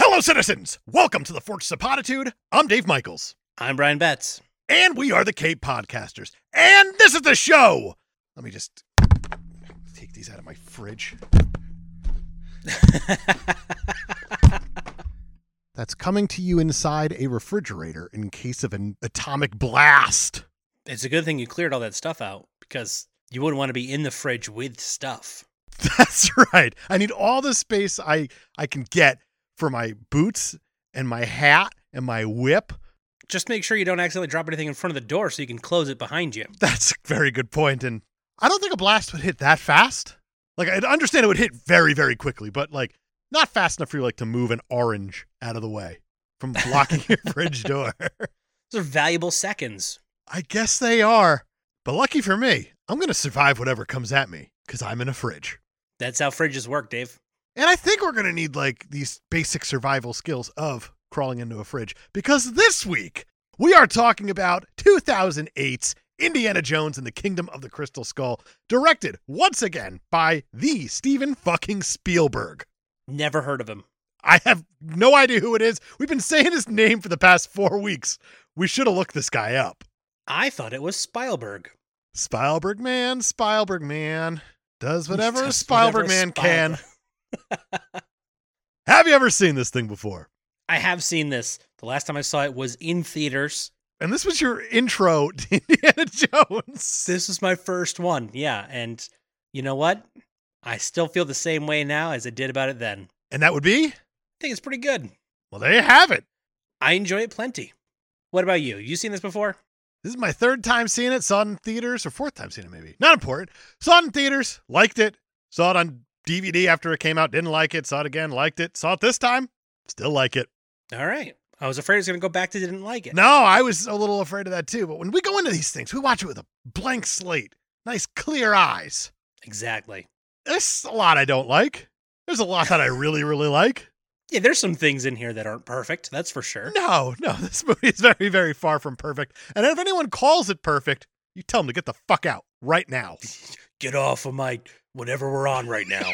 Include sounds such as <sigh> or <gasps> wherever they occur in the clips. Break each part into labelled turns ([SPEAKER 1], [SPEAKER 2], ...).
[SPEAKER 1] Hello, citizens! Welcome to the Fortress of Potitude. I'm Dave Michaels,
[SPEAKER 2] I'm Brian Betts.
[SPEAKER 1] and we are the Cape Podcasters, and this is the show. Let me just take these out of my fridge. That's coming to you inside a refrigerator in case of an atomic blast. <laughs>
[SPEAKER 2] It's a good thing you cleared all that stuff out because you wouldn't want to be in the fridge with stuff.
[SPEAKER 1] That's right. I need all the space I I can get for my boots and my hat and my whip.
[SPEAKER 2] Just make sure you don't accidentally drop anything in front of the door so you can close it behind you.
[SPEAKER 1] <laughs> That's a very good point, And I don't think a blast would hit that fast. Like, I'd understand it would hit very, very quickly, but like, not fast enough for you like to move an orange out of the way from blocking your fridge door.
[SPEAKER 2] Those are valuable seconds.
[SPEAKER 1] I guess they are. But lucky for me, I'm going to survive whatever comes at me because I'm in a fridge.
[SPEAKER 2] That's how fridges work, Dave.
[SPEAKER 1] And I think we're going to need like these basic survival skills of crawling into a fridge because this week we are talking about 2008's Indiana Jones and the Kingdom of the Crystal Skull, directed once again by the Steven fucking Spielberg.
[SPEAKER 2] Never heard of him.
[SPEAKER 1] I have no idea who it is. We've been saying his name for the past four weeks. We should have looked this guy up.
[SPEAKER 2] I thought it was Spielberg.
[SPEAKER 1] Spielberg man, Spielberg man, does whatever a
[SPEAKER 2] Does
[SPEAKER 1] Spielberg
[SPEAKER 2] whatever
[SPEAKER 1] man
[SPEAKER 2] Spielberg-
[SPEAKER 1] can.
[SPEAKER 2] <laughs>
[SPEAKER 1] Have you ever seen this thing before?
[SPEAKER 2] I have seen this. The last time I saw it was in theaters.
[SPEAKER 1] And this was your intro to <laughs> Indiana Jones.
[SPEAKER 2] This was my first one. Yeah. And you know what? I still feel the same way now as I did about it then.
[SPEAKER 1] And that would be?
[SPEAKER 2] I think it's pretty good.
[SPEAKER 1] Well, there you have it.
[SPEAKER 2] I enjoy it plenty. What about you? You seen this before?
[SPEAKER 1] This is my third time seeing it. Saw it in theaters, or fourth time seeing it, maybe. Not important. Saw it in theaters, liked it. Saw it on DVD after it came out, didn't like it. Saw it again, liked it. Saw it this time, still like it.
[SPEAKER 2] All right. I was afraid it was going to go back to didn't like it.
[SPEAKER 1] No, I was a little afraid of that too. But when we go into these things, we watch it with a blank slate, nice clear eyes.
[SPEAKER 2] Exactly.
[SPEAKER 1] There's a lot I don't like. There's a lot that I really, really like.
[SPEAKER 2] Yeah, there's some things in here that aren't perfect. That's for sure.
[SPEAKER 1] No, no, <laughs> this movie is very, very far from perfect. And if anyone calls it perfect, you tell them to get the fuck out right now.
[SPEAKER 2] Get off of my whatever we're on right
[SPEAKER 1] <laughs>
[SPEAKER 2] now.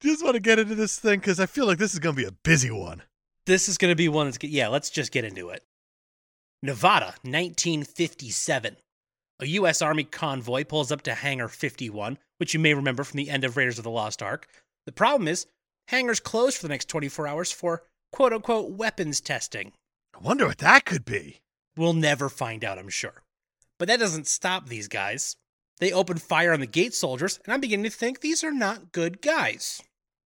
[SPEAKER 1] Just want to get into this thing because I feel like this is going to be a busy one.
[SPEAKER 2] this is going to be one that's, yeah, let's just get into it. Nevada, 1957. A U.S. Army convoy pulls up to Hangar 51, which you may remember from the end of Raiders of the Lost Ark. The problem is, hangars closed for the next 24 hours for quote unquote weapons testing.
[SPEAKER 1] I wonder what that could be.
[SPEAKER 2] We'll never find out, I'm sure. But that doesn't stop these guys. They open fire on the gate soldiers, and I'm beginning to think these are not good <laughs> guys.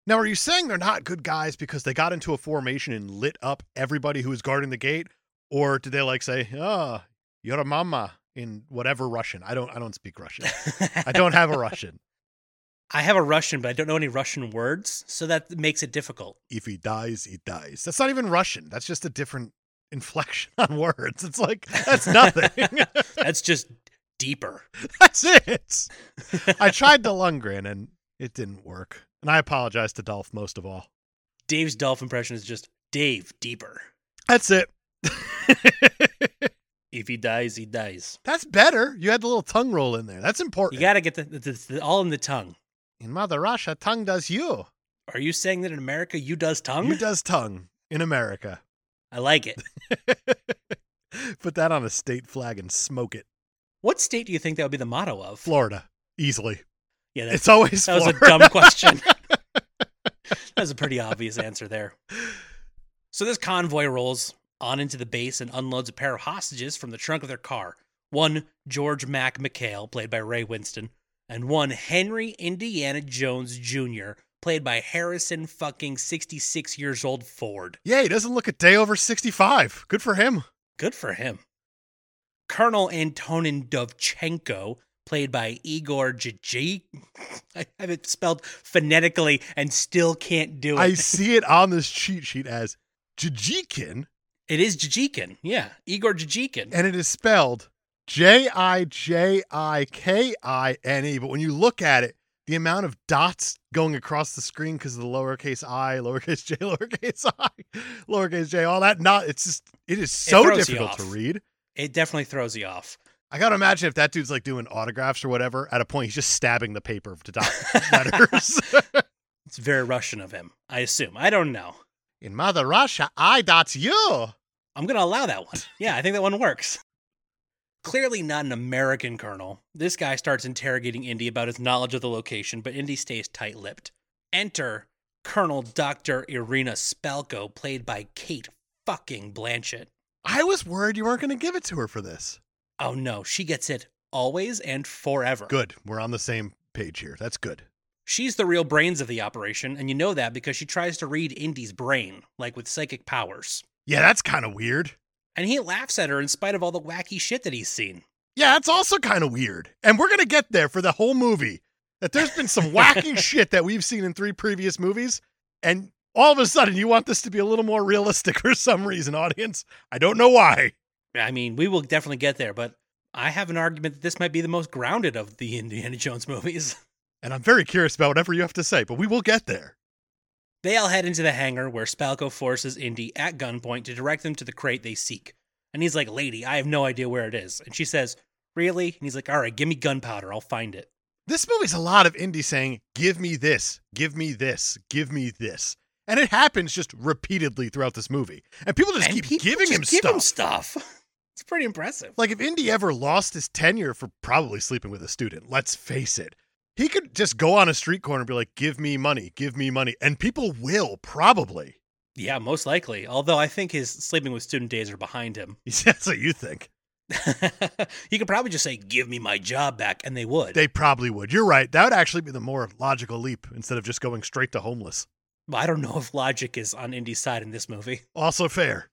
[SPEAKER 1] Now, are you saying they're not good guys because they got into a formation and lit up everybody who was guarding the gate? Or did they like say, oh, your mama in whatever Russian? I don't I don't speak Russian.
[SPEAKER 2] <laughs>
[SPEAKER 1] I don't have a Russian.
[SPEAKER 2] I have a Russian, but I don't know any Russian words, so that makes it <laughs> difficult.
[SPEAKER 1] If he dies, he dies. That's not even Russian. That's just a different inflection <laughs> on words. It's like that's nothing. <laughs>
[SPEAKER 2] That's just deeper.
[SPEAKER 1] That's it. I tried the Lundgren and it didn't work. And I apologize to Dolph most of all.
[SPEAKER 2] Dave's Dolph impression is just Dave deeper.
[SPEAKER 1] That's it. <laughs>
[SPEAKER 2] If he dies, he dies.
[SPEAKER 1] That's better. You had the little tongue roll in there. That's important.
[SPEAKER 2] You gotta get the, the, the, the- all in the tongue.
[SPEAKER 1] in Mother Russia, tongue does you.
[SPEAKER 2] Are you saying that in America you does tongue?
[SPEAKER 1] You does tongue in America. <laughs>
[SPEAKER 2] I like it.
[SPEAKER 1] Put that on a state flag and smoke it.
[SPEAKER 2] What state do you think that would be the motto of?
[SPEAKER 1] Florida. Easily.
[SPEAKER 2] Yeah, that's
[SPEAKER 1] It's always
[SPEAKER 2] That was
[SPEAKER 1] Florida.
[SPEAKER 2] a dumb question. that was a pretty obvious answer there. So this convoy rolls on into the base and unloads a pair of hostages from the trunk of their car. One George Mack McHale, played by Ray Winston, and one Henry Indiana Jones Jr., played by Harrison fucking 66 years old Ford.
[SPEAKER 1] Yeah, he doesn't look a day over 65.
[SPEAKER 2] <laughs>
[SPEAKER 1] Good for him.
[SPEAKER 2] Good for him. Colonel Antonin Dovchenko, played by Igor Jiji. <laughs> I have it spelled phonetically and still can't do it.
[SPEAKER 1] I see it on this cheat sheet as Jijikin,
[SPEAKER 2] <laughs> It is Jijikin. Yeah, Igor Jijikin.
[SPEAKER 1] and it is spelled J I J I K I N E. But when you look at it, the amount of dots going across the screen because of the lowercase i, lowercase j, <laughs> lowercase i, lowercase j, all that not it's just it is so
[SPEAKER 2] throws you
[SPEAKER 1] difficult to
[SPEAKER 2] off.
[SPEAKER 1] read.
[SPEAKER 2] It definitely throws you off.
[SPEAKER 1] I gotta imagine if that dude's like doing autographs or whatever, at a point he's just stabbing the paper
[SPEAKER 2] <laughs>
[SPEAKER 1] to dot letters. <laughs>
[SPEAKER 2] It's very Russian of him, I assume. I don't know.
[SPEAKER 1] In Mother Russia, I dot you.
[SPEAKER 2] I'm going to allow that one. <laughs> Yeah, I think that one works. Clearly not an American colonel. This guy starts interrogating Indy about his knowledge of the location, but Indy stays tight lipped. Enter Colonel Dr. Irina Spelko, played by Kate fucking Blanchett.
[SPEAKER 1] I was worried you weren't gonna give it to her for this.
[SPEAKER 2] Oh no, she gets it always and forever.
[SPEAKER 1] Good. We're on the same page here. That's good.
[SPEAKER 2] She's the real brains of the operation, and you know that because she tries to read Indy's brain, like with psychic powers.
[SPEAKER 1] Yeah, that's kind of weird.
[SPEAKER 2] And he laughs at her in spite of all the wacky shit that he's seen.
[SPEAKER 1] Yeah, that's also kind of weird. And we're gonna get there for the whole movie. That there's been some wacky shit that we've seen in three previous movies, and all of a sudden you want this to be a little more realistic <laughs> for some reason, audience. I don't know why.
[SPEAKER 2] I mean, we will definitely get there, but I have an argument that this might be the most grounded of the <laughs> Indiana Jones movies. <laughs>
[SPEAKER 1] And I'm very curious about whatever you have to say, but we will get there.
[SPEAKER 2] They all head into the hangar where Spalco forces Indy at gunpoint to direct them to the crate they seek. And he's like, Lady, I have no idea where it is. And she says, Really? And he's like, All right, give me gunpowder. I'll find it.
[SPEAKER 1] This movie's a lot of indie saying, give me this, give me this, give me this. And it happens just repeatedly throughout this movie. And people just
[SPEAKER 2] And
[SPEAKER 1] keep
[SPEAKER 2] people
[SPEAKER 1] giving
[SPEAKER 2] just
[SPEAKER 1] him
[SPEAKER 2] give
[SPEAKER 1] stuff.
[SPEAKER 2] him stuff. <laughs> It's pretty impressive.
[SPEAKER 1] Like if Indy ever lost his tenure for probably sleeping with a student, let's face it. He could just go on a street corner and be like, "Give me money, give me money." And people will probably. <laughs>
[SPEAKER 2] Yeah, most likely. Although I think his sleeping with student days are behind him. <laughs>
[SPEAKER 1] That's what you think.
[SPEAKER 2] he could probably just say, Give me my job back, and they would.
[SPEAKER 1] They probably would. You're right. That would actually be the more logical leap instead of just going straight to homeless.
[SPEAKER 2] But I don't know if logic is on Indy's side in this movie.
[SPEAKER 1] Also fair.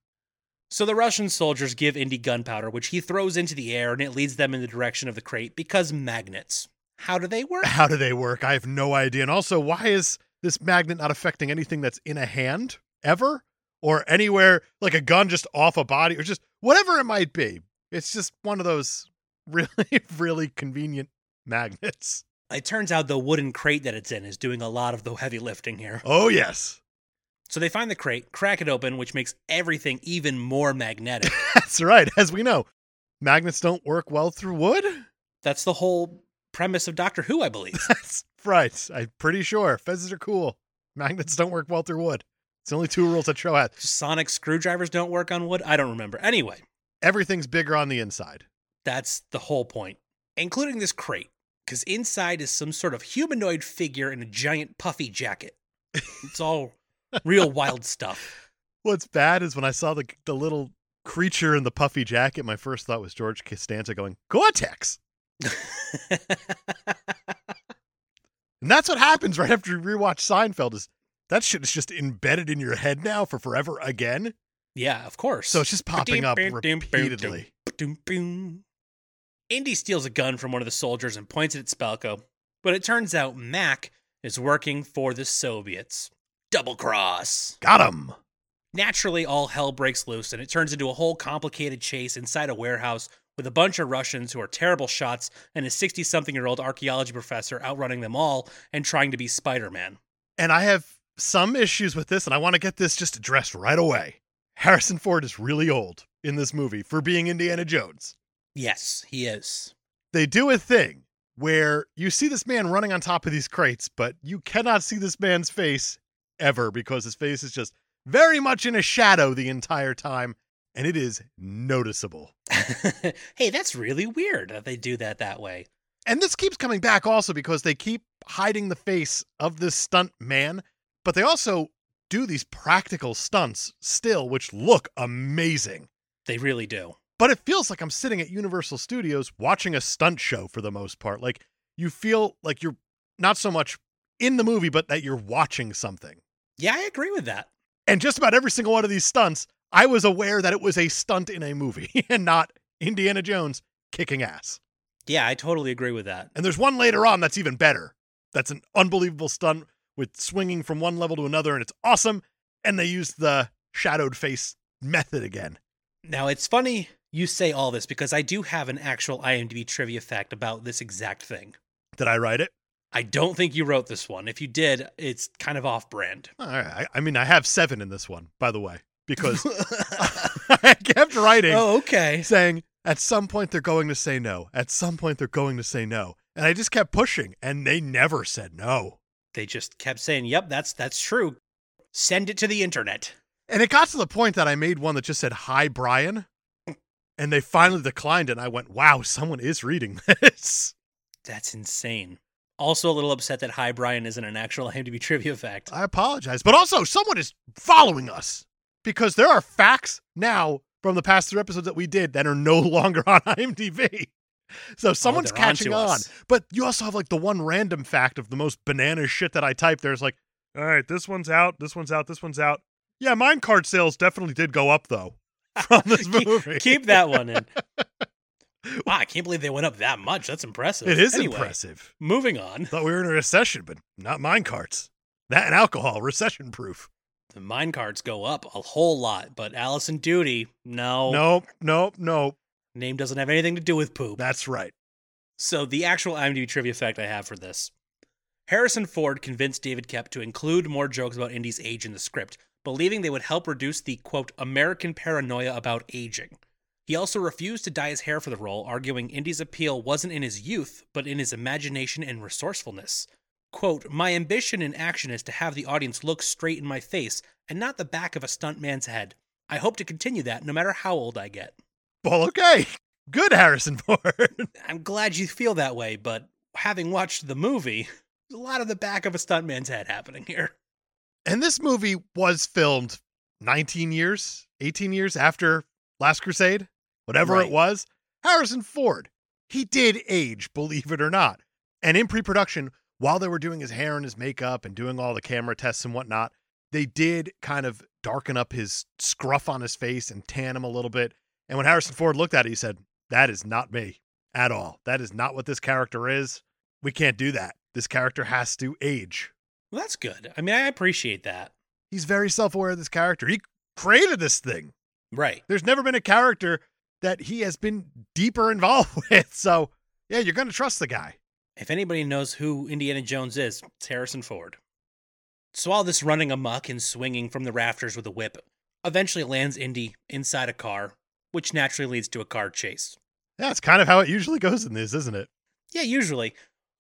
[SPEAKER 2] So the Russian soldiers give Indy gunpowder, which he throws into the air, and it leads them in the direction of the crate because magnets. How do they
[SPEAKER 1] <laughs>
[SPEAKER 2] work?
[SPEAKER 1] How do they work? I have no idea. And also, why is this magnet not affecting anything that's in a hand ever or anywhere like a gun just off a body or just whatever it might be? It's just one of those <laughs> really, really convenient magnets.
[SPEAKER 2] It turns out the wooden crate that it's in is doing a lot of the heavy lifting here.
[SPEAKER 1] Oh, yes. <laughs>
[SPEAKER 2] So they find the crate, crack it open, which makes everything even more magnetic.
[SPEAKER 1] That's right. As we know, magnets don't work well through wood. <laughs>
[SPEAKER 2] That's the whole premise of Doctor Who, I believe.
[SPEAKER 1] <laughs> That's right. I'm pretty sure. Fezzes are cool. Magnets don't work well through wood. It's the only two rules that show at.
[SPEAKER 2] sonic screwdrivers don't work on wood? I don't remember. Anyway,
[SPEAKER 1] Everything's bigger on the inside.
[SPEAKER 2] that's the whole point, including this crate, because inside is some sort of humanoid figure in a giant puffy jacket. It's all real wild stuff. <laughs>
[SPEAKER 1] What's bad is when I saw the the little creature in the puffy jacket, my first thought was George Costanza going Gore-Tex, and that's what happens right after you rewatch Seinfeld. Is that shit is just embedded in your head now for forever again?
[SPEAKER 2] yeah, of course.
[SPEAKER 1] So it's just popping up repeatedly.
[SPEAKER 2] Boom, boom. Indy steals a gun from one of the soldiers and points it at Spalco, but it turns out Mac is working for the Soviets. Double cross.
[SPEAKER 1] Got him.
[SPEAKER 2] Naturally, all hell breaks loose, and it turns into a whole complicated chase inside a warehouse with a bunch of Russians who are terrible shots and a 60 something year old archaeology professor outrunning them all and trying to be Spider Man.
[SPEAKER 1] And I have some issues with this, and I want to get this just addressed right away. Harrison Ford is really old in this movie for being Indiana Jones.
[SPEAKER 2] Yes, he is. <laughs>
[SPEAKER 1] They do a thing where you see this man running on top of these crates, but you cannot see this man's face ever because his face is just very much in a shadow the entire time, and it is noticeable.
[SPEAKER 2] hey, that's really weird that they do that that way.
[SPEAKER 1] And this keeps coming back also because they keep hiding the face of this stunt man, but they also do these practical stunts still, which look amazing.
[SPEAKER 2] They really do.
[SPEAKER 1] but it feels like I'm sitting at Universal Studios watching a stunt show for the most part. Like you feel like you're not so much in the movie, but that you're watching something.
[SPEAKER 2] Yeah, I agree with that.
[SPEAKER 1] And just about every single one of these stunts, I <laughs> was aware that it was a stunt in a movie and not Indiana Jones kicking ass.
[SPEAKER 2] Yeah, I totally agree with that.
[SPEAKER 1] And there's one later on that's even better. That's an unbelievable stunt with swinging from one level to another, and it's awesome. And they use the shadowed face method again.
[SPEAKER 2] Now, it's funny you say all this because I do have an actual IMDb trivia fact about this exact thing.
[SPEAKER 1] Did I write it?
[SPEAKER 2] I don't think you wrote this one. If you did, it's kind of off brand.
[SPEAKER 1] All right. I, I mean, I have seven in this one, by the way, because <laughs> I kept writing
[SPEAKER 2] oh, okay.
[SPEAKER 1] saying at some point they're going to say no. At some point they're going to say no. And I just kept pushing, and they never said no.
[SPEAKER 2] They just kept saying, "Yep, that's that's true. Send it to the internet."
[SPEAKER 1] And it got to the point that I made one that just said, Hi, Brian. And they finally declined, and I went, Wow, someone is reading <laughs> this.
[SPEAKER 2] That's insane. Also, a little upset that Hi Brian isn't an actual <laughs> IMDb trivia fact.
[SPEAKER 1] I apologize. But also, someone is following us because there are facts now from the past three episodes that we did that are no <laughs> longer on IMDb. So someone's
[SPEAKER 2] Oh, they're
[SPEAKER 1] catching
[SPEAKER 2] onto
[SPEAKER 1] on.
[SPEAKER 2] us.
[SPEAKER 1] But you also have like the one random fact of the most banana shit that I typed. There's like, all right, this one's out, this one's out, this one's out. Yeah, mine card sales definitely did go up though <laughs> from
[SPEAKER 2] <laughs>
[SPEAKER 1] this
[SPEAKER 2] Keep-
[SPEAKER 1] movie.
[SPEAKER 2] Keep that one
[SPEAKER 1] <laughs>
[SPEAKER 2] in. Wow, I can't believe they went up that much. That's impressive.
[SPEAKER 1] it is
[SPEAKER 2] Anyway,
[SPEAKER 1] impressive.
[SPEAKER 2] Moving on,
[SPEAKER 1] Thought we were in a recession, but not mine carts. That and alcohol, recession proof.
[SPEAKER 2] the mine cards go up a whole lot, but Allison Duty, no,
[SPEAKER 1] Nope, nope, nope.
[SPEAKER 2] name doesn't have anything to do with poop.
[SPEAKER 1] That's right.
[SPEAKER 2] So the actual IMDb trivia fact I have for this: Harrison Ford convinced David Kep to include more jokes about Indy's age in the script, believing they would help reduce the quote American paranoia about aging. He also refused to dye his hair for the role, arguing Indy's appeal wasn't in his youth, but in his imagination and resourcefulness. Quote, My ambition in action is to have the audience look straight in my face and not the back of a stuntman's head. I hope to continue that no matter how old I get.
[SPEAKER 1] Well, okay. Good, Harrison Ford.
[SPEAKER 2] I'm glad you feel that way, but having watched the movie, <laughs> there's a lot of the back of a stuntman's head happening here.
[SPEAKER 1] and this movie was filmed 19 years, 18 years after Last Crusade, whatever
[SPEAKER 2] Right.
[SPEAKER 1] it was. Harrison Ford, he did age, believe it or not. And in pre production, while they were doing his hair and his makeup and doing all the camera tests and whatnot, they did kind of darken up his scruff on his face and tan him a little bit. And when Harrison Ford looked at it, he said, That is not me at all. That is not what this character is. We can't do that. This character has to age
[SPEAKER 2] Well, that's good. I mean, I appreciate that.
[SPEAKER 1] he's very self-aware of this character. He created this thing.
[SPEAKER 2] Right.
[SPEAKER 1] There's never been a character that he has been deeper involved <laughs> with. So yeah, you're gonna trust the guy.
[SPEAKER 2] If anybody knows who Indiana Jones is, it's Harrison Ford. So all this running amok and swinging from the rafters with a whip eventually lands Indy inside a car, which naturally leads to a car chase.
[SPEAKER 1] That's kind of how it usually goes in this, isn't it?
[SPEAKER 2] Yeah, usually.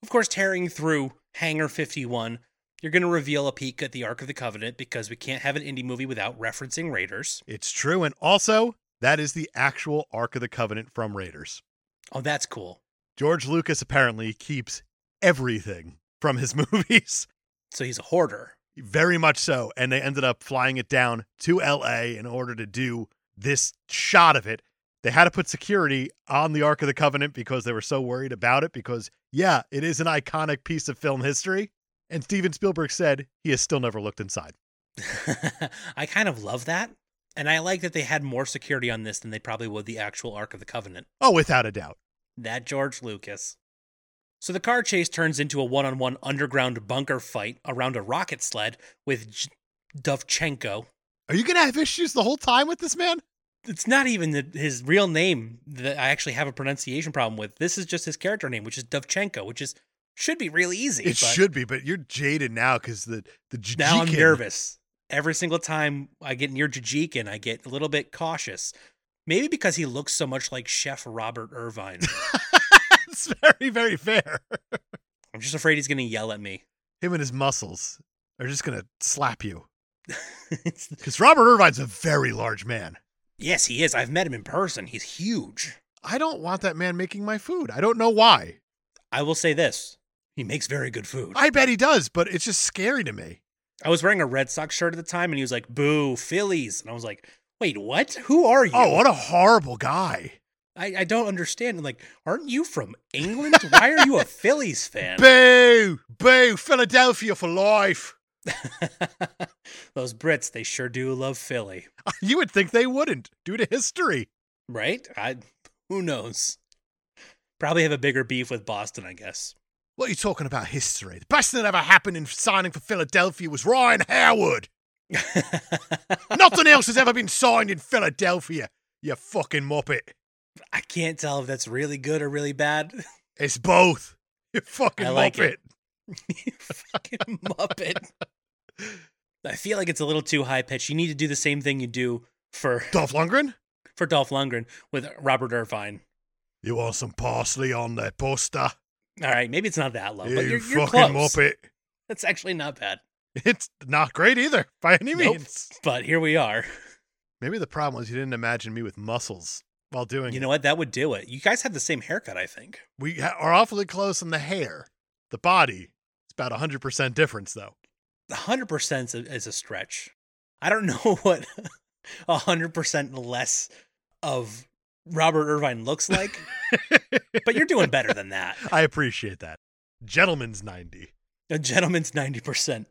[SPEAKER 2] Of course, tearing through Hangar 51, you're going to reveal a peek at the Ark of the Covenant because we can't have an indie movie without referencing Raiders.
[SPEAKER 1] It's true, and also that is the actual Ark of the Covenant from Raiders.
[SPEAKER 2] Oh, that's cool.
[SPEAKER 1] George Lucas apparently keeps everything from his <laughs> movies.
[SPEAKER 2] So he's a hoarder. <laughs>
[SPEAKER 1] Very much so. And they ended up flying it down to LA in order to do this shot of it. They had to put security on the Ark of the Covenant because they were so worried about it. Because, yeah, it is an iconic piece of film history. And Steven Spielberg said he has still never looked inside.
[SPEAKER 2] I kind of love that. And I like that they had more security on this than they probably would the actual Ark of the Covenant.
[SPEAKER 1] Oh, without a doubt.
[SPEAKER 2] That George Lucas. So the car chase turns into a one on one underground bunker fight around a rocket sled with J- Dovchenko.
[SPEAKER 1] Are you going to have issues the whole time with this man?
[SPEAKER 2] It's not even the, his real name that I actually have a pronunciation problem with. This is just his character name, which is Dovchenko, which is should be real easy.
[SPEAKER 1] It
[SPEAKER 2] but-
[SPEAKER 1] should be, but you're jaded now because the, the
[SPEAKER 2] Now I'm
[SPEAKER 1] Jijikin-
[SPEAKER 2] nervous. Every single time I get near Jajikin, I get a little bit cautious. Maybe because he looks so much like Chef Robert
[SPEAKER 1] <laughs>
[SPEAKER 2] Irvine.
[SPEAKER 1] <laughs> It's very, very fair.
[SPEAKER 2] I'm just afraid he's going to yell at me. <laughs>
[SPEAKER 1] Him and his muscles are just going to slap you
[SPEAKER 2] It's-
[SPEAKER 1] because Robert Irvine's a very large man.
[SPEAKER 2] yes, he is. I've met him in person. He's huge.
[SPEAKER 1] I don't want that man making my food. I don't know why.
[SPEAKER 2] I will say this he makes very good food. I,
[SPEAKER 1] I bet he does, but it's just scary to me.
[SPEAKER 2] was wearing a Red Sox shirt at the time, and he was like, boo, Phillies. And I was like, wait, what? Who are you?
[SPEAKER 1] Oh, what a horrible guy.
[SPEAKER 2] I, I don't understand. And like, aren't you from England? Why are
[SPEAKER 1] <laughs>
[SPEAKER 2] you a Phillies fan?
[SPEAKER 1] Boo! Boo! Philadelphia for life.
[SPEAKER 2] <laughs>
[SPEAKER 1] <laughs>
[SPEAKER 2] Those Brits, they sure do love Philly.
[SPEAKER 1] You would think they wouldn't due to history.
[SPEAKER 2] Right? I who knows. Probably have a bigger beef with Boston, I guess. <laughs>
[SPEAKER 1] What are you talking about history? The best thing that ever happened in signing for Philadelphia was Ryan
[SPEAKER 2] <laughs>
[SPEAKER 1] Howard. Nothing else has ever been signed in Philadelphia, you fucking muppet.
[SPEAKER 2] I can't tell if that's really good or really bad. <laughs>
[SPEAKER 1] It's both. You fucking
[SPEAKER 2] I like
[SPEAKER 1] muppet.
[SPEAKER 2] it. You fucking
[SPEAKER 1] <laughs>
[SPEAKER 2] Muppet. I feel like it's a little too high pitched. You need to do the same thing you do for
[SPEAKER 1] Dolph Lundgren?
[SPEAKER 2] for Dolph Lundgren with Robert Irvine.
[SPEAKER 1] You want some parsley on that poster?
[SPEAKER 2] All right, maybe it's not that low,
[SPEAKER 1] you
[SPEAKER 2] but you're, you're
[SPEAKER 1] fucking
[SPEAKER 2] close.
[SPEAKER 1] muppet.
[SPEAKER 2] That's actually not bad.
[SPEAKER 1] It's not great either, <laughs> by any
[SPEAKER 2] Nope.
[SPEAKER 1] means.
[SPEAKER 2] But here we are.
[SPEAKER 1] Maybe the problem was you didn't imagine me with muscles while doing
[SPEAKER 2] You
[SPEAKER 1] it.
[SPEAKER 2] know what? That would do it. You guys have the same haircut, I think.
[SPEAKER 1] we ha- are awfully close on the hair. The body, it's about 100% difference, though.
[SPEAKER 2] 100% is a, is a stretch. I don't <laughs> know what 100% less of Robert Irvine looks like, but you're doing better than that.
[SPEAKER 1] I appreciate that. Gentleman's 90.
[SPEAKER 2] A gentleman's 90%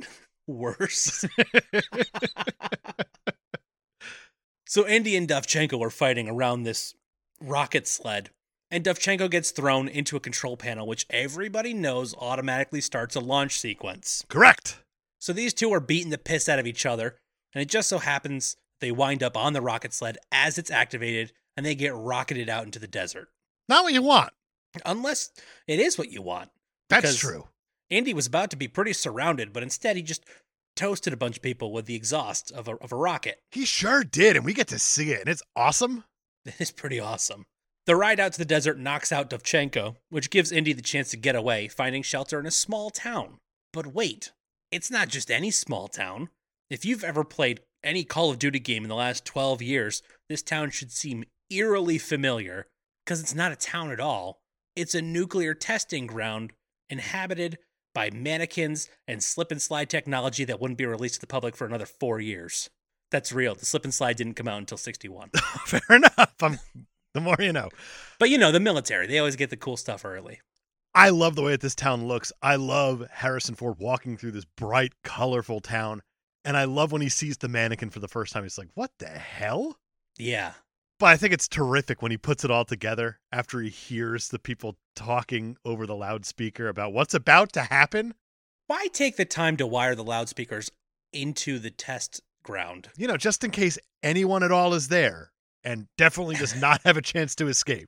[SPEAKER 2] worse. <laughs> so Andy and Dovchenko are fighting around this rocket sled, and Dovchenko gets thrown into a control panel, which everybody knows automatically starts a launch sequence.
[SPEAKER 1] Correct.
[SPEAKER 2] So these two are beating the piss out of each other, and it just so happens they wind up on the rocket sled as it's activated, and they get rocketed out into the desert.
[SPEAKER 1] Not what you want.
[SPEAKER 2] Unless it is what you want.
[SPEAKER 1] That's
[SPEAKER 2] Because-
[SPEAKER 1] true.
[SPEAKER 2] Andy was about to be pretty surrounded, but instead he just toasted a bunch of people with the exhaust of a, of a rocket.
[SPEAKER 1] He sure did, and we get to see it, and it's awesome. <laughs>
[SPEAKER 2] <laughs> It is pretty awesome. The ride out to the desert knocks out Dovchenko, which gives Indy the chance to get away, finding shelter in a small town. But wait, it's not just any small town. If you've ever played any Call of Duty game in the last 12 years, this town should seem eerily familiar because it's not a town at all. It's a nuclear testing ground inhabited by mannequins and slip and slide technology that wouldn't be released to the public for another four years. That's real. The slip and slide didn't come out until 61.
[SPEAKER 1] Fair enough. I'm, the more you know.
[SPEAKER 2] But you know, the military, they always get the cool stuff early.
[SPEAKER 1] I love the way that this town looks. I love Harrison Ford walking through this bright, colorful town. And I love when he sees the mannequin for the first time. He's like, what the hell?
[SPEAKER 2] Yeah.
[SPEAKER 1] But I think it's terrific when he puts it all together after he hears the people talking over the loudspeaker about what's about to happen.
[SPEAKER 2] Why take the time to wire the loudspeakers into the test ground?
[SPEAKER 1] You know, just in case anyone at all is there and definitely does not have a chance to escape.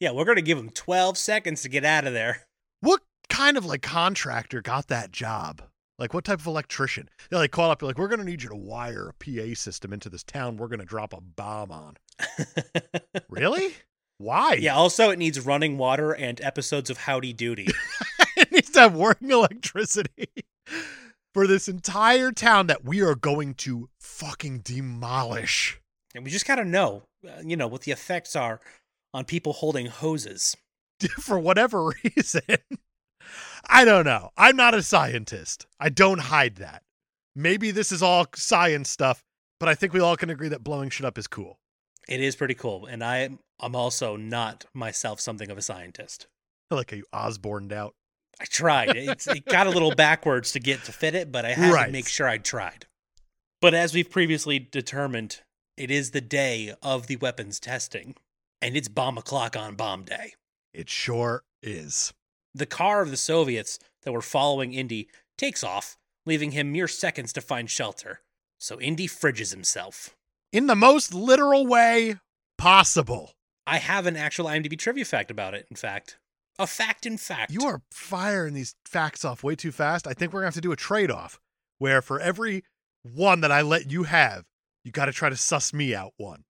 [SPEAKER 2] Yeah, we're going to give them 12 seconds to get out of there. <laughs>
[SPEAKER 1] What kind of like contractor got that job? Like what type of electrician? They like call up, like, we're gonna need you to wire a PA system into this town we're gonna drop a bomb on. Really? Why?
[SPEAKER 2] yeah, also, it needs running water and episodes of Howdy Doody.
[SPEAKER 1] <laughs> it needs to have working electricity <laughs> for this entire town that we are going to fucking demolish. <laughs>
[SPEAKER 2] and we just got to know, uh, you know, what the effects are on people holding hoses.
[SPEAKER 1] for whatever <laughs> reason. I don't know. I'm not a scientist. I don't hide that. Maybe this is all science stuff, but I think we all can agree that blowing shit up is cool.
[SPEAKER 2] It is pretty cool. And I am I'm also not myself something of a scientist.
[SPEAKER 1] I like how you Osborned out.
[SPEAKER 2] I tried. It's, it got a little backwards to get to fit it, but I had
[SPEAKER 1] Right.
[SPEAKER 2] to make sure I tried. But as we've previously determined, it is the day of the weapons testing, and it's bomb o'clock on bomb day.
[SPEAKER 1] It sure is.
[SPEAKER 2] The car of the Soviets that were following Indy takes off, leaving him mere seconds to find shelter. So Indy fridges himself.
[SPEAKER 1] In the most literal way possible.
[SPEAKER 2] I have an actual IMDb trivia fact about it, in fact. A fact, in fact.
[SPEAKER 1] You are firing these facts off way too fast. I think we're going to have to do a trade off where for every one that I let you have, you got to try to suss me out one.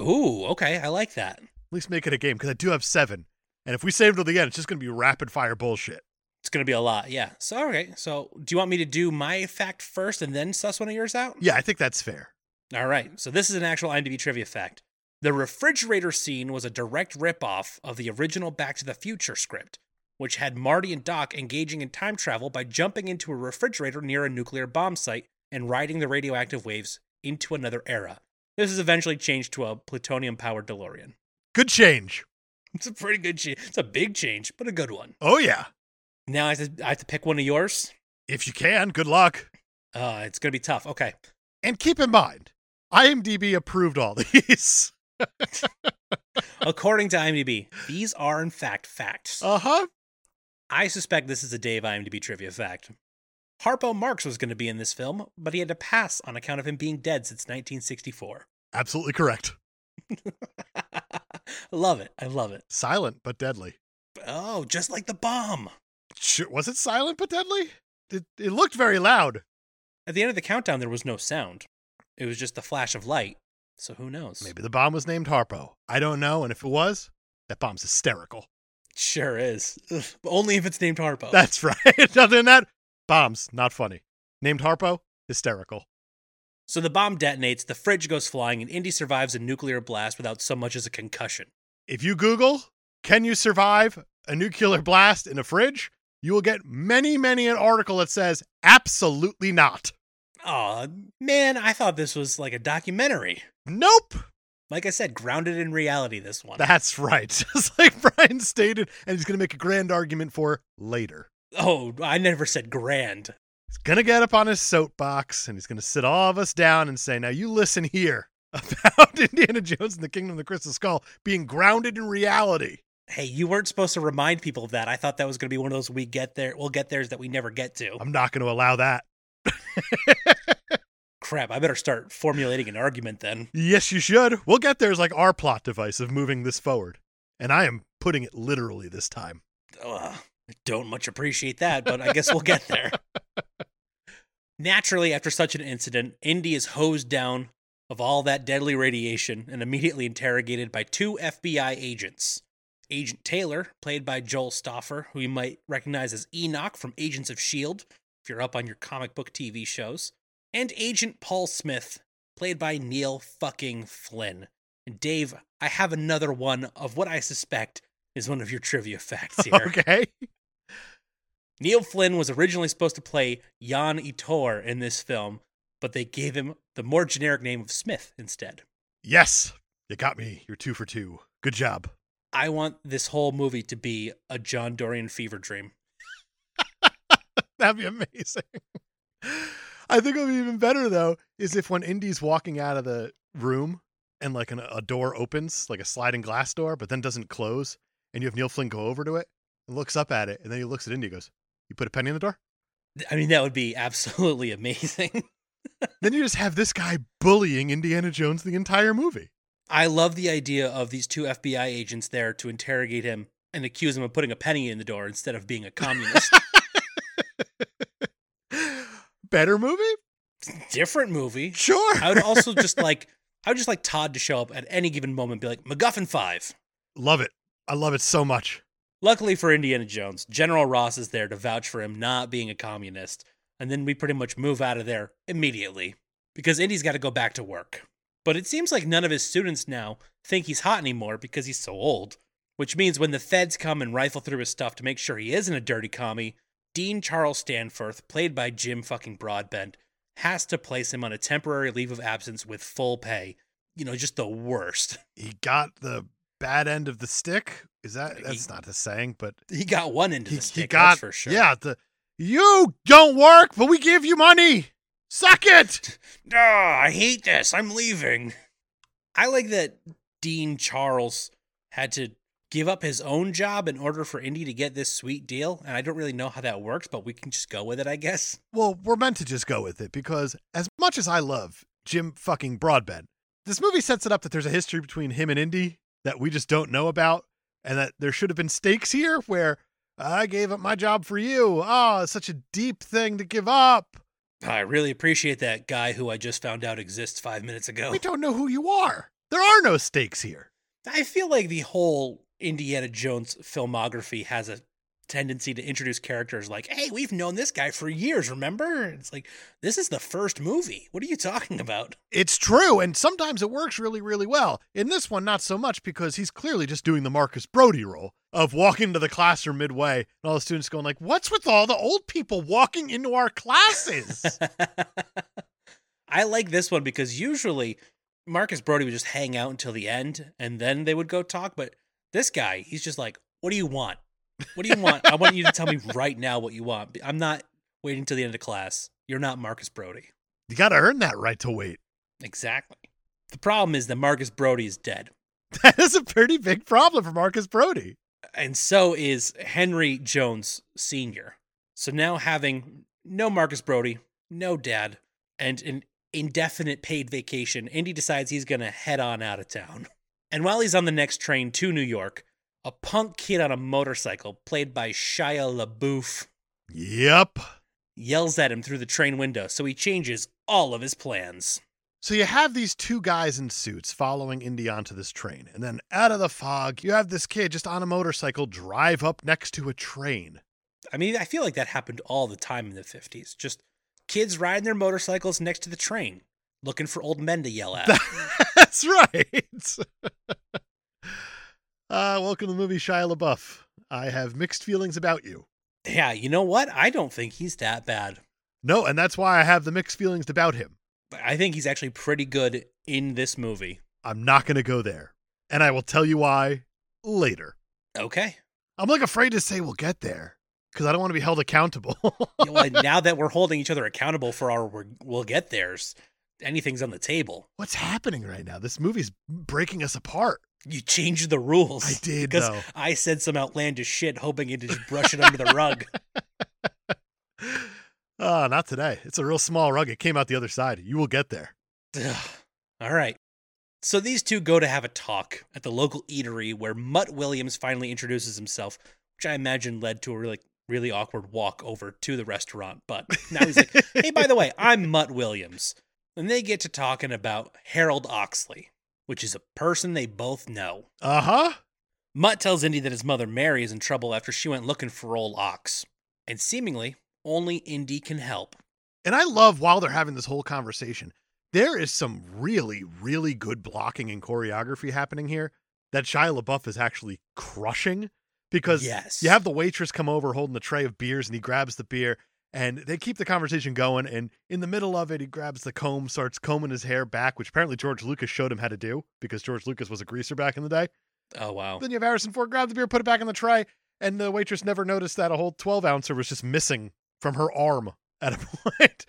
[SPEAKER 2] Ooh, okay. I like that.
[SPEAKER 1] At least make it a game because I do have seven. And if we save till the end, it's just going to be rapid fire bullshit.
[SPEAKER 2] It's gonna be a lot, yeah. So all right. So do you want me to do my fact first and then suss one of yours out?
[SPEAKER 1] Yeah, I think that's fair.
[SPEAKER 2] All right. So this is an actual IMDb trivia fact. The refrigerator scene was a direct ripoff of the original Back to the Future script, which had Marty and Doc engaging in time travel by jumping into a refrigerator near a nuclear bomb site and riding the radioactive waves into another era. This is eventually changed to a plutonium powered DeLorean.
[SPEAKER 1] Good change.
[SPEAKER 2] It's a pretty good change. It's a big change, but a good one.
[SPEAKER 1] Oh, yeah.
[SPEAKER 2] Now I have to, I have to pick one of yours.
[SPEAKER 1] If you can, good luck.
[SPEAKER 2] Uh, it's gonna be tough. Okay.
[SPEAKER 1] <laughs> And keep in mind, IMDb approved all these.
[SPEAKER 2] According to IMDb, these are in fact facts.
[SPEAKER 1] Uh huh.
[SPEAKER 2] I suspect this is a Dave IMDb trivia fact. Harpo Marx was going to be in this film, but he had to pass on account of him being dead since 1964.
[SPEAKER 1] Absolutely correct.
[SPEAKER 2] <laughs> love it. I love it.
[SPEAKER 1] Silent but deadly.
[SPEAKER 2] Oh, just like the bomb.
[SPEAKER 1] Sure, was it silent but deadly? It, it looked very loud.
[SPEAKER 2] At the end of the countdown, there was no sound. It was just the flash of light. So who knows?
[SPEAKER 1] Maybe the bomb was named Harpo. I don't know. And if it was, that bomb's hysterical.
[SPEAKER 2] Sure is. Ugh, but only if it's named Harpo.
[SPEAKER 1] That's <laughs> right. Other than that, bombs, not funny. Named Harpo, hysterical.
[SPEAKER 2] so the bomb detonates, the fridge goes flying, and Indy survives a nuclear blast without so much as a concussion.
[SPEAKER 1] If you Google, can you survive a nuclear blast in a fridge? You will get many, many an article that says, absolutely not.
[SPEAKER 2] Aw, man, I thought this was like a documentary.
[SPEAKER 1] Nope.
[SPEAKER 2] Like I said, grounded in reality, this one.
[SPEAKER 1] That's right. <laughs> Just like Brian stated, and he's going to make a grand argument for later.
[SPEAKER 2] oh, I never said grand.
[SPEAKER 1] He's going to get up on his soapbox and he's going to sit all of us down and say, Now you listen here <laughs> about Indiana Jones and the Kingdom of the Crystal Skull being grounded in reality.
[SPEAKER 2] Hey, you weren't supposed to remind people of that. I thought that was going to be one of those we get there, we'll get theirs that we never get to.
[SPEAKER 1] I'm not going to allow that.
[SPEAKER 2] Crap, I better start formulating an argument then.
[SPEAKER 1] Yes, you should. We'll get there as like our plot device of moving this forward. And I am putting it literally this time.
[SPEAKER 2] Ugh, I don't much appreciate that, but I guess we'll get there. Naturally, after such an incident, Indy is hosed down of all that deadly radiation and immediately interrogated by two FBI agents. Agent Taylor, played by Joel Stoffer, who you might recognize as Enoch from Agents of S.H.I.E.L.D., E if you're up on your comic book TV shows, and Agent Paul Smith, played by Neil fucking Flynn. And Dave, I have another one of what I suspect is one of your trivia facts here.
[SPEAKER 1] <laughs> Okay.
[SPEAKER 2] Neil Flynn was originally supposed to play Jan Itor in this film, but they gave him the more generic name of Smith instead.
[SPEAKER 1] Yes, you got me. You're two for two. Good job.
[SPEAKER 2] I want this whole movie to be a John Dorian fever dream.
[SPEAKER 1] <laughs> That'd be amazing. I think what would be even better though is if when Indy's walking out of the room and like an, a door opens, like a sliding glass door, but then doesn't close, and you have Neil Flynn go over to it and looks up at it, and then he looks at Indy and goes, "You put a penny in the door."
[SPEAKER 2] I mean, that would be <laughs> absolutely amazing.
[SPEAKER 1] then you just have this guy bullying Indiana Jones the entire movie. <gasps>
[SPEAKER 2] I love the idea of these two FBI agents there to interrogate him and accuse him of putting a penny in the door instead of being a communist.
[SPEAKER 1] Better movie?
[SPEAKER 2] Different movie.
[SPEAKER 1] Sure.
[SPEAKER 2] I would also just like I would just like Todd to show up at any given moment and be like, MacGuffin five.
[SPEAKER 1] <laughs> love it. I love it so much.
[SPEAKER 2] Luckily for Indiana Jones, General Ross is there to vouch for him not being a communist, and then we pretty much move out of there immediately because Indy's got to go back to work. But it seems like none of his students now think he's hot anymore because he's so old, which means when the feds come and rifle through his stuff to make sure he isn't a dirty commie, Dean Charles Stanforth, played by Jim fucking Broadbent, has to place him on a temporary leave of absence with full pay. You know, just the worst. <laughs>
[SPEAKER 1] He got the bad end of the stick. Is that
[SPEAKER 2] He-
[SPEAKER 1] that's not the saying, but
[SPEAKER 2] He got one into
[SPEAKER 1] He-
[SPEAKER 2] the
[SPEAKER 1] he
[SPEAKER 2] stick,
[SPEAKER 1] got-
[SPEAKER 2] that's for sure.
[SPEAKER 1] Yeah, the you don't work, but we give you money. Suck it.
[SPEAKER 2] No, Ah, I hate this. I'm leaving. I like that Dean Charles had to give up his own job in order for Indy to get this sweet deal. And I don't really know how that works, but we can just go with it, I guess.
[SPEAKER 1] well, we're meant to just go with it because as much as I love Jim fucking Broadbent, this movie sets it up that there's a history between him and Indy that we just don't know about, and that there should have been stakes here where I gave up my job for you. Ah, such a deep thing to give up.
[SPEAKER 2] Ah, I really appreciate that guy who I just found out exists five minutes ago.
[SPEAKER 1] We don't know who you are. There are no stakes here.
[SPEAKER 2] I feel like the whole Indiana Jones filmography has a tendency to introduce characters like, hey, we've known this guy for years, remember? It's like, this is the first movie. What are you talking about?
[SPEAKER 1] It's true, and sometimes it works really, really well. In this one, not so much because he's clearly just doing the Marcus Brody role of walking into the classroom midway and all the students going like, "What's with all the old people walking into
[SPEAKER 2] <laughs>
[SPEAKER 1] our classes?"
[SPEAKER 2] I like this one because usually Marcus Brody would just hang out until the end and then they would go talk. But this guy, he's just like, What do you want? What do you want? I want you to tell me right now what you want. I'm not waiting till the end of class. You're not Marcus Brody.
[SPEAKER 1] you got to earn that right to wait. <laughs>
[SPEAKER 2] Exactly. The problem is that Marcus Brody is dead.
[SPEAKER 1] That is a pretty big problem for Marcus Brody.
[SPEAKER 2] and so is Henry Jones Sr. So now having no Marcus Brody, no dad, and an indefinite paid vacation, Indy decides he's going to head on out of town. <laughs> And while he's on the next train to New York, a punk kid on a motorcycle, played by Shia LaBeouf,
[SPEAKER 1] Yep.
[SPEAKER 2] yells at him through the train window, so he changes all of his plans.
[SPEAKER 1] So you have these two guys in suits following Indy onto this train, and then out of the fog, you have this kid just on a motorcycle drive up next to a train.
[SPEAKER 2] I mean, I feel like that happened all the time in the 50s. Just kids riding their motorcycles next to the train, looking for old men to yell
[SPEAKER 1] <laughs>
[SPEAKER 2] at.
[SPEAKER 1] That's right. uh, welcome to the movie, Shia LaBeouf. I have mixed feelings about you.
[SPEAKER 2] Yeah, you know what? I don't think he's that bad.
[SPEAKER 1] No, and that's why I have the mixed feelings about him.
[SPEAKER 2] I think he's actually pretty good in this movie.
[SPEAKER 1] I'm not going to go there. And I will tell you why later.
[SPEAKER 2] Okay.
[SPEAKER 1] I'm like afraid to say we'll get there because I don't want to be held accountable. <laughs>
[SPEAKER 2] You know, like, now that we're holding each other accountable for our we're- we'll get theirs, anything's on the table.
[SPEAKER 1] What's happening right now? This movie's breaking us apart.
[SPEAKER 2] You changed the rules.
[SPEAKER 1] I did,
[SPEAKER 2] because
[SPEAKER 1] though.
[SPEAKER 2] I said some outlandish shit, hoping you just brush it under the rug.
[SPEAKER 1] Uh, not today. It's a real small rug. It came out the other side. You will get there.
[SPEAKER 2] Ugh. All right. So these two go to have a talk at the local eatery where Mutt Williams finally introduces himself, which I imagine led to a really, really awkward walk over to the restaurant. But now
[SPEAKER 1] <laughs>
[SPEAKER 2] he's like, hey, by the way, I'm Mutt Williams. And they get to talking about Harold Oxley, which is a person they both know.
[SPEAKER 1] Uh huh.
[SPEAKER 2] Mutt tells Indy that his mother Mary is in trouble after she went looking for old Ox. And seemingly, only Indy can help.
[SPEAKER 1] And I love while they're having this whole conversation, there is some really, really good blocking and choreography happening here that Shia LaBeouf is actually crushing because
[SPEAKER 2] yes.
[SPEAKER 1] you have the waitress come over holding the tray of beers and he grabs the beer and they keep the conversation going. And in the middle of it, he grabs the comb, starts combing his hair back, which apparently George Lucas showed him how to do because George Lucas was a greaser back in the day.
[SPEAKER 2] Oh, wow.
[SPEAKER 1] Then you have Harrison Ford grab the beer, put it back in the tray, and the waitress never noticed that a whole 12 ouncer was just missing from her arm <laughs> at a point.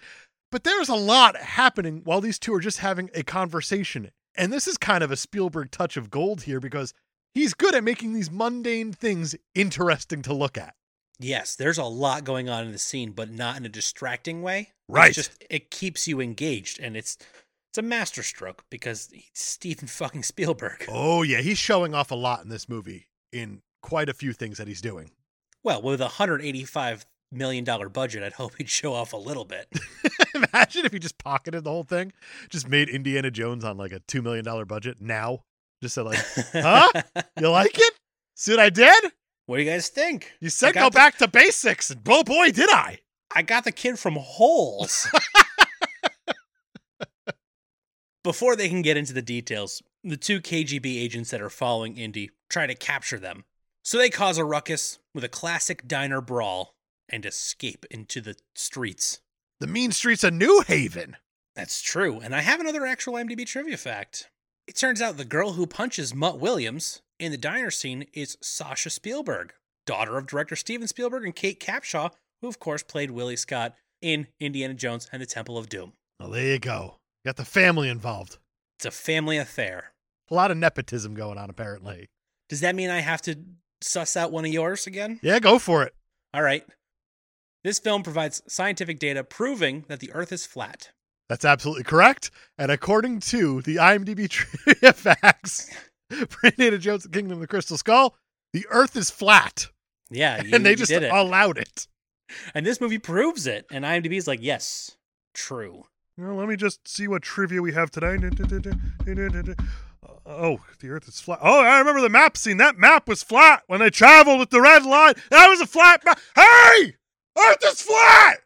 [SPEAKER 1] But there's a lot happening while these two are just having a conversation. And this is kind of a Spielberg touch of gold here because he's good at making these mundane things interesting to look at.
[SPEAKER 2] Yes, there's a lot going on in the scene, but not in a distracting way.
[SPEAKER 1] Right.
[SPEAKER 2] It's just it keeps you engaged, and it's it's a masterstroke because he's Steven fucking Spielberg.
[SPEAKER 1] Oh, yeah. He's showing off a lot in this movie in quite a few things that he's doing. <laughs>
[SPEAKER 2] Well, with a hundred eighty-five million dollar budget, I'd hope he'd show off a little bit.
[SPEAKER 1] Imagine if he just pocketed the whole thing, just made Indiana Jones on like a $2 million budget now. Just so like, Huh? You like it? See what I did?
[SPEAKER 2] <laughs> What do you guys think?
[SPEAKER 1] You
[SPEAKER 2] I
[SPEAKER 1] said
[SPEAKER 2] got
[SPEAKER 1] go
[SPEAKER 2] the-
[SPEAKER 1] back to basics, and oh boy, did I!
[SPEAKER 2] I got the kid from Holes. Before they can get into the details, the two KGB agents that are following Indy try to capture them. So they cause a ruckus with a classic diner brawl and escape into the streets.
[SPEAKER 1] The mean streets of New Haven.
[SPEAKER 2] That's true. And I have another actual IMDb trivia fact. It turns out the girl who punches Mutt Williams in the diner scene is Sasha Spielberg, daughter of director Steven Spielberg and Kate Capshaw, who, of course, played Willie Scott in Indiana Jones and the Temple of Doom.
[SPEAKER 1] Well, there you go. Got the family involved.
[SPEAKER 2] It's a family affair.
[SPEAKER 1] A lot of nepotism going on, apparently.
[SPEAKER 2] Does that mean I have to suss out one of yours again?
[SPEAKER 1] Yeah, go for it.
[SPEAKER 2] All right. This film provides scientific data proving that the Earth is flat.
[SPEAKER 1] That's absolutely correct. And according to the IMDb <laughs> trivia facts, <laughs> for Indiana Jones, the Kingdom of the Crystal Skull, the Earth is flat,
[SPEAKER 2] Yeah, you,
[SPEAKER 1] <laughs> and they
[SPEAKER 2] you
[SPEAKER 1] just
[SPEAKER 2] did it.
[SPEAKER 1] allowed it.
[SPEAKER 2] and this movie proves it. And IMDb is like, yes, true.
[SPEAKER 1] Well, let me just see what trivia we have today. Oh, the Earth is flat. Oh, I remember the map scene. That map was flat when they traveled with the red line. That was a flat map. Hey, Earth is flat.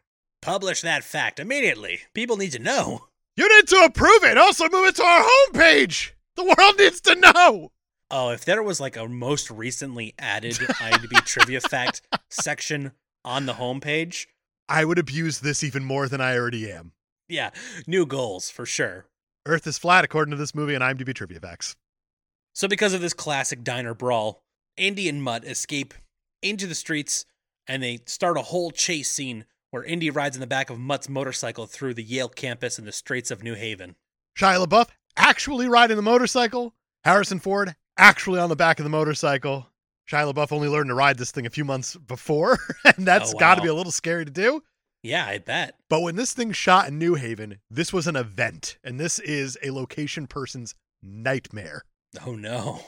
[SPEAKER 2] Publish that fact immediately. People need to know.
[SPEAKER 1] You need to approve it. Also, move it to our homepage. The world needs to know.
[SPEAKER 2] Oh, if there was like a most recently added
[SPEAKER 1] <laughs>
[SPEAKER 2] IMDb trivia fact section on the homepage,
[SPEAKER 1] I would abuse this even more than I already am.
[SPEAKER 2] yeah, new goals for sure.
[SPEAKER 1] Earth is flat, according to this movie and IMDb trivia facts.
[SPEAKER 2] So, because of this classic diner brawl, Indy and Mutt escape into the streets and they start a whole chase scene where Indy rides in the back of Mutt's motorcycle through the Yale campus and the streets of New Haven.
[SPEAKER 1] Shia LaBeouf actually riding the motorcycle. Harrison Ford actually on the back of the motorcycle. Shia LaBeouf only learned to ride this thing a few months before, <laughs> and that's got to
[SPEAKER 2] wow.
[SPEAKER 1] be a little scary to do.
[SPEAKER 2] Yeah, I bet.
[SPEAKER 1] But when this thing shot in New Haven, this was an event, and this is a location person's nightmare.
[SPEAKER 2] Oh no.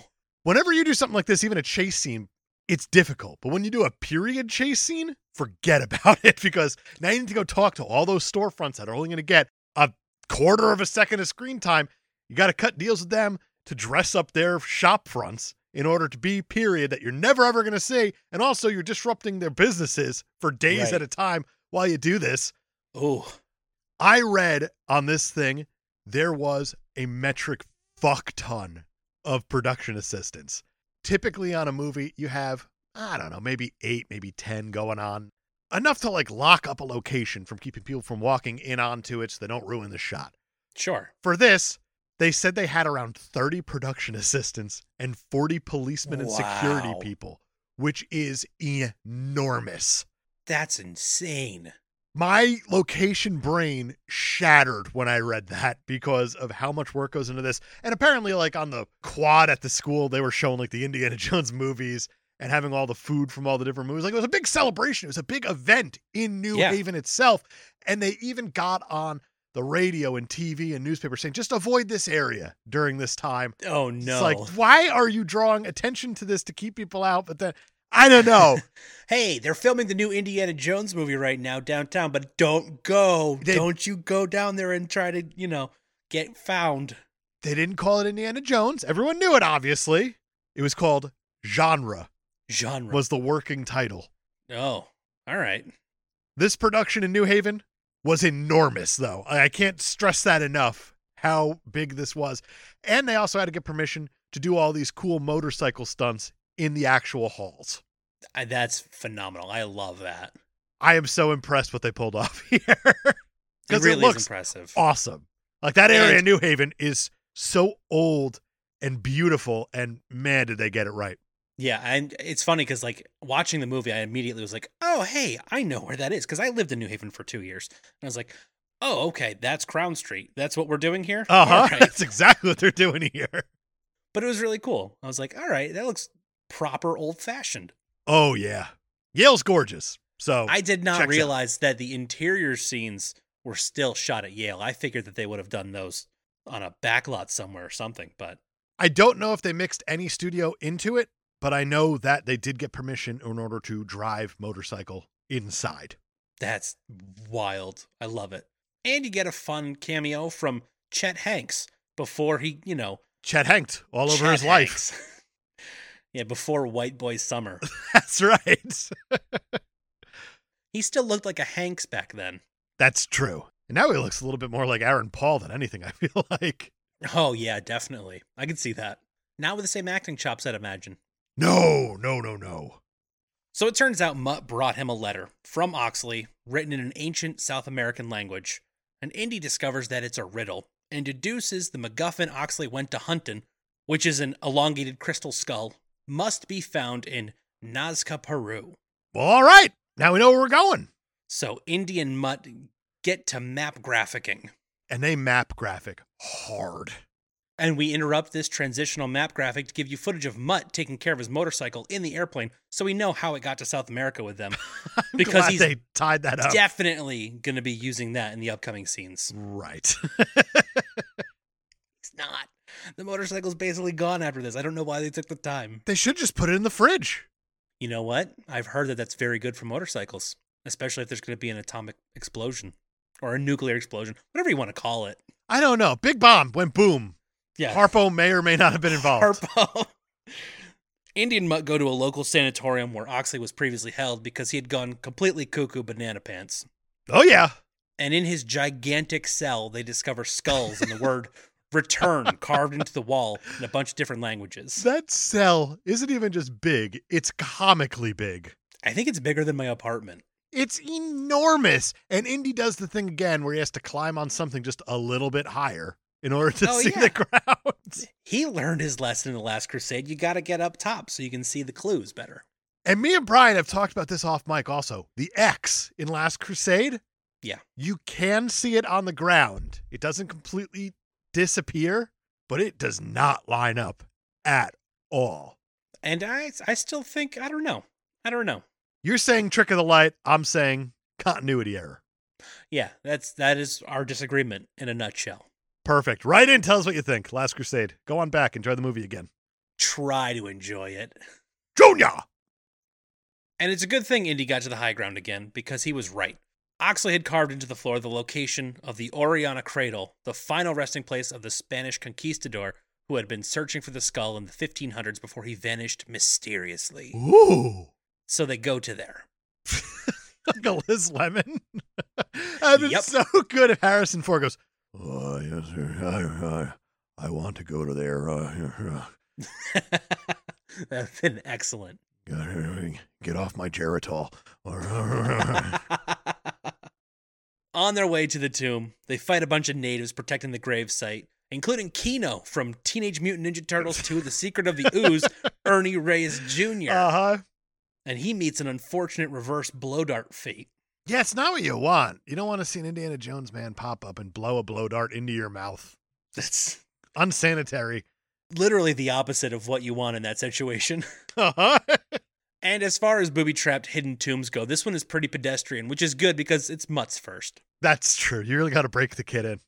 [SPEAKER 1] Whenever you do something like this, even a chase scene, it's difficult. But when you do a period chase scene, forget <laughs> about it because now you need to go talk to all those storefronts that are only going to get a quarter of a second of screen time. You got to cut deals with them to dress up their shop fronts in order to be period that you're never ever going to see. And also, you're disrupting their businesses for days
[SPEAKER 2] Right.
[SPEAKER 1] at a time while you do this.
[SPEAKER 2] Oh,
[SPEAKER 1] I read on this thing there was a metric fuck ton of production assistance. Typically on a movie, you have, I don't know, maybe eight, maybe 10 going on. Enough to like lock up a location from keeping people from walking in onto it so they don't ruin the shot.
[SPEAKER 2] sure.
[SPEAKER 1] For this, they said they had around 30 production <laughs> assistants and 40 policemen and security
[SPEAKER 2] Wow.
[SPEAKER 1] people, which is enormous
[SPEAKER 2] That's insane.
[SPEAKER 1] my location brain shattered when I read that because of how much work goes into this. And apparently, like on the quad at the school, they were showing like the Indiana <laughs> Jones movies and having all the food from all the different movies. Like it was a big celebration. It was a big event in New
[SPEAKER 2] Yeah.
[SPEAKER 1] Haven itself. And they even got on the radio and TV and newspaper saying, just avoid this area during this time.
[SPEAKER 2] Oh no.
[SPEAKER 1] It's like, why are you drawing attention to this to keep people out? But then I don't know.
[SPEAKER 2] hey, they're filming the new Indiana Jones movie right now downtown, but don't go.
[SPEAKER 1] They-
[SPEAKER 2] don't you go down there and try to, you know, get found.
[SPEAKER 1] They didn't call it Indiana Jones. Everyone knew it, obviously. It was called Genre,
[SPEAKER 2] Genre.
[SPEAKER 1] was the working title.
[SPEAKER 2] oh, all right.
[SPEAKER 1] This production in New Haven was enormous, though. I I can't stress that enough how big this was. And they also had to get permission to do all these cool motorcycle stunts in the actual halls.
[SPEAKER 2] I, that's phenomenal. I love that.
[SPEAKER 1] I am so impressed what they pulled <laughs> off here.
[SPEAKER 2] It
[SPEAKER 1] Because
[SPEAKER 2] really
[SPEAKER 1] it looks
[SPEAKER 2] is impressive.
[SPEAKER 1] awesome. Like that area
[SPEAKER 2] And-
[SPEAKER 1] in New Haven is so old and beautiful, and man, did they get it right.
[SPEAKER 2] Yeah, and it's funny because like watching the movie, I immediately was like, "Oh, hey, I know where that is," because I lived in New Haven for two years, and I was like, "Oh, okay, that's Crown Street. That's what we're doing here."
[SPEAKER 1] Uh huh.
[SPEAKER 2] All right.
[SPEAKER 1] <laughs> That's exactly what they're doing here.
[SPEAKER 2] But it was really cool. I was like, "All right, that looks proper old fashioned."
[SPEAKER 1] Oh yeah, Yale's gorgeous. So
[SPEAKER 2] I did not
[SPEAKER 1] checks out.
[SPEAKER 2] realize that the interior scenes were still shot at Yale. I figured that they would have done those on a backlot somewhere or something. But
[SPEAKER 1] I don't know if they mixed any studio into it, but I know that they did get permission in order to drive motorcycle inside.
[SPEAKER 2] that's wild. I love it. And you get a fun cameo from Chet Hanks before he, you know.
[SPEAKER 1] Chet hanked all over
[SPEAKER 2] Chet
[SPEAKER 1] his life.
[SPEAKER 2] Hanks. <laughs> yeah, before White Boy Summer.
[SPEAKER 1] <laughs> That's right.
[SPEAKER 2] He still looked like a Hanks back then.
[SPEAKER 1] That's true. And now he looks a little bit more like Aaron Paul than anything. I <laughs> feel like
[SPEAKER 2] Oh, yeah, definitely. I could see that. Not with the same acting chops, I'd imagine.
[SPEAKER 1] no, no, no, no.
[SPEAKER 2] So it turns out Mutt brought him a letter from Oxley, written in an ancient South American language. And Indy discovers that it's a riddle and deduces the MacGuffin Oxley went to Hunton, which is an elongated crystal skull, must be found in Nazca, Peru.
[SPEAKER 1] Well, all right. Now we know where we're going.
[SPEAKER 2] So Indy and Mutt get to map graphicking.
[SPEAKER 1] And they map graphic hard. <laughs>
[SPEAKER 2] And we interrupt this transitional map graphic to give you footage of Mutt taking care of his motorcycle in the airplane so we know how it got to South America with them.
[SPEAKER 1] <laughs> I'm
[SPEAKER 2] Because
[SPEAKER 1] glad
[SPEAKER 2] he's
[SPEAKER 1] they tied that
[SPEAKER 2] Oh.
[SPEAKER 1] up.
[SPEAKER 2] Definitely going to be using that in the upcoming scenes.
[SPEAKER 1] right. <laughs>
[SPEAKER 2] It's not. The motorcycle's basically gone after this. I don't know why they took the time.
[SPEAKER 1] They should just put it in the fridge.
[SPEAKER 2] You know what? I've heard that that's very good for motorcycles, especially if there's going to be an atomic explosion or a nuclear explosion, whatever you want to call it.
[SPEAKER 1] I don't know. Big bomb went boom.
[SPEAKER 2] Yeah.
[SPEAKER 1] Harpo may or may
[SPEAKER 2] <laughs>
[SPEAKER 1] not have been involved.
[SPEAKER 2] Harpo. Indian Mutt go to a local sanatorium where Oxley was previously held because he had gone completely cuckoo banana pants.
[SPEAKER 1] oh yeah.
[SPEAKER 2] And in his gigantic cell, they discover skulls and the <laughs> word return carved into the wall in a bunch of different languages.
[SPEAKER 1] That cell isn't even just big, it's comically big.
[SPEAKER 2] I think it's bigger than my apartment.
[SPEAKER 1] It's enormous. And Indy does the thing again where he has to climb on something just a little bit higher in order to
[SPEAKER 2] Oh,
[SPEAKER 1] see
[SPEAKER 2] yeah.
[SPEAKER 1] the <laughs> ground.
[SPEAKER 2] He learned his lesson in The Last Crusade. You got to get up top so you can see the clues better.
[SPEAKER 1] And me and Brian have talked about this off mic also. The X in Last Crusade.
[SPEAKER 2] Yeah.
[SPEAKER 1] You can see it on the ground. It doesn't completely disappear, but it does not line up at all.
[SPEAKER 2] And I, I still think I don't know. I don't know.
[SPEAKER 1] You're saying trick of the light. I'm saying continuity error.
[SPEAKER 2] Yeah, that's that is our disagreement in a nutshell.
[SPEAKER 1] Perfect. Right in. Tell us what you think. Last Crusade. Go on back. Enjoy the movie again.
[SPEAKER 2] Try to enjoy it.
[SPEAKER 1] Junior.
[SPEAKER 2] And it's a good thing Indy got to the high ground again because he was right. Oxley had carved into the floor the location of the Oriana Cradle, the final resting place of the Spanish conquistador who had been searching for the skull in the 1500s before he vanished mysteriously.
[SPEAKER 1] <laughs> Ooh.
[SPEAKER 2] So they go to there.
[SPEAKER 1] Uncle Liz Lemon. <laughs> and it's
[SPEAKER 2] Yep.
[SPEAKER 1] so good if Harrison Ford goes, Oh, yes, sir. I, I, I want to go to there. Uh,
[SPEAKER 2] <laughs> that would have been excellent. <laughs>
[SPEAKER 1] uh, get off my Geritol.
[SPEAKER 2] On their way to the tomb, they fight a bunch of natives protecting the grave site, including Kino from Teenage Mutant Ninja Turtles 2 The Secret of the Ooze, Ernie Reyes Jr.
[SPEAKER 1] Uh huh.
[SPEAKER 2] and he meets an unfortunate reverse blow dart fate.
[SPEAKER 1] Yeah, it's not what you want. You don't want to see an Indiana Jones man pop up and blow a blow dart into your mouth.
[SPEAKER 2] That's
[SPEAKER 1] Unsanitary. <laughs>
[SPEAKER 2] literally the opposite of what you want in that situation. <laughs>
[SPEAKER 1] Uh huh.
[SPEAKER 2] And as far as booby trapped hidden tombs go, this one is pretty pedestrian, which is good because it's Mutt's first.
[SPEAKER 1] That's true. You really got to break the kid in.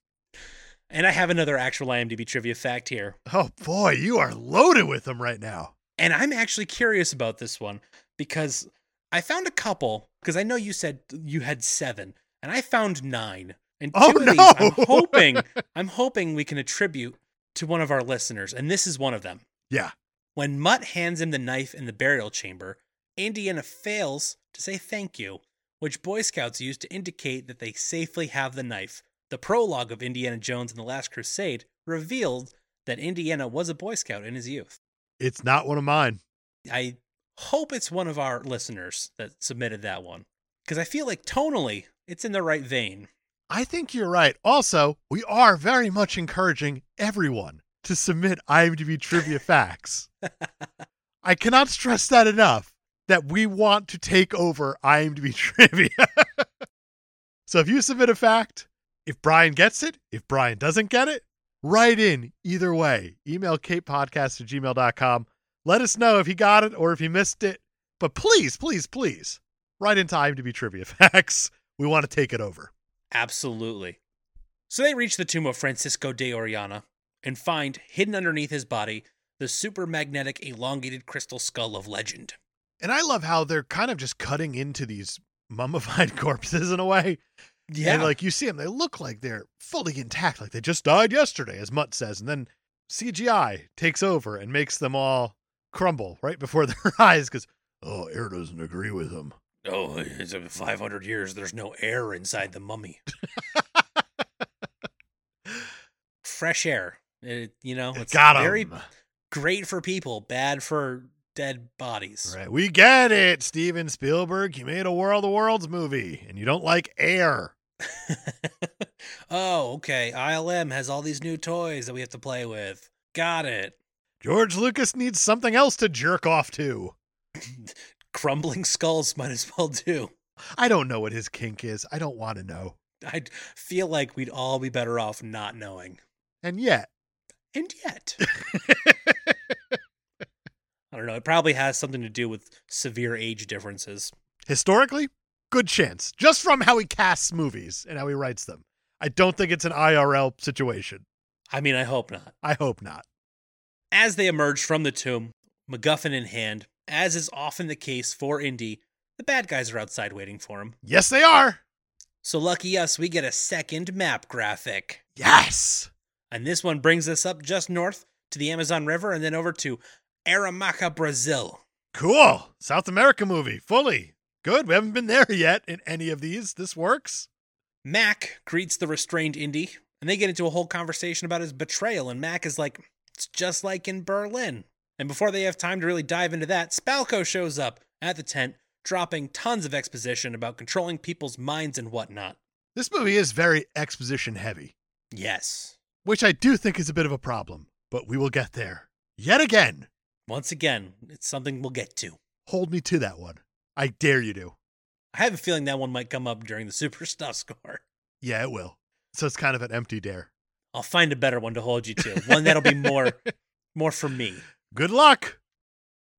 [SPEAKER 2] And I have another actual IMDb trivia fact here.
[SPEAKER 1] Oh, boy. You are loaded with them right now.
[SPEAKER 2] And I'm actually curious about this one because I found a couple, because I know you said you had seven, and I found nine. And two
[SPEAKER 1] Oh,
[SPEAKER 2] of these
[SPEAKER 1] no.
[SPEAKER 2] I'm
[SPEAKER 1] <laughs>
[SPEAKER 2] hoping I'm hoping we can attribute to one of our listeners, and this is one of them.
[SPEAKER 1] Yeah.
[SPEAKER 2] When Mutt hands him the knife in the burial chamber, Indiana fails to say thank you, which Boy Scouts use to indicate that they safely have the knife. The prologue of Indiana Jones and the Last Crusade revealed that Indiana was a Boy Scout in his youth.
[SPEAKER 1] It's not one of mine.
[SPEAKER 2] I hope it's one of our listeners that submitted that one, because I feel like tonally it's in the right vein.
[SPEAKER 1] I think you're right. Also, we are very much encouraging everyone to submit IMDb trivia facts. I cannot stress that enough that we want to take over IMDb <laughs> trivia. so if you submit a fact, if Brian gets it, if Brian doesn't get it, write in either way. Email katepodcast at gmail.com. Let us know if he got it or if he missed it. But please, please, please write into IMDb trivia <laughs> facts. We want to take it over.
[SPEAKER 2] Absolutely. So they reach the tomb of Francisco de Oriana and find hidden underneath his body the supermagnetic elongated crystal skull of legend.
[SPEAKER 1] And I love how they're kind of just cutting into these mummified <laughs> corpses in a way. And like you see them, they look like they're fully intact, like they just died yesterday, as Mutt says. And then CGI takes over and makes them all crumble right before <laughs> their eyes because, oh, air doesn't agree with them.
[SPEAKER 2] oh, it's been 500 years. There's no air inside the mummy. Fresh air. It- you know, Oh, it's
[SPEAKER 1] Got 'em.
[SPEAKER 2] very great for people, bad for dead bodies.
[SPEAKER 1] Right. We get it, Steven Spielberg. You made a World of Worlds movie and you don't like air.
[SPEAKER 2] <laughs> oh, okay. ILM has all these new toys that we have to play with. Got it.
[SPEAKER 1] George Lucas needs something else to jerk off to.
[SPEAKER 2] Crumbling <laughs> skulls might as well do.
[SPEAKER 1] I don't know what his kink is. I don't want to know.
[SPEAKER 2] I feel like we'd all be better off not knowing.
[SPEAKER 1] And yet,
[SPEAKER 2] And yet, I don't know. It probably has something to do with severe age differences.
[SPEAKER 1] historically, good chance. Just from how he casts movies and how he writes them. I don't think it's an IRL situation.
[SPEAKER 2] I mean, I hope not.
[SPEAKER 1] I hope not.
[SPEAKER 2] As they emerge from the tomb, MacGuffin in hand, as is often the case for Indy, the bad guys are outside waiting for him.
[SPEAKER 1] Yes, they are.
[SPEAKER 2] So lucky us, we get a second map graphic.
[SPEAKER 1] Yes.
[SPEAKER 2] And this one brings us up just north to the Amazon River and then over to Aramaca, Brazil.
[SPEAKER 1] Cool. South America movie, fully. Good. We haven't been there <laughs> yet in any of these. This works.
[SPEAKER 2] Mac greets the restrained Indy, and they get into a whole conversation about his betrayal. And Mac is like, it's just like in Berlin. And before they have time to really dive into that, Spalco shows up at the tent, dropping tons of exposition about controlling people's minds and whatnot.
[SPEAKER 1] This movie is very exposition heavy,
[SPEAKER 2] Yes.
[SPEAKER 1] which I do think is a bit of a problem, but we will get there. Yet again.
[SPEAKER 2] Once again, it's something we'll get to.
[SPEAKER 1] Hold me to that one. I dare you to.
[SPEAKER 2] I have a feeling that one might come up during the <laughs> Super Stuff score.
[SPEAKER 1] Yeah, it will. So it's kind of an empty dare.
[SPEAKER 2] I'll find a better one to hold you to. One that'll be more more for me.
[SPEAKER 1] Good luck.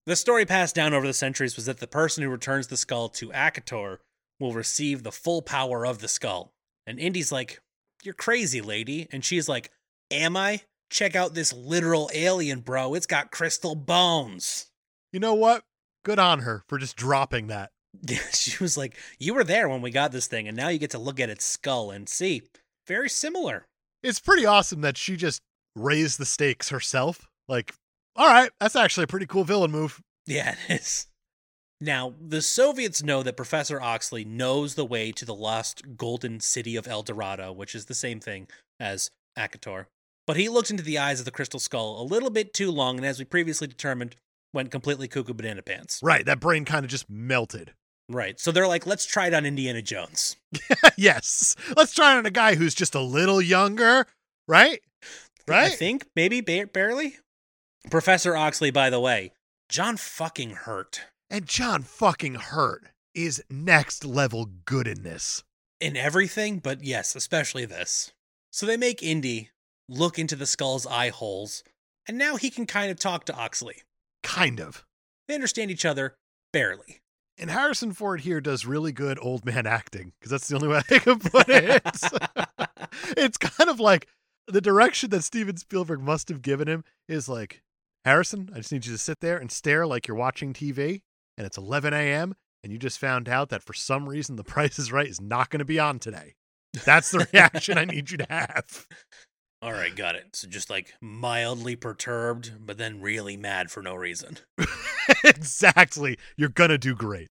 [SPEAKER 2] The story passed down over the centuries was that the person who returns the skull to Akator will receive the full power of the skull. And Indy's like, You're crazy, lady. And she's like, Am I? Check out this literal alien, bro. It's got crystal bones. <laughs>
[SPEAKER 1] You know what? Good on her for just dropping that.
[SPEAKER 2] she was like, You were there when we got this thing, and now you get to look at its skull and see. Very similar.
[SPEAKER 1] It's pretty awesome that she just raised the stakes herself. Like, all right, that's actually a pretty cool villain move.
[SPEAKER 2] Yeah, it is. Now, the Soviets know that Professor Oxley knows the way to the lost golden city of El Dorado, which is the same thing as Akator. But he looked into the eyes of the crystal skull a little bit too long, and as we previously determined, went completely cuckoo banana pants.
[SPEAKER 1] Right, that brain kind of just melted. <laughs>
[SPEAKER 2] Right. So they're like, let's try it on Indiana Jones.
[SPEAKER 1] yes, let's try it on a guy who's just a little younger, right?
[SPEAKER 2] I
[SPEAKER 1] Right?
[SPEAKER 2] think maybe ba- barely. Professor Oxley, by the way, John fucking hurt
[SPEAKER 1] And John fucking Hurt is next level good in this.
[SPEAKER 2] in everything, but yes, especially this. So they make Indy look into the skull's eye holes, and now he can kind of talk to Oxley.
[SPEAKER 1] Kind of.
[SPEAKER 2] They understand each other barely.
[SPEAKER 1] And Harrison Ford here does really good old man acting because that's the only way I can put it. it's kind of like the direction that Steven Spielberg must have given him is like, Harrison, I just need you to sit there and stare like you're watching TV and it's 11 a.m. and you just found out that for some reason the <laughs> price is right is not going to be on today. That's the reaction I need you to have.
[SPEAKER 2] All right, got it. So just like mildly perturbed, but then really mad for no reason.
[SPEAKER 1] exactly. You're going to do great.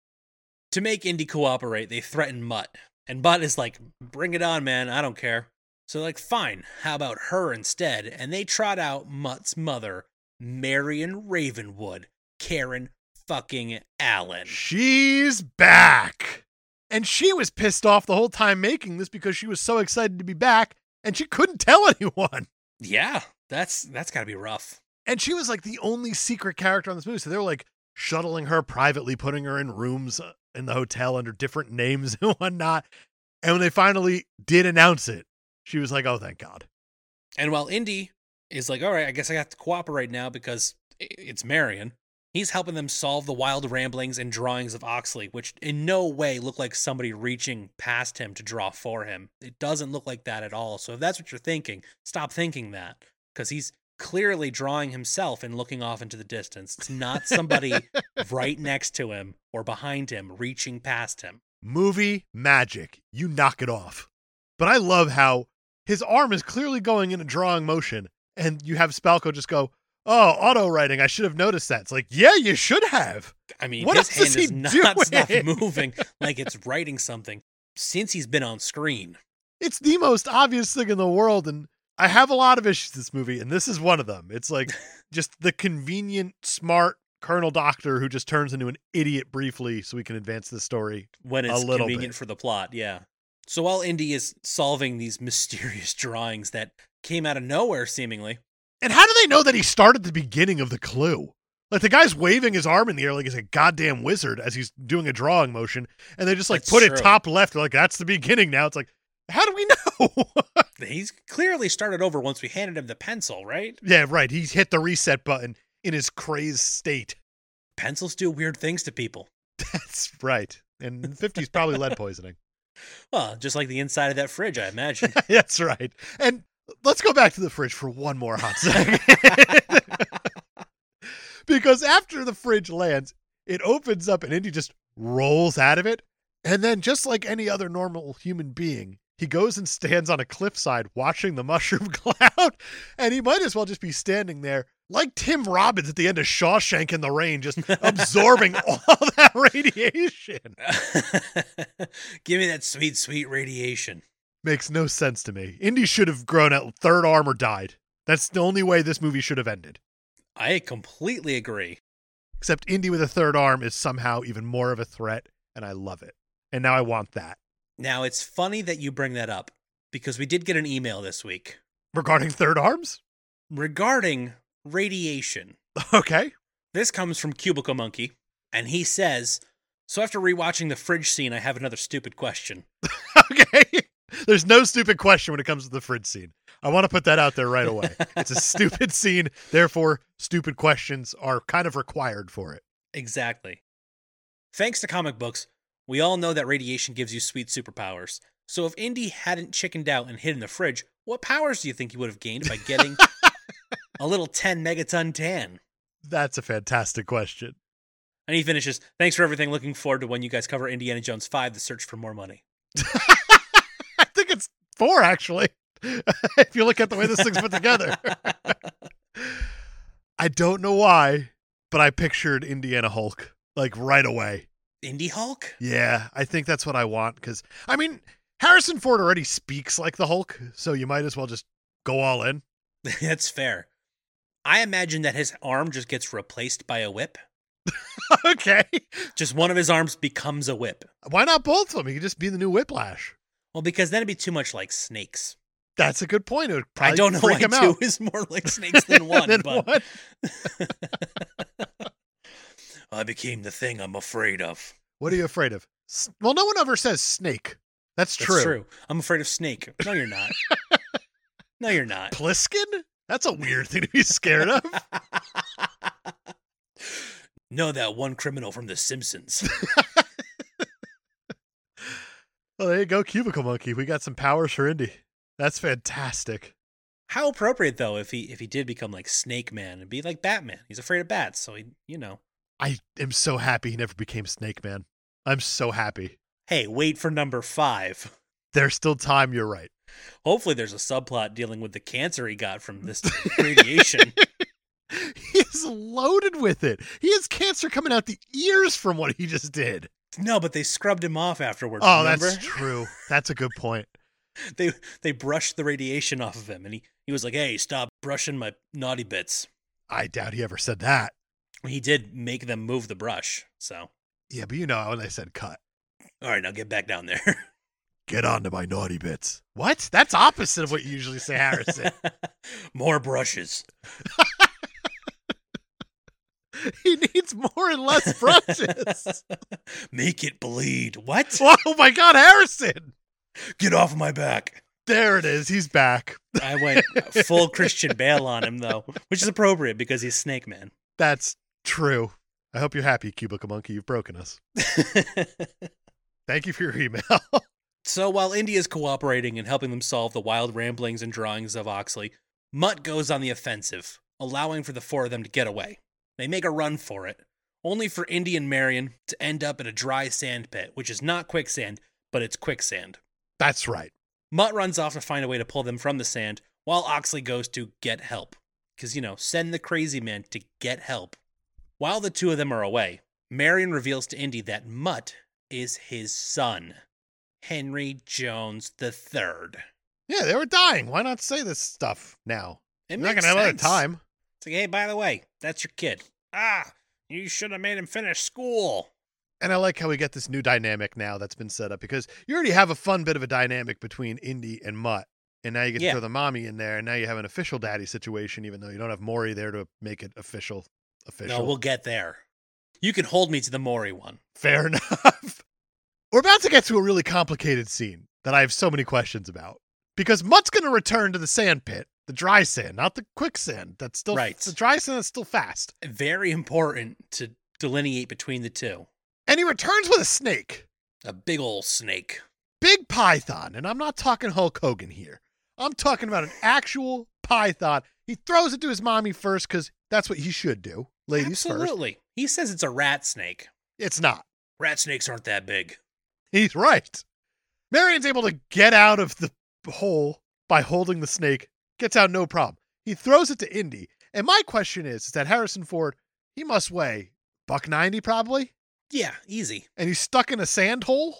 [SPEAKER 2] To make Indy cooperate, they threaten Mutt. And Mutt is like, bring it on, man. I don't care. So, they're like, fine. How about her instead? And they trot out Mutt's mother, Marion Ravenwood, Karen fucking Allen.
[SPEAKER 1] She's back. And she was pissed off the whole time making this because she was so excited to be back and she couldn't tell <laughs> anyone.
[SPEAKER 2] Yeah, that's that's gotta be rough.
[SPEAKER 1] And she was like the only secret character on this movie. So they were like shuttling her privately, putting her in rooms uh, in the hotel under different names <laughs> and whatnot. And when they finally did announce it, she was like, oh, thank God.
[SPEAKER 2] And while Indy is like, all right, I guess I have to cooperate now because i- it's Marion, he's helping them solve the wild ramblings and drawings of Oxley, which in no way look like somebody reaching past him to draw for him. It doesn't look like that at all. So if that's what you're thinking, stop thinking that because he's clearly drawing himself and looking off into the distance. It's not somebody right next to him or behind him reaching past him.
[SPEAKER 1] Movie magic. You knock it off. But I love how his arm is clearly going in a drawing motion, and you have Spalco just go, Oh, auto writing. I should have noticed that. It's like, yeah, you should have.
[SPEAKER 2] I mean,
[SPEAKER 1] What
[SPEAKER 2] his
[SPEAKER 1] else is
[SPEAKER 2] hand is
[SPEAKER 1] he
[SPEAKER 2] not
[SPEAKER 1] doing?
[SPEAKER 2] stop moving like it's writing something since he's been on screen.
[SPEAKER 1] It's the most obvious thing in the world. And I have a lot of issues with this movie, and this is one of them. It's like just the convenient, smart Colonel Doctor who just turns into an idiot briefly so we can advance the story.
[SPEAKER 2] when
[SPEAKER 1] A
[SPEAKER 2] it's
[SPEAKER 1] little
[SPEAKER 2] convenient
[SPEAKER 1] bit.
[SPEAKER 2] for the plot. Yeah. So while Indy is solving these <laughs> mysterious drawings that came out of nowhere, seemingly,
[SPEAKER 1] And how do they know that he started the beginning of the clue? Like the guy's waving his arm in the air like he's a goddamn wizard as he's doing a drawing motion, and they just like
[SPEAKER 2] That's
[SPEAKER 1] put it
[SPEAKER 2] true.
[SPEAKER 1] top left. They're like, that's the beginning now. It's like, how do we know? <laughs>
[SPEAKER 2] he's clearly started over once we handed him the pencil, right?
[SPEAKER 1] yeah, right. He's hit the reset button in his crazed state. <laughs>
[SPEAKER 2] Pencils do weird things to people.
[SPEAKER 1] That's right. And in the 50s, probably lead poisoning.
[SPEAKER 2] Well, just like the inside of that fridge, I
[SPEAKER 1] <laughs>
[SPEAKER 2] imagine. <laughs>
[SPEAKER 1] That's right. And let's go back to the fridge for one more hot second. <laughs> because after the fridge lands, it opens up and Indy just rolls out of it. And then, just like any other normal human being, he goes and stands on a cliffside watching the mushroom <laughs> cloud. And he might as well just be standing there like Tim Robbins at the end of Shawshank in the Rain, just absorbing all that radiation.
[SPEAKER 2] Give me that sweet, sweet radiation.
[SPEAKER 1] Makes no sense to me. Indy should have grown out third arm or died. That's the only way this movie should have ended.
[SPEAKER 2] I completely agree.
[SPEAKER 1] Except Indy with a third arm is somehow even more of a threat, and I love it. And now I want that.
[SPEAKER 2] Now, it's funny that you bring that up because we did get an email this week
[SPEAKER 1] Regarding third arms? <laughs>
[SPEAKER 2] regarding radiation.
[SPEAKER 1] Okay. <laughs>
[SPEAKER 2] This comes from Cubicle Monkey, and he says, So after rewatching the fridge scene, I have another stupid question.
[SPEAKER 1] Okay. There's no stupid question when it comes to the fridge scene. I want to put that out there right away.
[SPEAKER 2] <laughs>
[SPEAKER 1] it's a stupid scene, therefore, stupid questions are kind of required for it.
[SPEAKER 2] Exactly. Thanks to comic books, we all know that radiation gives you sweet superpowers. So if Indy hadn't chickened out and hid in the fridge, what powers do you think he would have gained by getting a little 10 megaton tan?
[SPEAKER 1] That's a fantastic question. <laughs>
[SPEAKER 2] And he finishes, Thanks for everything. Looking forward to when you guys cover Indiana Jones 5, The Search for More Money.
[SPEAKER 1] I think it's four, actually, <laughs> if you look at the way this thing's put together. I don't know why, but I pictured Indiana Hulk like right away.
[SPEAKER 2] <laughs> Indy Hulk?
[SPEAKER 1] Yeah, I think that's what I want because I mean Harrison Ford already speaks like the Hulk, so you might as well just go all in. <laughs>
[SPEAKER 2] <laughs> That's fair. I imagine that his arm just gets replaced by a whip.
[SPEAKER 1] okay,
[SPEAKER 2] Just one of his arms becomes a whip.
[SPEAKER 1] why not both of them? He could just be the new Whiplash.
[SPEAKER 2] Well, because then it'd be too much like snakes.
[SPEAKER 1] That's a good point. It would probably
[SPEAKER 2] I don't know
[SPEAKER 1] freak
[SPEAKER 2] why
[SPEAKER 1] him
[SPEAKER 2] two <laughs>
[SPEAKER 1] out.
[SPEAKER 2] is more
[SPEAKER 1] <laughs>
[SPEAKER 2] like snakes than one,
[SPEAKER 1] Then
[SPEAKER 2] but
[SPEAKER 1] what?
[SPEAKER 2] I became the thing I'm afraid of.
[SPEAKER 1] What are you afraid of? S- Well, no one ever says snake. That's
[SPEAKER 2] That's
[SPEAKER 1] true.
[SPEAKER 2] true. I'm afraid of snake. No, you're not. no, you're
[SPEAKER 1] <laughs>
[SPEAKER 2] not.
[SPEAKER 1] Pliskin? That's a weird thing to be scared
[SPEAKER 2] <laughs>
[SPEAKER 1] of.
[SPEAKER 2] No, that one criminal from The Simpsons.
[SPEAKER 1] well, there you go, Cubicle Monkey. We got some powers for Indy. That's fantastic.
[SPEAKER 2] How appropriate though if he if he did become like Snake Man and be like Batman. He's afraid of bats, so he you know.
[SPEAKER 1] I am so happy he never became Snake Man. I'm so happy.
[SPEAKER 2] Hey, wait for number five.
[SPEAKER 1] There's still time. You're right. <laughs>
[SPEAKER 2] Hopefully, there's a subplot dealing with the cancer he got from this
[SPEAKER 1] <laughs>
[SPEAKER 2] radiation.
[SPEAKER 1] He is loaded with it. He has cancer coming out the ears from what he just did.
[SPEAKER 2] no, but they scrubbed him off afterwards.
[SPEAKER 1] Oh,
[SPEAKER 2] remember? <laughs>
[SPEAKER 1] that's true. That's a good point.
[SPEAKER 2] they they brushed the radiation off of him, and he he was like, "Hey, stop brushing my naughty bits."
[SPEAKER 1] I doubt he ever said that.
[SPEAKER 2] He did make them move the brush. So,
[SPEAKER 1] Yeah, but you know when they said cut,
[SPEAKER 2] all right, now get back down there.
[SPEAKER 1] get on to my naughty bits. What? That's opposite of what you usually
[SPEAKER 2] <laughs>
[SPEAKER 1] say, Harrison.
[SPEAKER 2] More brushes.
[SPEAKER 1] he needs more and less <laughs> brushes. <laughs>
[SPEAKER 2] <laughs> Make it bleed. What?
[SPEAKER 1] oh my God, Harrison!
[SPEAKER 2] Get off my back.
[SPEAKER 1] There it is. He's back.
[SPEAKER 2] I went full Christian Bale on him though, which is appropriate because he's Snake Man. <laughs>
[SPEAKER 1] That's true. I hope you're happy, Cubicle Monkey. You've broken us. Thank you for your <laughs> email.
[SPEAKER 2] so while Indy is cooperating and helping them solve the wild ramblings and drawings of Oxley, Mutt goes on the offensive, allowing for the four of them to get away. They make a run for it, only for Indy and Marion to end up in a dry sand pit, which is not quicksand, but it's quicksand.
[SPEAKER 1] That's right.
[SPEAKER 2] Mutt runs off to find a way to pull them from the sand, while Oxley goes to get help. Because, you know, send the crazy man to get help. While the two of them are away, Marion reveals to Indy that Mutt is his son, Henry Jones III.
[SPEAKER 1] Yeah, they were dying. Why not say this stuff now?
[SPEAKER 2] It
[SPEAKER 1] You're not
[SPEAKER 2] makes
[SPEAKER 1] gonna have a lot of
[SPEAKER 2] sense.
[SPEAKER 1] time.
[SPEAKER 2] It's like, hey, by the way, that's your kid. Ah, you should have made him finish school.
[SPEAKER 1] And I like how we get this new dynamic now that's been set up because you already have a fun bit of a dynamic between Indy and Mutt. And now you get to
[SPEAKER 2] Yeah.
[SPEAKER 1] throw the mommy in there, and now you have an official daddy situation, even though you don't have Maury there to make it official. Official.
[SPEAKER 2] No, we'll get there. You can hold me to the Maury one.
[SPEAKER 1] <laughs> Fair enough. We're about to get to a really complicated scene that I have so many questions about because Mutt's going to return to the sand pit, the dry sand, not the quicksand. That's still
[SPEAKER 2] Right.
[SPEAKER 1] The dry sand is still fast,
[SPEAKER 2] Very important to delineate between the two.
[SPEAKER 1] and he returns with a snake,
[SPEAKER 2] A big ol' snake.
[SPEAKER 1] big python, and I'm not talking Hulk Hogan here. I'm talking about an actual python. He throws it to his mommy first because that's what he should do, ladies first.
[SPEAKER 2] Absolutely. He says it's a rat snake.
[SPEAKER 1] It's not.
[SPEAKER 2] Rat snakes aren't that big.
[SPEAKER 1] He's right. Marion's able to get out of the hole by holding the snake, gets out no problem. He throws it to Indy. And my question is, is that Harrison Ford, he must weigh buck 90 probably,
[SPEAKER 2] Yeah, easy.
[SPEAKER 1] and he's stuck in a sand hole?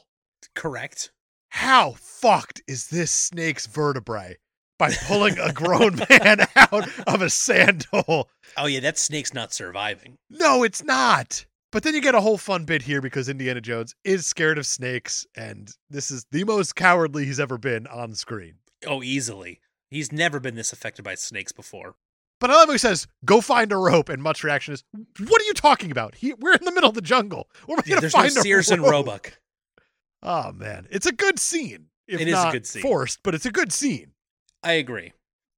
[SPEAKER 2] Correct.
[SPEAKER 1] How fucked is this snake's vertebrae by pulling a grown <laughs> man out of a sand hole?
[SPEAKER 2] Oh yeah, that snake's not surviving.
[SPEAKER 1] No, it's not. But then you get a whole fun bit here because Indiana Jones is scared of snakes, and this is the most cowardly he's ever been on screen.
[SPEAKER 2] Oh, easily. He's never been this affected by snakes before.
[SPEAKER 1] But I love how he says, "Go find a rope," and Mutt's reaction is, "What are you talking about? He, we're in the middle of the jungle. Where are we
[SPEAKER 2] Yeah,
[SPEAKER 1] gonna
[SPEAKER 2] there's no
[SPEAKER 1] find a
[SPEAKER 2] Sears
[SPEAKER 1] rope?"
[SPEAKER 2] and Roebuck.
[SPEAKER 1] Oh man, it's a good scene. if
[SPEAKER 2] It is a
[SPEAKER 1] not
[SPEAKER 2] good scene.
[SPEAKER 1] forced, but it's a good scene.
[SPEAKER 2] I agree.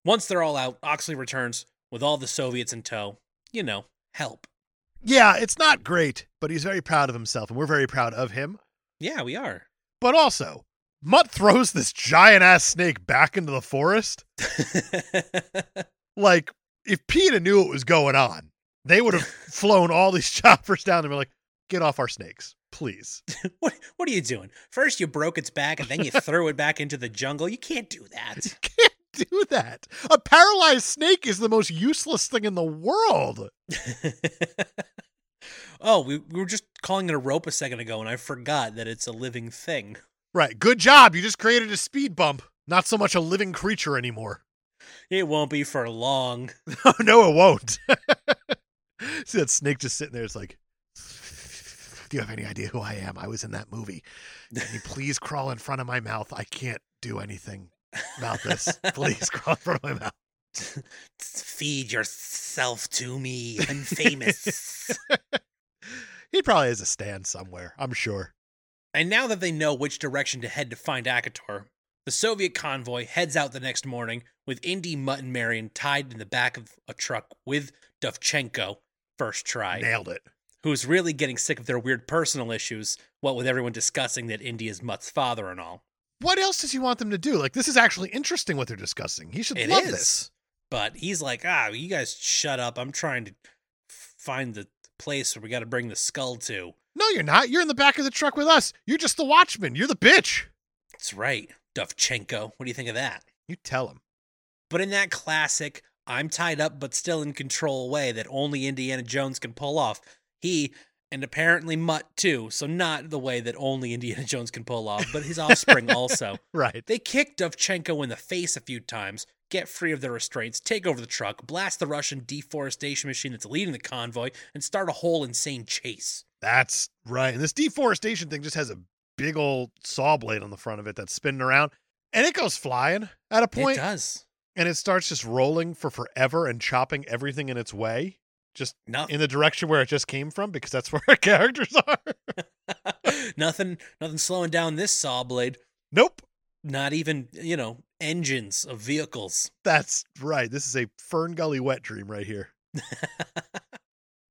[SPEAKER 2] Once they're all out, Oxley returns with all the Soviets in tow. You know, help.
[SPEAKER 1] Yeah, it's not great, but he's very proud of himself, and we're very proud of him.
[SPEAKER 2] Yeah, we are. <laughs>
[SPEAKER 1] But also, Mutt throws this giant ass snake back into the forest. Like, if PETA knew what was going on, they would <laughs> have flown all these <laughs> choppers down and be like, get off our snakes, <laughs> please.
[SPEAKER 2] what what are you doing? First you broke its back and then you threw it back into the jungle. You can't do that.
[SPEAKER 1] Can't do that. A paralyzed snake is the most useless thing in the world.
[SPEAKER 2] <laughs> oh, we, we were just calling it a rope a second ago and I forgot that it's a living thing.
[SPEAKER 1] Right. Good job. You just created a speed bump. Not so much a living creature anymore.
[SPEAKER 2] It won't be for long.
[SPEAKER 1] <laughs> Oh, no, it won't. See that snake just sitting there. It's like, do you have any idea who I am? I was in that movie. Can you please crawl in front of my mouth? I can't do anything about
[SPEAKER 2] <laughs>
[SPEAKER 1] this. Please crawl in front of my mouth.
[SPEAKER 2] Feed yourself to me. I'm famous.
[SPEAKER 1] He probably has a stand somewhere, I'm sure.
[SPEAKER 2] And now that they know which direction to head to find Akator, the Soviet convoy heads out the next morning with Indy, Mutt, and Marion tied in the back of a truck with Dovchenko, first try,
[SPEAKER 1] Nailed it.
[SPEAKER 2] who's really getting sick of their weird personal issues, what with everyone discussing that Indy is Mutt's father and all.
[SPEAKER 1] What else does he want them to do? Like, this is actually interesting what they're discussing. He should
[SPEAKER 2] It is,
[SPEAKER 1] love this.
[SPEAKER 2] But he's like, ah, you guys shut up. I'm trying to find the place where we got to bring the skull to.
[SPEAKER 1] No, you're not. You're in the back of the truck with us. You're just the watchman. You're the bitch.
[SPEAKER 2] That's right, Dovchenko. What do you think of that?
[SPEAKER 1] You tell him. <laughs>
[SPEAKER 2] but in that classic I'm tied up but still in control way that only Indiana Jones can pull off. He and apparently Mutt too, so not the way that only Indiana <laughs> Jones can pull off, but his
[SPEAKER 1] <laughs>
[SPEAKER 2] offspring also.
[SPEAKER 1] Right.
[SPEAKER 2] They kick Dovchenko in the face a few times, get free of their restraints, take over the truck, blast the Russian deforestation machine that's leading the convoy, and start a whole insane chase.
[SPEAKER 1] That's right. And this deforestation thing just has a big old saw blade on the front of it that's spinning around and it goes flying at a point
[SPEAKER 2] It does.
[SPEAKER 1] and it starts just rolling for forever and chopping everything in its way just
[SPEAKER 2] No,
[SPEAKER 1] in the direction where it just came from because that's <laughs> where our characters are.
[SPEAKER 2] <laughs> nothing nothing slowing down this saw blade.
[SPEAKER 1] Nope.
[SPEAKER 2] Not even, you know, engines of vehicles.
[SPEAKER 1] That's right. This is a Fern Gully wet dream
[SPEAKER 2] <laughs>
[SPEAKER 1] right here.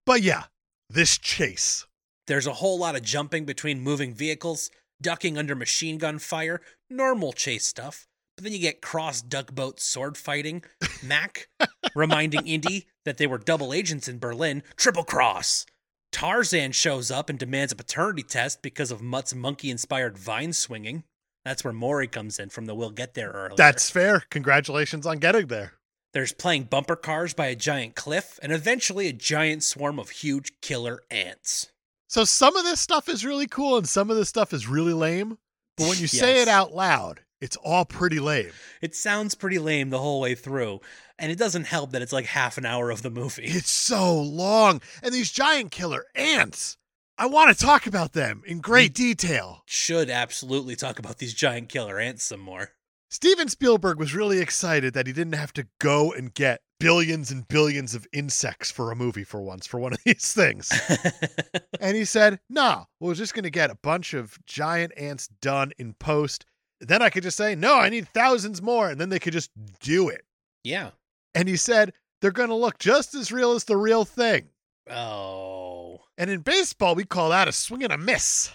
[SPEAKER 1] but yeah, this chase.
[SPEAKER 2] There's a whole lot of jumping between moving vehicles, ducking under machine gun fire, normal chase stuff. But then you get cross duck boat sword fighting. Mac reminding Indy that they were double agents in Berlin, triple cross. Tarzan shows up and demands a paternity test because of Mutt's monkey inspired vine swinging. That's where Maury comes in from the We'll Get There earlier.
[SPEAKER 1] That's fair. Congratulations on getting there.
[SPEAKER 2] There's playing bumper cars by a giant cliff and eventually a giant swarm of huge killer ants.
[SPEAKER 1] So some of this stuff is really cool and some of this stuff is really lame. But when you say
[SPEAKER 2] Yes.
[SPEAKER 1] it out loud, it's all pretty lame.
[SPEAKER 2] It sounds pretty lame the whole way through, and it doesn't help that it's like half an hour of the movie. <laughs>
[SPEAKER 1] It's so long. And these giant killer ants, I want to talk about them in great detail.
[SPEAKER 2] Should absolutely talk about these giant killer ants some more. <laughs>
[SPEAKER 1] Steven Spielberg was really excited that he didn't have to go and get billions and billions of insects for a movie for once, for one of <laughs> these things. and he said, no, we're just going to get a bunch of giant ants done in post. Then I could just say, no, I need thousands more. And then they could just do it.
[SPEAKER 2] yeah.
[SPEAKER 1] And he said, they're going to look just as real as the real thing.
[SPEAKER 2] Oh. <laughs>
[SPEAKER 1] And in baseball, we call that a swing and a miss.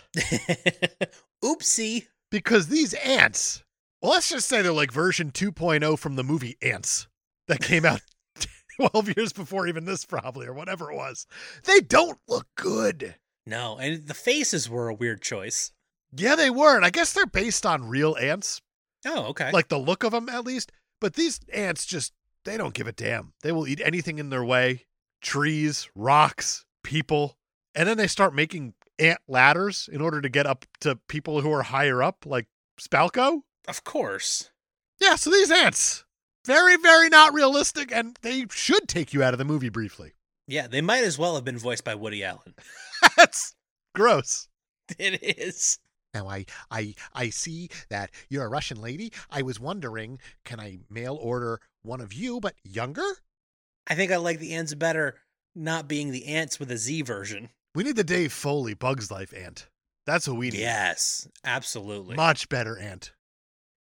[SPEAKER 2] Oopsie.
[SPEAKER 1] because these ants, well, let's just say they're like version 2.0 from the movie Ants that came out <laughs> 12 years before even this, probably, or whatever it was. They don't look good.
[SPEAKER 2] No, and the faces were a weird choice.
[SPEAKER 1] Yeah, they were. And I guess they're based on real ants,
[SPEAKER 2] Oh, okay.
[SPEAKER 1] like the look of them at least. But these ants just, they don't give a damn. They will eat anything in their way trees, rocks, people. And then they start making ant ladders in order to get up to people who are higher up, like Spalco.
[SPEAKER 2] of course.
[SPEAKER 1] Yeah, so these ants, very, very not realistic, and they should take you out of the movie briefly. <laughs>
[SPEAKER 2] Yeah, they might as well have been voiced by Woody Allen. <laughs>
[SPEAKER 1] That's gross.
[SPEAKER 2] It is.
[SPEAKER 1] Now I, I, I see that you're a Russian lady. I was wondering, can I mail order one of you, but younger?
[SPEAKER 2] I think I like the ants better not being the ants with a Z version.
[SPEAKER 1] We need the Dave Foley Bugs Life ant. That's what we need.
[SPEAKER 2] Yes, absolutely.
[SPEAKER 1] Much better ant.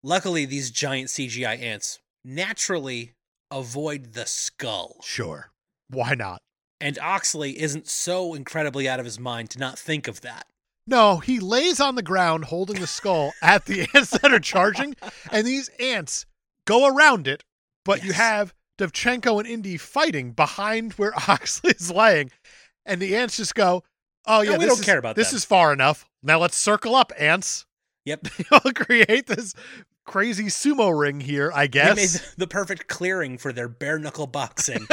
[SPEAKER 2] Luckily, these giant CGI ants naturally avoid the skull.
[SPEAKER 1] Sure. Why not?
[SPEAKER 2] And Oxley isn't so incredibly out of his mind to not think of that.
[SPEAKER 1] No, he lays on the ground holding
[SPEAKER 2] <laughs>
[SPEAKER 1] the skull at the ants that are charging, and these ants go around it, but you
[SPEAKER 2] Yes.
[SPEAKER 1] have Devchenko and Indy fighting behind where <laughs> Oxley is laying, and the ants just go, Oh yeah,
[SPEAKER 2] we
[SPEAKER 1] this
[SPEAKER 2] don't
[SPEAKER 1] is-
[SPEAKER 2] care about
[SPEAKER 1] this
[SPEAKER 2] them."
[SPEAKER 1] is far enough. Now let's circle up, ants. <laughs>
[SPEAKER 2] Yep. <laughs>
[SPEAKER 1] I'll create this crazy sumo ring here, I
[SPEAKER 2] They
[SPEAKER 1] guess.
[SPEAKER 2] made the- the perfect clearing for their bare knuckle boxing.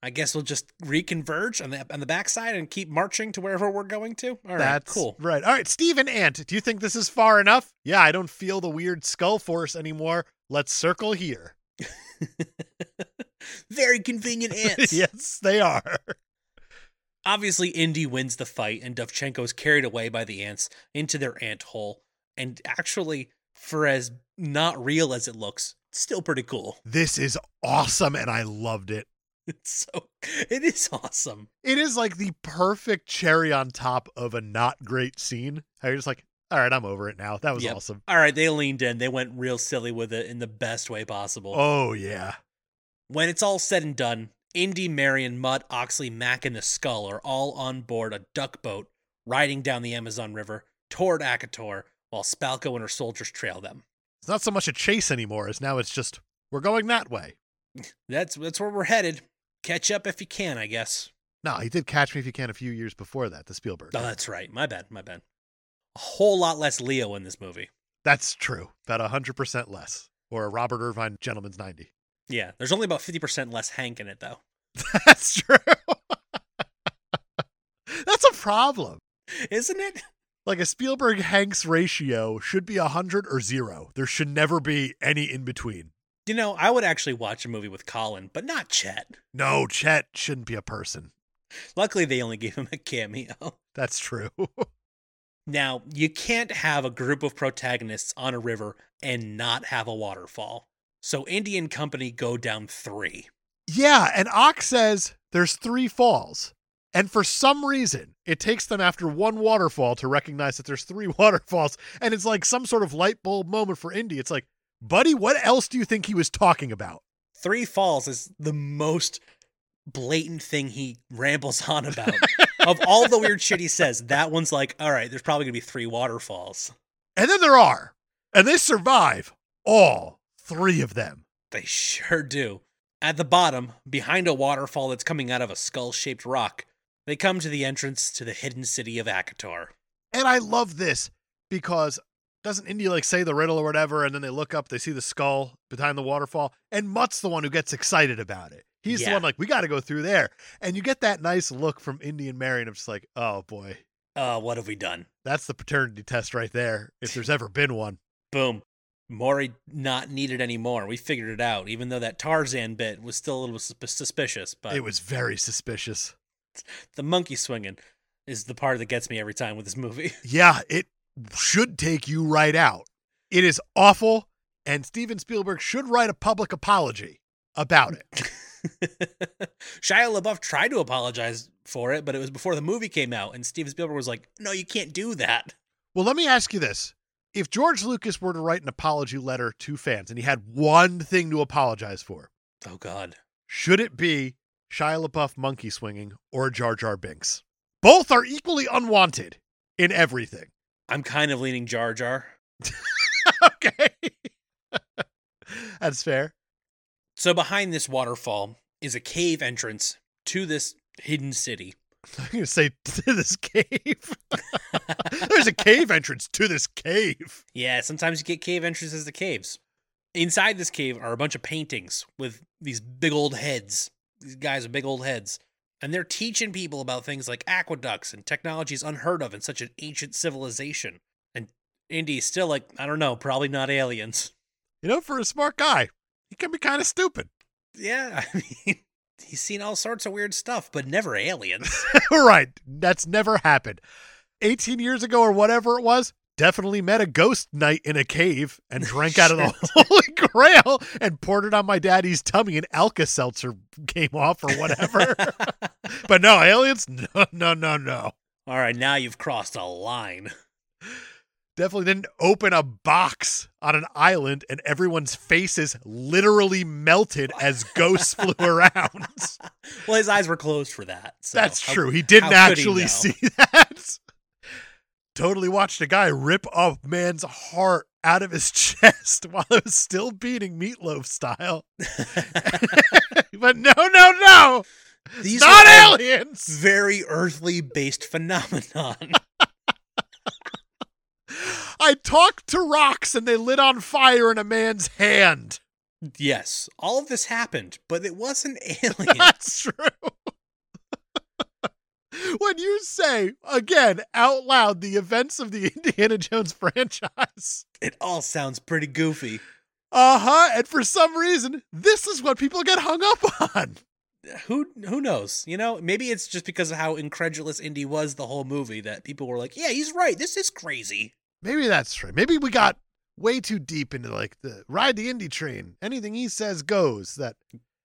[SPEAKER 2] I guess we'll just reconverge on the on the backside and keep marching to wherever we're going to. All right,
[SPEAKER 1] That's
[SPEAKER 2] cool.
[SPEAKER 1] Right. All right, Steve and Ant, do you think this is far enough? Yeah, I don't feel the weird skull force anymore. Let's circle here. <laughs>
[SPEAKER 2] Very convenient ants.
[SPEAKER 1] yes, they are. <laughs>
[SPEAKER 2] Obviously, Indy wins the fight, and Dovchenko is carried away by the ants into their ant hole. And actually, for as not real as it looks, still pretty cool. <laughs>
[SPEAKER 1] This is awesome and I loved it.
[SPEAKER 2] It's so it is awesome.
[SPEAKER 1] It is like the perfect cherry on top of a not great scene. How you're just like, all right, I'm over it now. That was
[SPEAKER 2] Yep.
[SPEAKER 1] awesome.
[SPEAKER 2] All right, they leaned in. They went real silly with it in the best way possible.
[SPEAKER 1] Oh yeah.
[SPEAKER 2] When it's all said and done, Indy, Marion, Mutt, Oxley, Mack, and the Skull are all on board a duck boat riding down the Amazon River toward Akator while Spalco and her soldiers trail them.
[SPEAKER 1] It's not so much a chase anymore as now it's just we're going that way.
[SPEAKER 2] That's that's where we're headed. Catch up if you can, I guess.
[SPEAKER 1] No, he did catch me if you can a few years before that, the Spielberg.
[SPEAKER 2] Oh, that's right. My bad, my bad. A whole lot less Leo in this movie.
[SPEAKER 1] That's true. About hundred percent less. Or a Robert Irvine gentleman's ninety.
[SPEAKER 2] Yeah, there's only about 50% less Hank in it, though. <laughs>
[SPEAKER 1] <laughs> That's true. That's a problem.
[SPEAKER 2] Isn't it?
[SPEAKER 1] Like a Spielberg Hanks ratio should be 100 or zero. There should never be any in between.
[SPEAKER 2] You know, I would actually watch a movie with Colin, but not Chet.
[SPEAKER 1] No, Chet shouldn't be a person.
[SPEAKER 2] Luckily, they only <laughs> gave him a cameo.
[SPEAKER 1] That's true. <laughs>
[SPEAKER 2] Now, you can't have a group of protagonists on a river and not have a waterfall. So Indian Company go down three.
[SPEAKER 1] yeah, and Ock says there's three falls. And for some reason, it takes them after one waterfall to recognize that there's three <laughs> waterfalls. And it's like some sort of light bulb moment for Indy. It's like, buddy, what else do you think he was talking about?
[SPEAKER 2] Three Falls is the most blatant thing he rambles <laughs> on about. of all the weird shit he says, that one's like, all right, there's probably gonna be three waterfalls.
[SPEAKER 1] And then there are. And they survive all three of them.
[SPEAKER 2] They sure do. At the bottom, behind a waterfall that's coming out of a skull shaped rock, they come to the entrance to the hidden city of Akator.
[SPEAKER 1] And I love this because doesn't Indy like say the riddle or whatever? And then they look up, they see the skull behind the waterfall. And Mutt's the one who gets excited about it. He's the
[SPEAKER 2] Yeah.
[SPEAKER 1] one like, we got to go through there. And you get that nice look from Indy and Mary. And I'm just like, oh boy,
[SPEAKER 2] Uh, what have we done?
[SPEAKER 1] that's the paternity test right there,
[SPEAKER 2] <laughs>
[SPEAKER 1] if there's ever been one.
[SPEAKER 2] boom Maury not needed anymore. We figured it out, even though that Tarzan bit was still a little sus- suspicious. But
[SPEAKER 1] It was very suspicious.
[SPEAKER 2] the monkey swinging is the part that gets me every time with this movie.
[SPEAKER 1] Yeah, it should take you right out. It is awful, and Steven Spielberg should write a public apology about it.
[SPEAKER 2] <laughs> Shia LaBeouf tried to apologize for it, but it was before the movie came out, and Steven Spielberg was like, "No, you can't do that."
[SPEAKER 1] Well, let me ask you this. If George Lucas were to write an apology letter to fans and he had one thing to apologize for,
[SPEAKER 2] Oh God,
[SPEAKER 1] should it be Shia LaBeouf monkey swinging or Jar Jar Binks? Both are equally unwanted in everything. <laughs>
[SPEAKER 2] I'm kind of leaning Jar Jar.
[SPEAKER 1] okay. <laughs> That's fair.
[SPEAKER 2] So behind this waterfall is a cave entrance to this hidden city.
[SPEAKER 1] I'm <laughs> going to say to this cave. <laughs> There's a cave entrance to this cave.
[SPEAKER 2] Yeah, sometimes you get cave entrances to caves. Inside this cave are a bunch of paintings with these big old heads. These guys with big old heads. And they're teaching people about things like aqueducts and technologies unheard of in such an ancient civilization. And Indy's still like, I don't know, probably not aliens. <laughs>
[SPEAKER 1] You know, for a smart guy, he can be kind of stupid. <laughs>
[SPEAKER 2] Yeah, I mean, <laughs> he's seen all sorts of weird stuff, but never aliens. <laughs>
[SPEAKER 1] right. That's never happened. 18 years ago or whatever it was, definitely met a ghost night in a cave and drank out of the <laughs> Holy Grail and poured it on my daddy's tummy and Alka Seltzer <laughs> came off or whatever. but <laughs> no, aliens? No, no, no, no.
[SPEAKER 2] all right, now you've crossed a line.
[SPEAKER 1] Definitely didn't open a box on an island and everyone's faces literally
[SPEAKER 2] <laughs>
[SPEAKER 1] melted as ghosts flew around.
[SPEAKER 2] <laughs> Well, his eyes were closed for that. So
[SPEAKER 1] That's
[SPEAKER 2] how-
[SPEAKER 1] true. He didn't
[SPEAKER 2] how could he
[SPEAKER 1] actually
[SPEAKER 2] know?
[SPEAKER 1] see <laughs> that. totally watched a guy rip a man's heart out of his <laughs> chest while it was still beating meatloaf style. <laughs> but no, no, no.
[SPEAKER 2] These
[SPEAKER 1] not
[SPEAKER 2] were all
[SPEAKER 1] aliens.
[SPEAKER 2] Very earthly based <laughs> phenomenon.
[SPEAKER 1] I talked to rocks and they lit on fire in a man's hand.
[SPEAKER 2] yes, all of this happened, but it wasn't <laughs>
[SPEAKER 1] <laughs>
[SPEAKER 2] alien.
[SPEAKER 1] That's true. when you say, again, out loud, the events of the <laughs> Indiana Jones franchise,
[SPEAKER 2] it all sounds pretty goofy.
[SPEAKER 1] uh huh, and for some reason, this is what people get hung up on. <laughs>
[SPEAKER 2] Who who knows? You know, maybe it's just because of how incredulous Indy was the whole movie that people were like, "Yeah, he's right. This is crazy."
[SPEAKER 1] Maybe that's right. Maybe we got way too deep into like the ride the Indy train. Anything he says goes. That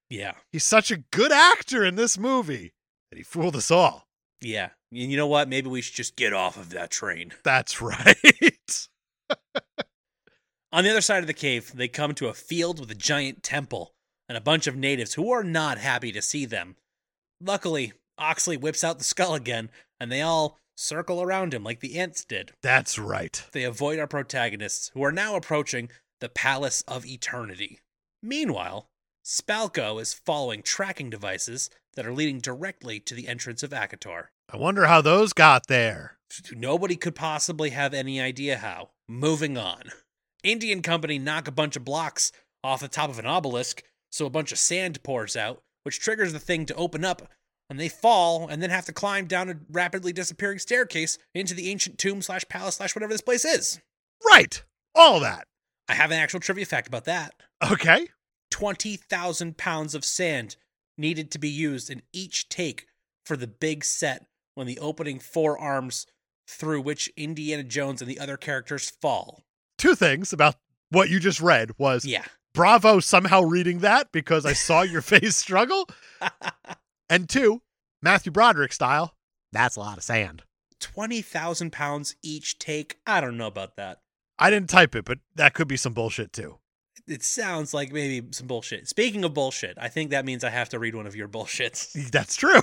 [SPEAKER 2] Yeah,
[SPEAKER 1] he's such a good actor in this movie that he fooled us all.
[SPEAKER 2] yeah. And you know what? Maybe we should just get off of that train.
[SPEAKER 1] That's <laughs> right.
[SPEAKER 2] On the other side of the cave, they come to a field with a giant temple and a bunch of natives who are not happy to see them. Luckily, Oxley whips out the skull again, and they all circle around him like the ants did.
[SPEAKER 1] That's right.
[SPEAKER 2] They avoid our protagonists, who are now approaching the Palace of Eternity. Meanwhile, Spalco is following tracking devices that are leading directly to the entrance of Akator.
[SPEAKER 1] I wonder how those got there.
[SPEAKER 2] Nobody could possibly have any idea how. Moving on. Indian company knock a bunch of blocks off the top of an obelisk, so a bunch of sand pours out, which triggers the thing to open up, and they fall and then have to climb down a rapidly disappearing staircase into the ancient tomb slash palace slash whatever this place is.
[SPEAKER 1] Right. All that.
[SPEAKER 2] I have an actual trivia fact about that.
[SPEAKER 1] Okay.
[SPEAKER 2] 20,000 pounds of sand needed to be used in each take for the big set when the opening four arms through which Indiana Jones and the other characters fall.
[SPEAKER 1] Two things about what you just read was
[SPEAKER 2] Yeah.
[SPEAKER 1] bravo somehow reading that because I saw your face struggle. And two, Matthew Broderick style. That's a lot of sand.
[SPEAKER 2] 20,000 pounds each take. I don't know about that.
[SPEAKER 1] I didn't type it, but that could be some bullshit too.
[SPEAKER 2] It sounds like maybe some bullshit. Speaking of bullshit, I think that means I have to read one of your
[SPEAKER 1] <laughs>
[SPEAKER 2] bullshits.
[SPEAKER 1] That's true.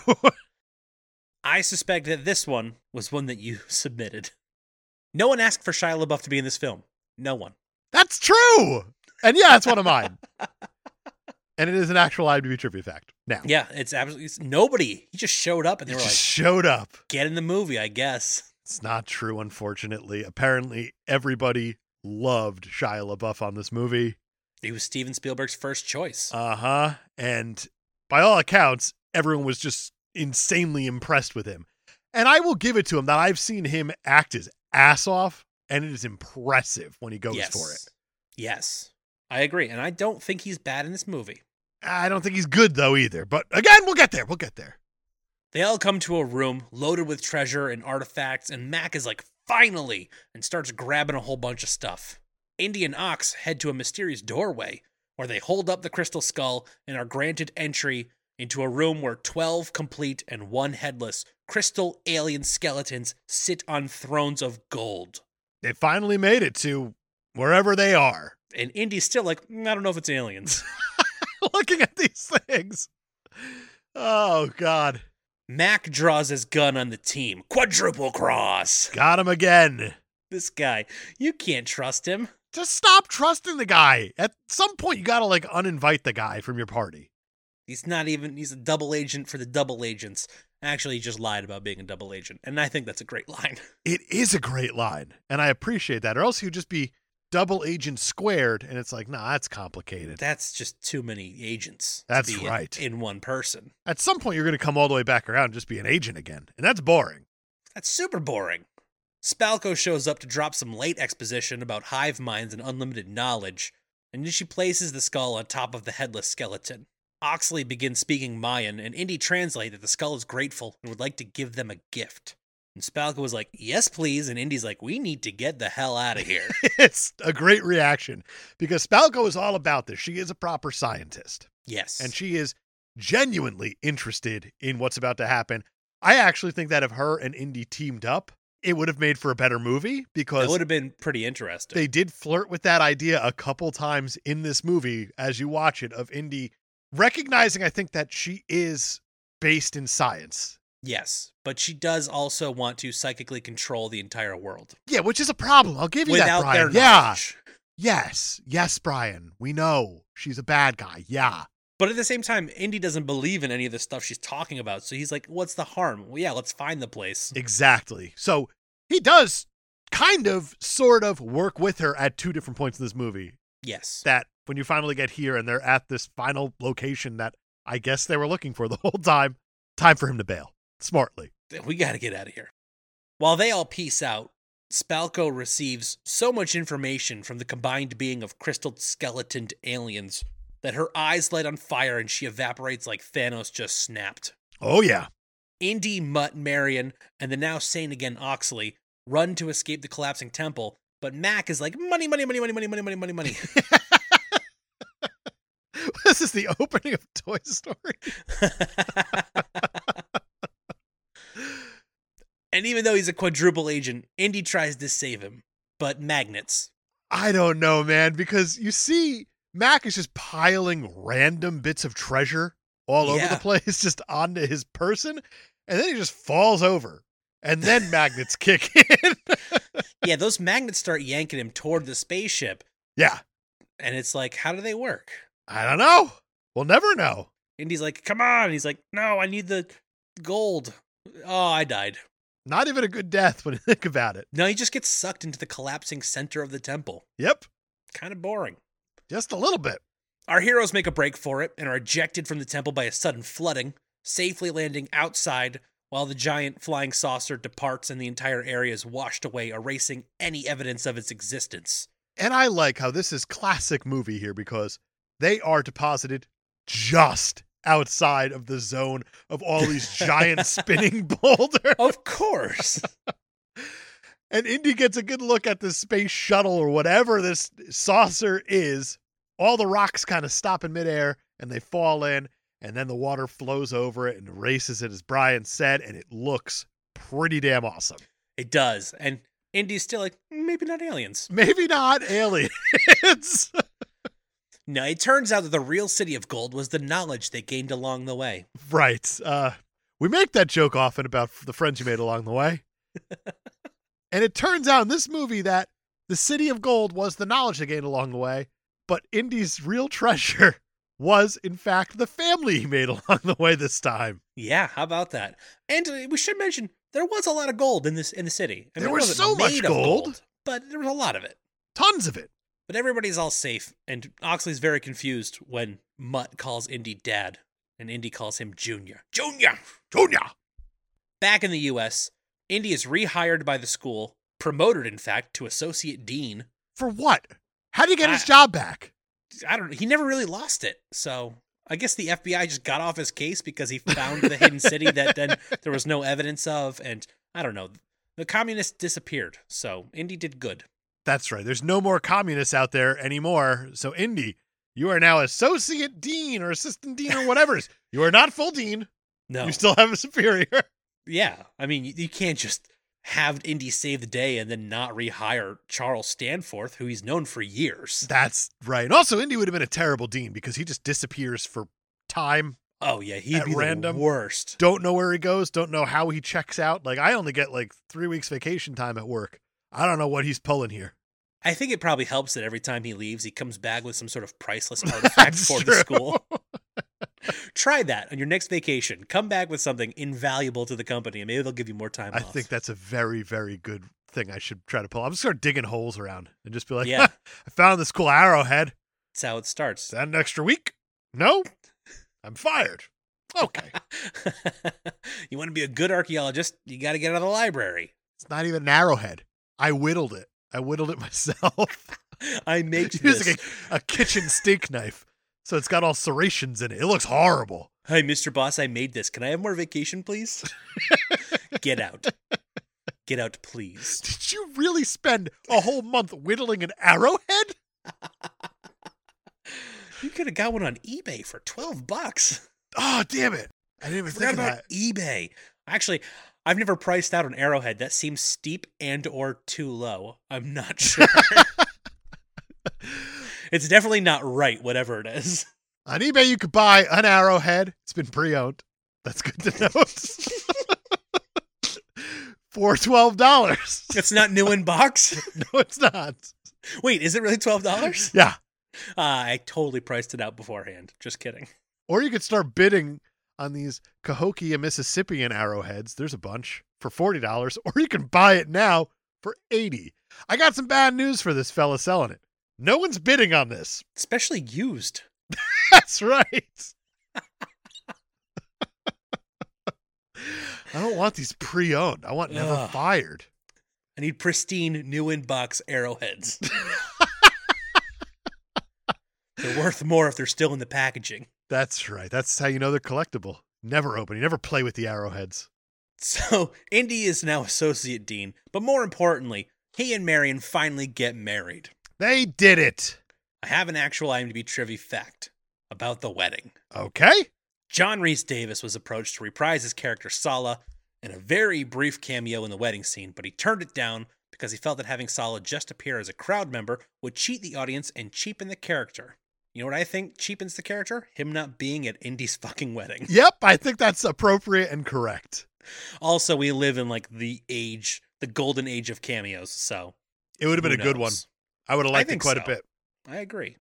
[SPEAKER 2] I suspect that this one was one that you <laughs> submitted. No one asked for Shia LaBeouf to be in this film. No one.
[SPEAKER 1] that's true. And yeah, it's one of mine. and it is an actual IMDb trivia fact. Now,
[SPEAKER 2] Yeah, it's absolutely it's nobody. He just showed up and
[SPEAKER 1] it
[SPEAKER 2] they were
[SPEAKER 1] just
[SPEAKER 2] like,
[SPEAKER 1] showed up.
[SPEAKER 2] get in the movie, I guess.
[SPEAKER 1] It's not true, unfortunately. Apparently, everybody loved Shia LaBeouf on this movie.
[SPEAKER 2] He was Steven Spielberg's first choice.
[SPEAKER 1] Uh huh. And by all accounts, everyone was just insanely impressed with him. And I will give it to him that I've seen him act his ass off, and it is impressive when he goes
[SPEAKER 2] yes.
[SPEAKER 1] for it.
[SPEAKER 2] Yes. I agree. And I don't think he's bad in this movie.
[SPEAKER 1] I don't think he's good, though, either. But again, we'll get there. We'll get there.
[SPEAKER 2] They all come to a room loaded with treasure and artifacts, and Mac is like, finally, and starts grabbing a whole bunch of stuff. Indy and Ox head to a mysterious doorway where they hold up the crystal skull and are granted entry into a room where 12 complete and one headless crystal alien skeletons sit on thrones of gold.
[SPEAKER 1] They finally made it to wherever they are. <laughs>
[SPEAKER 2] and Indy's still like, "Mm, I don't know if it's aliens. <laughs>
[SPEAKER 1] Looking at these things. Oh, God.
[SPEAKER 2] Mac draws his gun on the team. Quadruple cross.
[SPEAKER 1] Got him again.
[SPEAKER 2] This guy, you can't trust him.
[SPEAKER 1] just stop trusting the guy. At some point, you gotta like uninvite the guy from your party.
[SPEAKER 2] He's not even, he's a double agent for the double agents. Actually, he just lied about being a double agent. And I think that's a great line.
[SPEAKER 1] It is a great line, and I appreciate that. Or else he would just be double agent squared, and it's like, nah, that's
[SPEAKER 2] <laughs>
[SPEAKER 1] complicated.
[SPEAKER 2] That's just too many agents. to
[SPEAKER 1] That's
[SPEAKER 2] be in-
[SPEAKER 1] right.
[SPEAKER 2] In, one person.
[SPEAKER 1] At some point, you're gonna come all the way back around and just be an agent again, and that's boring.
[SPEAKER 2] That's super boring. Spalco shows up to drop some late exposition about hive minds and unlimited knowledge, and then she places the skull on top of the headless skeleton. Oxley begins speaking Mayan, and Indy translates that the skull is grateful and would like to give them a gift. And Spalco was like, Yes, please. And Indy's like, We need to get the hell out of
[SPEAKER 1] <laughs>
[SPEAKER 2] here.
[SPEAKER 1] it's a great reaction because Spalco is all about this. She is a proper scientist,
[SPEAKER 2] yes.
[SPEAKER 1] and she is genuinely interested in what's about to happen. I actually think that if her and Indy teamed up, It would have made for a better movie
[SPEAKER 2] That
[SPEAKER 1] because
[SPEAKER 2] would have been pretty interesting.
[SPEAKER 1] they did flirt with that idea a couple times in this movie as you watch it of Indy recognizing, I think, that she is based in science.
[SPEAKER 2] yes, but she does also want to psychically control the entire world
[SPEAKER 1] Yeah, which is a problem. I'll give you
[SPEAKER 2] without
[SPEAKER 1] that, Brian.
[SPEAKER 2] their
[SPEAKER 1] yeah.
[SPEAKER 2] knowledge.
[SPEAKER 1] Yes. Yes, Brian. We know she's a bad guy. Yeah.
[SPEAKER 2] But at the same time, Indy doesn't believe in any of the stuff she's talking about. So he's like, what's the harm? Well, yeah, let's find the place.
[SPEAKER 1] Exactly. So he does kind of, sort of work with her at two different points in this movie.
[SPEAKER 2] Yes.
[SPEAKER 1] That when you finally get here and they're at this final location that I guess they were looking for the <laughs> whole time, time for him to bail smartly.
[SPEAKER 2] we got to get out of here. While they all peace out, Spalco receives so much information from the combined being of crystal skeletoned aliens that her eyes light on fire and she evaporates like Thanos just snapped.
[SPEAKER 1] Oh, yeah.
[SPEAKER 2] Indy, Mutt, Marion, and the now sane again Oxley run to escape the collapsing temple, but Mac is like, money, money, money, money, money, money, money, money, <laughs> money.
[SPEAKER 1] <laughs> this is the opening of Toy Story.
[SPEAKER 2] and even though he's a quadruple agent, Indy tries to save him, but magnets
[SPEAKER 1] I don't know, man, because you see, Mac is just piling random bits of treasure all over
[SPEAKER 2] Yeah.
[SPEAKER 1] the place, <laughs> just onto his person, and then he just falls over. And then magnets kick in. <laughs>
[SPEAKER 2] yeah, those magnets start yanking him toward the spaceship,
[SPEAKER 1] yeah,
[SPEAKER 2] and it's like, how do they work?
[SPEAKER 1] I don't know. We'll never know.
[SPEAKER 2] Indy's like, come on. And he's like, no, I need the gold. Oh, I died.
[SPEAKER 1] Not even a good death when you think about it.
[SPEAKER 2] No, he just gets sucked into the collapsing center of the temple.
[SPEAKER 1] Yep,
[SPEAKER 2] Kind of boring.
[SPEAKER 1] just a little bit.
[SPEAKER 2] Our heroes make a break for it and are ejected from the temple by a sudden flooding, safely landing outside while the giant flying saucer departs and the entire area is washed away, erasing any evidence of its existence.
[SPEAKER 1] And I like how this is classic movie here because they are deposited just outside of the zone of all these giant spinning <laughs> boulders.
[SPEAKER 2] Of course.
[SPEAKER 1] And Indy gets a good look at this space shuttle or whatever this saucer is. All the rocks kind of stop in midair and they fall in, and then the water flows over it and erases it, as Brian said, and it looks pretty damn awesome.
[SPEAKER 2] <laughs> it does. And Indy's still like, maybe not aliens.
[SPEAKER 1] Maybe not aliens.
[SPEAKER 2] Now, it turns out that the real city of gold was the knowledge they gained along the way.
[SPEAKER 1] right. Uh, we make that joke often about the friends you made along the way. and it turns out in this movie that the city of gold was the knowledge they gained along the way, but Indy's real treasure <laughs> was, in fact, the family he made <laughs> along the way this time.
[SPEAKER 2] Yeah, how about that? And uh, we should mention there was a lot of gold in this in the city.
[SPEAKER 1] There
[SPEAKER 2] it
[SPEAKER 1] was
[SPEAKER 2] wasn't
[SPEAKER 1] so much
[SPEAKER 2] made of
[SPEAKER 1] gold.
[SPEAKER 2] but there was a lot of it.
[SPEAKER 1] Tons of it.
[SPEAKER 2] But everybody's all safe, and Oxley's very confused when Mutt calls Indy dad, and Indy calls him Junior. Junior.
[SPEAKER 1] Junior.
[SPEAKER 2] Back in the U.S., Indy is rehired by the school, promoted in fact to associate dean.
[SPEAKER 1] For what? How did he get his
[SPEAKER 2] I-
[SPEAKER 1] job back?
[SPEAKER 2] I don't. He never really lost it, so I guess the FBI just got off his case because he found the hidden city that then there was no evidence of, and I don't know. The communists disappeared, so Indy did good.
[SPEAKER 1] That's right. There's no more communists out there anymore. So, Indy, you are now associate dean or assistant dean or whatever. it is. you are not full dean.
[SPEAKER 2] No,
[SPEAKER 1] You still have a superior.
[SPEAKER 2] yeah. I mean, you, you can't just have Indy save the day and then not rehire Charles Stanforth, who he's known for years.
[SPEAKER 1] That's right. And also, Indy would have been a terrible dean because he just disappears for time.
[SPEAKER 2] Oh yeah, he'd
[SPEAKER 1] At
[SPEAKER 2] be
[SPEAKER 1] random.
[SPEAKER 2] the worst.
[SPEAKER 1] Don't know where he goes. Don't know how he checks out. Like, I only get like three weeks vacation time at work. I don't know what he's pulling here.
[SPEAKER 2] I think it probably helps that every time he leaves, he comes back with some sort of
[SPEAKER 1] <laughs>
[SPEAKER 2] priceless artifact
[SPEAKER 1] That's
[SPEAKER 2] for the
[SPEAKER 1] true.
[SPEAKER 2] school.
[SPEAKER 1] <laughs>
[SPEAKER 2] Try that on your next vacation. Come back with something invaluable to the company, and maybe they'll give you more time.
[SPEAKER 1] I
[SPEAKER 2] off.
[SPEAKER 1] think that's a very, very good thing I should try to pull. I'm just start digging holes around and just be like,
[SPEAKER 2] Yeah.
[SPEAKER 1] <laughs> I found this cool arrowhead.
[SPEAKER 2] that's how it starts.
[SPEAKER 1] Is that an extra week? No? I'm fired.
[SPEAKER 2] <laughs>
[SPEAKER 1] Okay.
[SPEAKER 2] you want to be a good archaeologist, you got to get out of the library.
[SPEAKER 1] it's not even an arrowhead. I whittled it. I whittled it <laughs> myself. <laughs>
[SPEAKER 2] I make
[SPEAKER 1] Using
[SPEAKER 2] this.
[SPEAKER 1] a, a kitchen steak knife. So it's got all serrations in it. It looks horrible.
[SPEAKER 2] Hi, Mr. Boss, I made this. Can I have more vacation,
[SPEAKER 1] <laughs>
[SPEAKER 2] please? get out. Get out, please.
[SPEAKER 1] Did you really spend a whole month whittling an arrowhead?
[SPEAKER 2] You could have got one on eBay for 12 bucks.
[SPEAKER 1] Oh, damn it. I didn't even
[SPEAKER 2] I forgot
[SPEAKER 1] think of
[SPEAKER 2] about
[SPEAKER 1] that.
[SPEAKER 2] eBay. Actually, I've never priced out an arrowhead. That seems steep and or too low. I'm
[SPEAKER 1] <laughs>
[SPEAKER 2] not sure. it's definitely not right, whatever it is.
[SPEAKER 1] On eBay, you could buy an arrowhead. It's been pre-owned. That's good to know. <laughs> For twelve dollars. <laughs>
[SPEAKER 2] It's not new in box.
[SPEAKER 1] No, it's not.
[SPEAKER 2] Wait, is it really twelve dollars?
[SPEAKER 1] Yeah.
[SPEAKER 2] Uh, I totally priced it out beforehand. Just kidding.
[SPEAKER 1] Or you could start bidding on these Cahokia Mississippian arrowheads. There's a bunch for forty dollars, or you can buy it now for eighty. I got some bad news for this fella selling it. No one's bidding on this. <laughs>
[SPEAKER 2] Especially used.
[SPEAKER 1] That's right. I don't want these pre-owned. I want never
[SPEAKER 2] Ugh.
[SPEAKER 1] fired.
[SPEAKER 2] I need pristine new in box arrowheads. they're worth more if they're still in the packaging.
[SPEAKER 1] That's right. That's how you know they're collectible. Never open. You never play with the arrowheads.
[SPEAKER 2] So, Indy is now associate dean, but more importantly, he and Marion finally get married.
[SPEAKER 1] They did it.
[SPEAKER 2] I have an actual IMDb trivia fact about the wedding.
[SPEAKER 1] Okay.
[SPEAKER 2] John Reese Davis was approached to reprise his character Sala in a very brief cameo in the wedding scene, but he turned it down because he felt that having Sala just appear as a crowd member would cheat the audience and cheapen the character. You know what I think cheapens the character? Him not being at Indy's <laughs> fucking wedding.
[SPEAKER 1] Yep. I think that's appropriate and correct.
[SPEAKER 2] Also, we live in like the age, the golden age of cameos, so.
[SPEAKER 1] It would have been
[SPEAKER 2] who
[SPEAKER 1] a good one.
[SPEAKER 2] knows?
[SPEAKER 1] I would have
[SPEAKER 2] I
[SPEAKER 1] liked it
[SPEAKER 2] think
[SPEAKER 1] quite a
[SPEAKER 2] so.
[SPEAKER 1] bit.
[SPEAKER 2] I agree.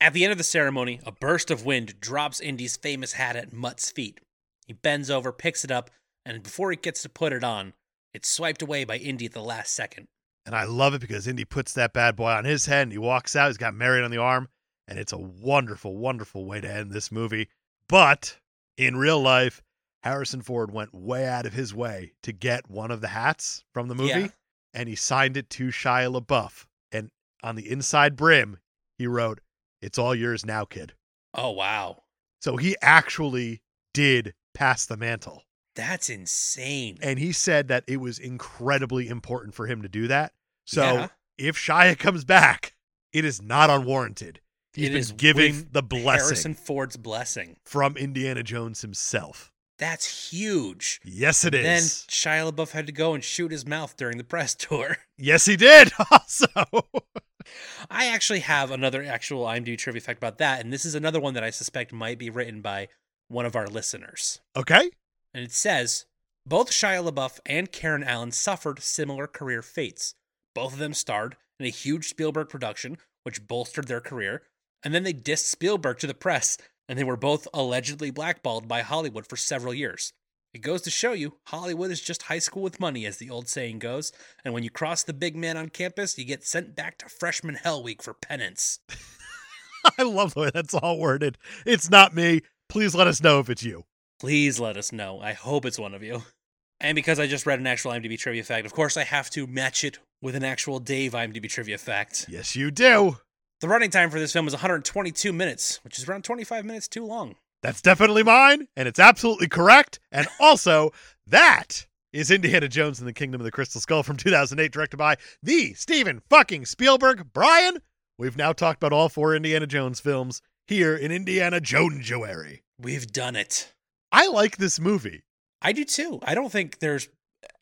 [SPEAKER 2] At the end of the ceremony, a burst of wind drops Indy's famous hat at Mutt's feet. He bends over, picks it up, and before he gets to put it on, it's swiped away by Indy at the last second.
[SPEAKER 1] And I love it because Indy puts that bad boy on his head and he walks out. He's got Marion on the arm. And it's a wonderful, wonderful way to end this movie. But in real life, Harrison Ford went way out of his way to get one of the hats from the movie
[SPEAKER 2] Yeah.
[SPEAKER 1] and he signed it to Shia LaBeouf. And on the inside brim, he wrote, It's all yours now, kid.
[SPEAKER 2] Oh, wow.
[SPEAKER 1] So he actually did pass the mantle.
[SPEAKER 2] That's insane.
[SPEAKER 1] And he said that it was incredibly important for him to do that. So
[SPEAKER 2] Yeah.
[SPEAKER 1] if Shia comes back, it is not unwarranted. He's
[SPEAKER 2] It is
[SPEAKER 1] been giving
[SPEAKER 2] with
[SPEAKER 1] the blessing
[SPEAKER 2] Harrison Ford's blessing.
[SPEAKER 1] from Indiana Jones himself.
[SPEAKER 2] That's huge.
[SPEAKER 1] Yes, it is.
[SPEAKER 2] Then Shia LaBeouf had to go and shoot his mouth during the press <laughs> tour.
[SPEAKER 1] yes, he did <laughs> also.
[SPEAKER 2] I actually have another actual IMDb trivia fact about that, and this is another one that I suspect might be written by one of our listeners.
[SPEAKER 1] okay. <laughs>
[SPEAKER 2] and it says both Shia LaBeouf and Karen Allen suffered similar career fates. Both of them starred in a huge Spielberg production, which bolstered their career, and then they dissed Spielberg to the press, and they were both allegedly blackballed by Hollywood for several years. It goes to show you, Hollywood is just high school with money, as the old saying goes, and when you cross the big man on campus, you get sent back to freshman hell week for penance.
[SPEAKER 1] I love the way that's all worded. It's not me. Please let us know if it's you.
[SPEAKER 2] Please let us know. I hope it's one of you. And because I just read an actual IMDb trivia fact, of course I have to match it with an actual Dave IMDb trivia fact.
[SPEAKER 1] Yes, you do.
[SPEAKER 2] The running time for this film is 122 minutes, which is around 25 minutes too long.
[SPEAKER 1] That's definitely mine, and it's absolutely correct. And also, that is Indiana Jones and the Kingdom of the Crystal Skull from 2008, directed by the Steven fucking Spielberg. Brian, we've now talked about all four Indiana Jones films here in Indiana Jonesuary.
[SPEAKER 2] We've done it.
[SPEAKER 1] I like this movie.
[SPEAKER 2] I do too. I don't think there's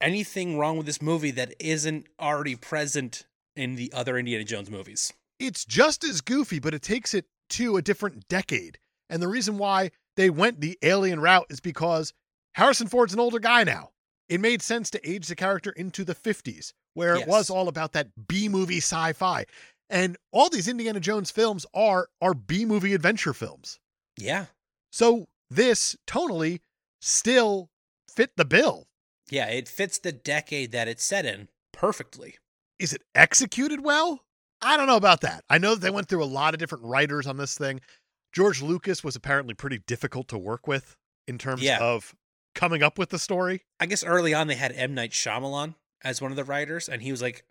[SPEAKER 2] anything wrong with this movie that isn't already present in the other Indiana Jones movies.
[SPEAKER 1] It's just as goofy, but it takes it to a different decade. And the reason why they went the alien route is because Harrison Ford's an older guy now. It made sense to age the character into the 50s, where it
[SPEAKER 2] Yes.
[SPEAKER 1] was all about that B movie sci fi. And all these Indiana Jones films are, are B movie adventure films.
[SPEAKER 2] Yeah.
[SPEAKER 1] So this tonally still fit the bill.
[SPEAKER 2] Yeah, it fits the decade that it's set in perfectly.
[SPEAKER 1] is it executed well? I don't know about that. I know that they went through a lot of different writers on this thing. George Lucas was apparently pretty difficult to work with in terms
[SPEAKER 2] Yeah.
[SPEAKER 1] of coming up with the story.
[SPEAKER 2] I guess early on they had M Night Shyamalan as one of the writers, and he was like,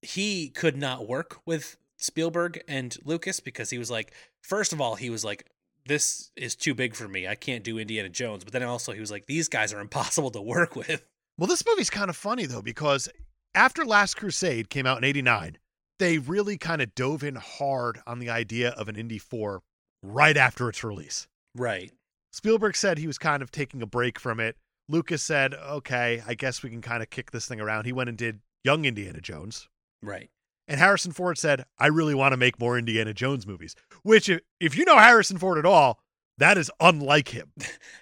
[SPEAKER 2] he could not work with Spielberg and Lucas because he was like, first of all, he was like, this is too big for me. I can't do Indiana Jones. But then also he was like, these guys are <laughs> impossible to work with.
[SPEAKER 1] Well, this movie's kind of funny though because after Last Crusade came out in 89, they really kind of dove in hard on the idea of an Indy 4 right after its release.
[SPEAKER 2] Right.
[SPEAKER 1] Spielberg said he was kind of taking a break from it. Lucas said, okay, I guess we can kind of kick this thing around. He went and did Young Indiana Jones.
[SPEAKER 2] Right.
[SPEAKER 1] And Harrison Ford said, I really want to make more Indiana Jones movies, which, if, if you know Harrison Ford at all, that is unlike him.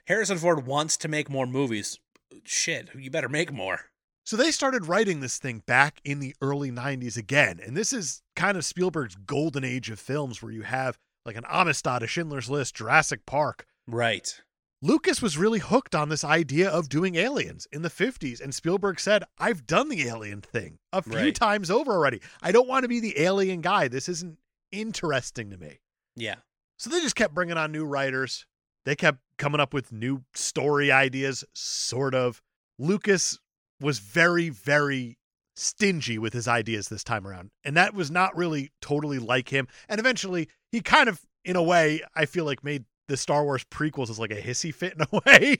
[SPEAKER 2] Harrison Ford wants to make more movies. Shit, you better make more.
[SPEAKER 1] So they started writing this thing back in the early 90s again. And this is kind of Spielberg's golden age of films where you have like an Amistad, a Schindler's List, Jurassic Park.
[SPEAKER 2] Right.
[SPEAKER 1] Lucas was really hooked on this idea of doing aliens in the 50s. And Spielberg said, I've done the alien thing a few
[SPEAKER 2] Right.
[SPEAKER 1] times over already. I don't want to be the alien guy. This isn't interesting to me.
[SPEAKER 2] <laughs> Yeah.
[SPEAKER 1] So they just kept bringing on new writers. They kept coming up with new story ideas, sort of. Lucas was very, very stingy with his ideas this time around. And that was not really totally like him. And eventually, he kind of, in a way, I feel like made the Star Wars prequels as like a hissy fit in a <laughs> way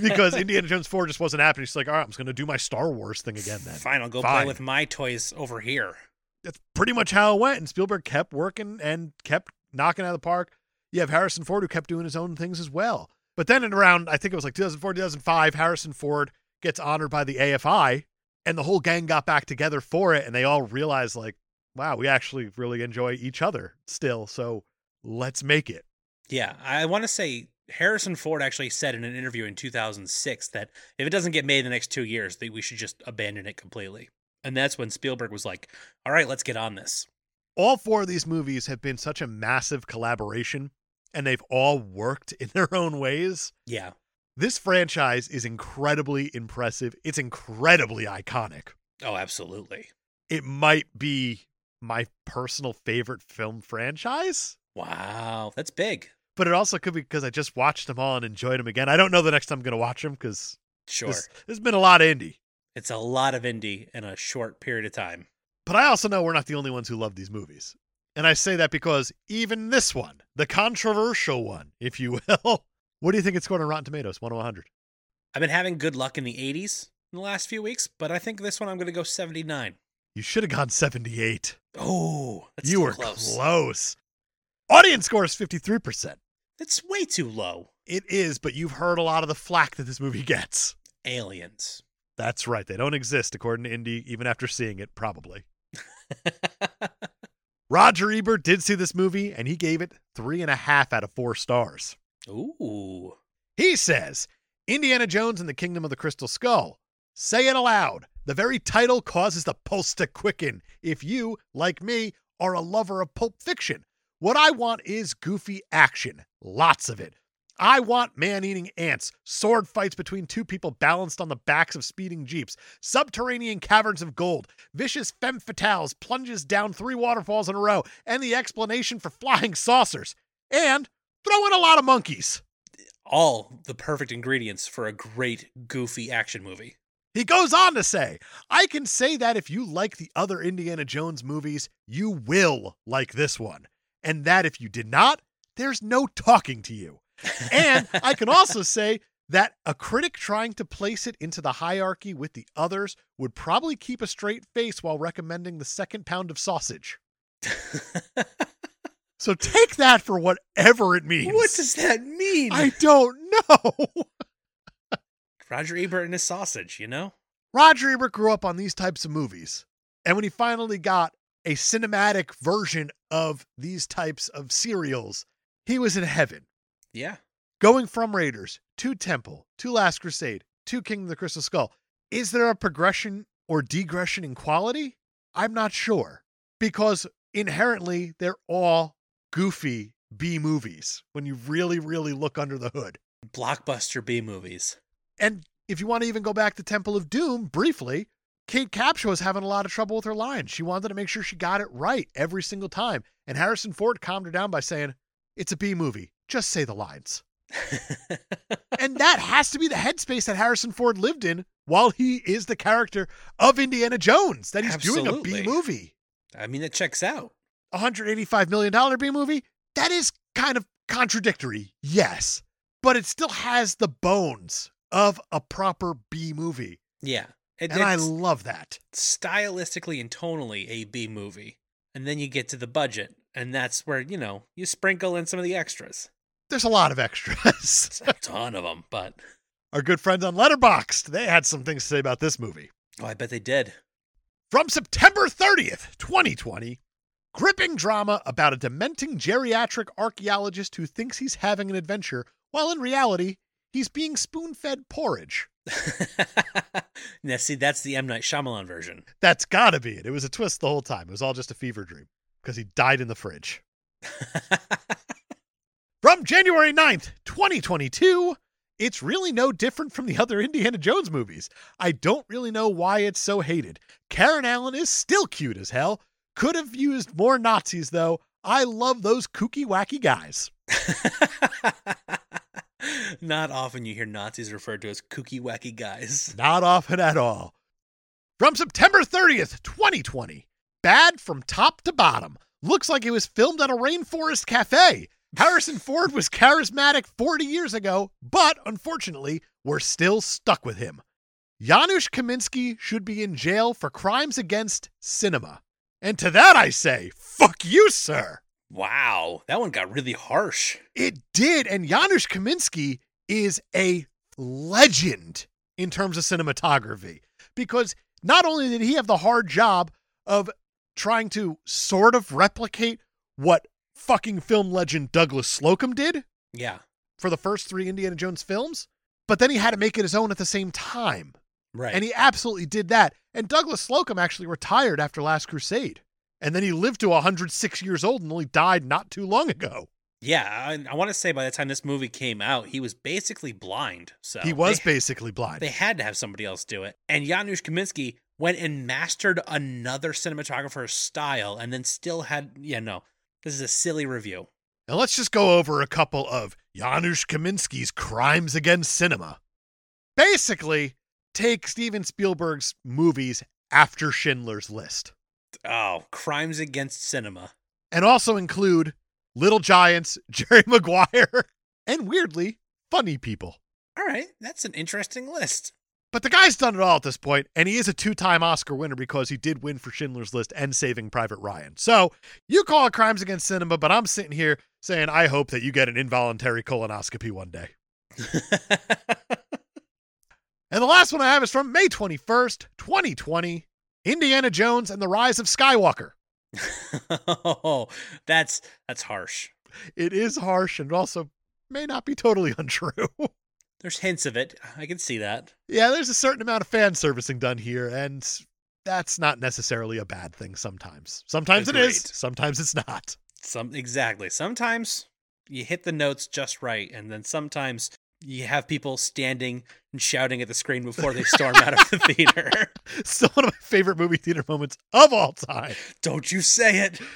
[SPEAKER 1] because Indiana Jones 4 just wasn't happening. She's like, all right, I'm just going to do my Star Wars thing again then.
[SPEAKER 2] Fine, I'll go play
[SPEAKER 1] Fine.
[SPEAKER 2] with my toys over here.
[SPEAKER 1] that's pretty much how it went. And Spielberg kept working and kept knocking out of the park. You have Harrison Ford who kept doing his own things as well. But then in around, I think it was like 2004, 2005, Harrison Ford gets honored by the AFI and the whole gang got back together for it. And they all realized like, wow, we actually really enjoy each other still. So let's make it.
[SPEAKER 2] Yeah, I want to say Harrison Ford actually said in an interview in 2006 that if it doesn't get made in the next two years, that we should just abandon it completely. And that's when Spielberg was like, "All right, let's get on this."
[SPEAKER 1] All four of these movies have been such a massive collaboration and they've all worked <laughs> in their own ways.
[SPEAKER 2] Yeah,
[SPEAKER 1] This franchise is incredibly impressive. It's incredibly iconic.
[SPEAKER 2] oh, absolutely.
[SPEAKER 1] It might be my personal favorite film franchise,
[SPEAKER 2] Wow, that's big.
[SPEAKER 1] but it also could be because I just watched them all and enjoyed them again. I don't know the next time I'm going to watch them because
[SPEAKER 2] Sure,
[SPEAKER 1] there's been a lot of indie.
[SPEAKER 2] it's a lot of indie in a short period of time.
[SPEAKER 1] But I also know we're not the only ones who love these movies. And I say that because even this one, the controversial one, if you <laughs> will, what do you think it's scored on Rotten Tomatoes? 1 to 100.
[SPEAKER 2] I've been having good luck in the 80s in the last few weeks, but I think this one I'm going to go 79.
[SPEAKER 1] You should have gone 78.
[SPEAKER 2] Oh, that's
[SPEAKER 1] you
[SPEAKER 2] too
[SPEAKER 1] were
[SPEAKER 2] close.
[SPEAKER 1] close. Audience score is 53%.
[SPEAKER 2] That's way too low.
[SPEAKER 1] It is, but you've heard a lot of the flack that this movie <laughs> gets.
[SPEAKER 2] Aliens.
[SPEAKER 1] That's right. They don't exist, according to Indy, even after seeing it, probably. Roger Ebert did see this movie, and he gave it three and a half out of four stars.
[SPEAKER 2] Ooh.
[SPEAKER 1] He says Indiana Jones and the Kingdom of the Crystal Skull. Say it aloud. The very title causes the pulse to quicken. If you, like me, are a lover of pulp fiction, what I want is goofy action, lots of it. I want man eating ants, sword fights between two people balanced on the backs of speeding jeeps, subterranean caverns of gold, vicious femme fatales, plunges down three waterfalls in a row, and the explanation for flying saucers. And throw in a lot of monkeys.
[SPEAKER 2] All the perfect ingredients for a great, goofy action movie.
[SPEAKER 1] He goes on to say, I can say that if you like the other Indiana Jones movies, you will like this one. And that if you did not, there's no talking to you. And
[SPEAKER 2] <laughs>
[SPEAKER 1] I can also say that a critic trying to place it into the hierarchy with the others would probably keep a straight face while recommending the second pound
[SPEAKER 2] <laughs>
[SPEAKER 1] of sausage. So take that for whatever it means.
[SPEAKER 2] what does that mean?
[SPEAKER 1] I don't know.
[SPEAKER 2] Roger Ebert and his sausage, you know?
[SPEAKER 1] Roger Ebert grew up on these types of movies. And when he finally got a cinematic version of these types of serials, he was in heaven.
[SPEAKER 2] Yeah.
[SPEAKER 1] Going from Raiders to Temple to Last Crusade to Kingdom of the Crystal Skull. Is there a progression or degression in quality? I'm not sure because inherently they're all goofy B movies when you really, really look under the hood.
[SPEAKER 2] Blockbuster B movies. <laughs>
[SPEAKER 1] And if you want to even go back to Temple of Doom briefly, Kate Capshaw was having a lot of trouble with her lines. She wanted to make sure she got it right every single time. And Harrison Ford calmed her down by saying, It's a B movie. Just say the lines. and that has to be the headspace that Harrison Ford lived in while he is the character of Indiana Jones, that he's doing a
[SPEAKER 2] Absolutely.
[SPEAKER 1] B movie.
[SPEAKER 2] I mean, it checks out.
[SPEAKER 1] $185 million B movie, that is kind of contradictory, yes, but it still has the bones of a proper B movie.
[SPEAKER 2] Yeah. It,
[SPEAKER 1] And I
[SPEAKER 2] it's
[SPEAKER 1] love that.
[SPEAKER 2] stylistically and tonally a B movie. And then you get to the budget, and that's where, you know, you sprinkle in some of the extras.
[SPEAKER 1] There's a lot of extras.
[SPEAKER 2] It's
[SPEAKER 1] <laughs>
[SPEAKER 2] a ton of them, but
[SPEAKER 1] Our good friends on Letterboxd, they had some things to say about this movie.
[SPEAKER 2] Oh, I bet they did. <laughs>
[SPEAKER 1] From September 30th, 2020, gripping drama about a dementing geriatric archaeologist who thinks he's having an adventure, while in reality, he's being spoon fed porridge.
[SPEAKER 2] now, see, that's the M. Night Shyamalan version. <laughs>
[SPEAKER 1] That's gotta be it. It was a twist the whole time. It was all just a fever dream because he died in the fridge. From January 9th, 2022, it's really no different from the other Indiana Jones movies. I don't really know why it's so hated. Karen Allen is still cute as hell. Could have used more Nazis, though. I love those kooky, wacky guys.
[SPEAKER 2] <laughs> Not often you hear Nazis referred to as kooky, wacky guys.
[SPEAKER 1] Not often at all. From September 30th, 2020, bad from top to bottom. Looks like it was filmed at a rainforest cafe. Harrison Ford was charismatic 40 years ago, but unfortunately, we're still stuck with him. Janusz Kaminski should be in jail for crimes against cinema. And to that I say, fuck you, sir.
[SPEAKER 2] Wow, that one got really harsh.
[SPEAKER 1] It did. And Janusz Kaminski is a legend in terms of cinematography because not only did he have the hard job of trying to sort of replicate what fucking film legend Douglas Slocum did
[SPEAKER 2] Yeah,
[SPEAKER 1] for the first three Indiana Jones films, but then he had to make it his own at the same time.
[SPEAKER 2] right.
[SPEAKER 1] And he absolutely did that. And Douglas Slocum actually retired after Last Crusade. And then he lived to 106 years old and only died not too long ago.
[SPEAKER 2] yeah, I, I want to say by the time this movie came out, he was basically blind. So
[SPEAKER 1] he was
[SPEAKER 2] they-
[SPEAKER 1] basically blind.
[SPEAKER 2] They had to have somebody else do it. And Janusz Kaminski went and mastered another cinematographer's style and then still had, yeah, no, this is a silly review.
[SPEAKER 1] Now let's just go over a couple of Janusz Kaminski's crimes against cinema. Basically, take Steven Spielberg's movies after Schindler's List,
[SPEAKER 2] Oh, crimes against cinema.
[SPEAKER 1] and also include Little Giants, <laughs> Jerry Maguire, and weirdly, Funny People.
[SPEAKER 2] All right, that's an interesting list. <laughs>
[SPEAKER 1] But the guy's done it all at this point, and he is a two time Oscar winner because he did win for Schindler's List and Saving Private Ryan. So you call it crimes against cinema, but I'm sitting here saying, I hope that you get an involuntary colonoscopy one day. And the last one I have is from May 21st, 2020 Indiana Jones and the Rise of Skywalker.
[SPEAKER 2] oh, <laughs> that's that's harsh.
[SPEAKER 1] It is harsh and also may not be totally <laughs> untrue.
[SPEAKER 2] There's hints of it. I can see that.
[SPEAKER 1] yeah, there's a certain amount of fan servicing done here, and that's not necessarily a bad thing sometimes. Sometimes it is,
[SPEAKER 2] Agreed.
[SPEAKER 1] sometimes it's not. <laughs>
[SPEAKER 2] Some exactly. Sometimes you hit the notes just right, and then sometimes you have people standing and shouting at the screen before they storm out of the <laughs> theater.
[SPEAKER 1] Still one of my favorite movie theater moments of all time.
[SPEAKER 2] Don't you say it. <laughs>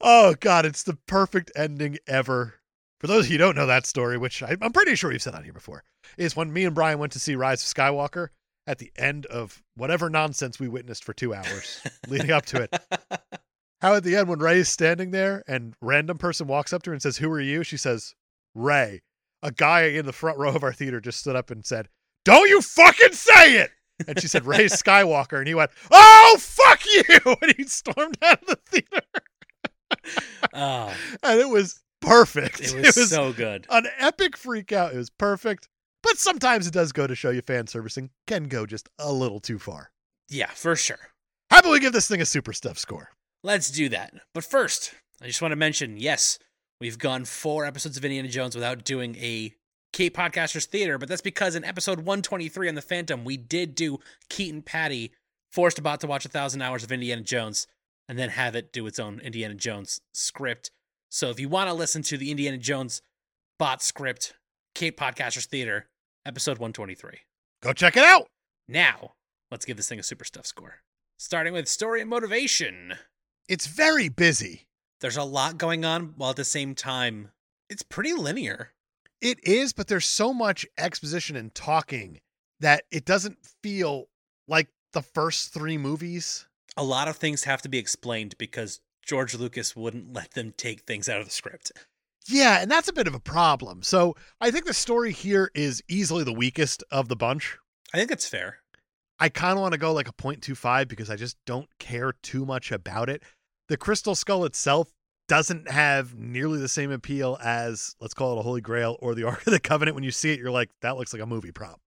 [SPEAKER 1] Oh, God, it's the perfect ending ever. For those of you who don't know that story, which I, I'm pretty sure we've said on here before, is when me and Brian went to see Rise of Skywalker at the end of whatever nonsense we witnessed for two hours leading up to it. How at the end, when Ray is standing there and random person walks up to her and says, Who are you? She says, Ray. A guy in the front row of our theater just stood up and said, Don't you fucking say it! And she said, Ray Skywalker. And he went, Oh, fuck you! <laughs> And he stormed out of the theater.
[SPEAKER 2] Oh,
[SPEAKER 1] <laughs> and it was
[SPEAKER 2] <laughs>
[SPEAKER 1] perfect. <laughs>
[SPEAKER 2] it was, so good.
[SPEAKER 1] an epic freak out. It was perfect. But sometimes it does go to show you fan servicing can go just a little too far.
[SPEAKER 2] Yeah, for sure.
[SPEAKER 1] How about we give this thing a super stuff score?
[SPEAKER 2] Let's do that. But first, I just want to mention yes, we've gone four episodes of Indiana Jones without doing a Kate Podcasters Theater, but that's because in episode 123 on The Phantom, we did do Keaton Patty forced about to watch a thousand hours of Indiana Jones and then have it do its own Indiana Jones script. So if you want to listen to the Indiana Jones bot script, Kate Podcasters Theater, episode 123.
[SPEAKER 1] Go check it out.
[SPEAKER 2] Now, let's give this thing a super stuff score. Starting with story and motivation.
[SPEAKER 1] It's very busy.
[SPEAKER 2] There's a lot going on while at the same time it's pretty linear.
[SPEAKER 1] It is, but there's so much exposition and talking that it doesn't feel like the first three movies.
[SPEAKER 2] A lot of things have to be explained because George Lucas wouldn't <laughs> let them take things out of the script.
[SPEAKER 1] Yeah, and that's a bit of a problem. So I think the story here is easily the weakest of the bunch.
[SPEAKER 2] I think that's fair.
[SPEAKER 1] I kind of want to go like a 0.25 because I just don't care too much about it. The Crystal Skull itself doesn't have nearly the <laughs> same appeal as, let's call it a Holy Grail or the Ark of the Covenant. When you see it, you're like, that looks like a movie prop.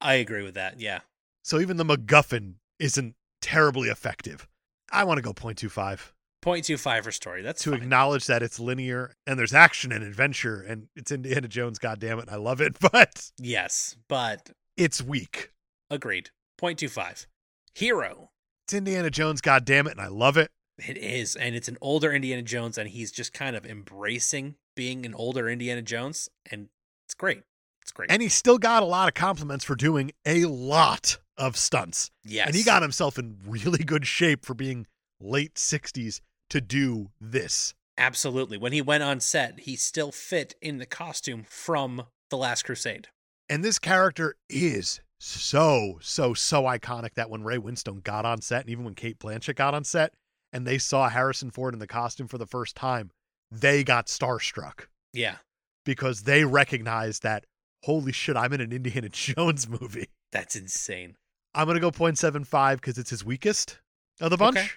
[SPEAKER 2] I agree with that. Yeah.
[SPEAKER 1] So even the MacGuffin isn't terribly effective. I want to go 0.25
[SPEAKER 2] 0.25 for story. That's
[SPEAKER 1] to
[SPEAKER 2] fine.
[SPEAKER 1] acknowledge that it's linear and there's action and adventure and it's Indiana Jones, goddammit, and I love it, <laughs> but
[SPEAKER 2] Yes, but
[SPEAKER 1] it's weak.
[SPEAKER 2] agreed. 0.25. Hero.
[SPEAKER 1] It's Indiana Jones, goddammit, and I love it.
[SPEAKER 2] It is. And it's an older Indiana Jones, and he's just kind of embracing being an older Indiana Jones. And it's great. It's great.
[SPEAKER 1] And he still got a lot of compliments for doing a lot of stunts.
[SPEAKER 2] yes.
[SPEAKER 1] And he got himself in really good shape for being late 60s to do this.
[SPEAKER 2] Absolutely. When he went on set, he still fit in the costume from The Last Crusade.
[SPEAKER 1] And this character is so, so, so iconic that when Ray Winstone got on set, and even when Kate Blanchett got on set, and they saw Harrison Ford in the costume for the first time, they got starstruck
[SPEAKER 2] Yeah.
[SPEAKER 1] because they recognized that, holy shit, I'm in an Indiana <laughs> Jones movie.
[SPEAKER 2] That's insane.
[SPEAKER 1] I'm going to go 0.75 because it's his weakest of the bunch.
[SPEAKER 2] Okay.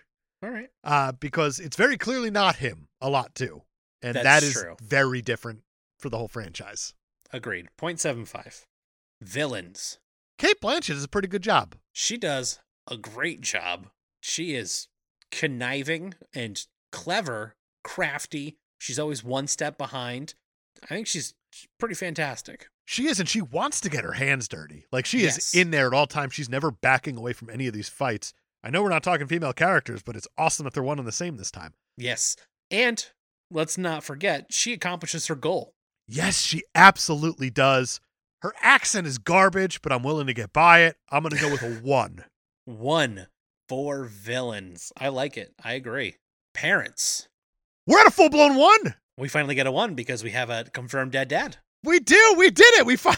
[SPEAKER 2] All right.
[SPEAKER 1] uh, because it's very clearly not him a lot too, and
[SPEAKER 2] That's
[SPEAKER 1] that is
[SPEAKER 2] true.
[SPEAKER 1] very different for the whole franchise.
[SPEAKER 2] Agreed. 0.75. Villains.
[SPEAKER 1] Kate Blanchett does a pretty good job.
[SPEAKER 2] She does a great job. She is conniving and clever, crafty. She's always one step behind. I think she's pretty fantastic.
[SPEAKER 1] She is, and she wants to get her hands dirty. Like she
[SPEAKER 2] Yes.
[SPEAKER 1] is in there at all times. She's never backing away from any of these fights. I know we're not talking female characters, but it's awesome that they're one and the same this time.
[SPEAKER 2] Yes. And let's not forget, she accomplishes her goal.
[SPEAKER 1] Yes, she absolutely does. Her accent is garbage, but I'm willing to get by it. I'm going to go with a <laughs> one.
[SPEAKER 2] One for villains. I like it. I agree. Parents.
[SPEAKER 1] We're at a full blown one.
[SPEAKER 2] We finally get a one because we have a confirmed dead dad.
[SPEAKER 1] We do. We did it. We <laughs> finally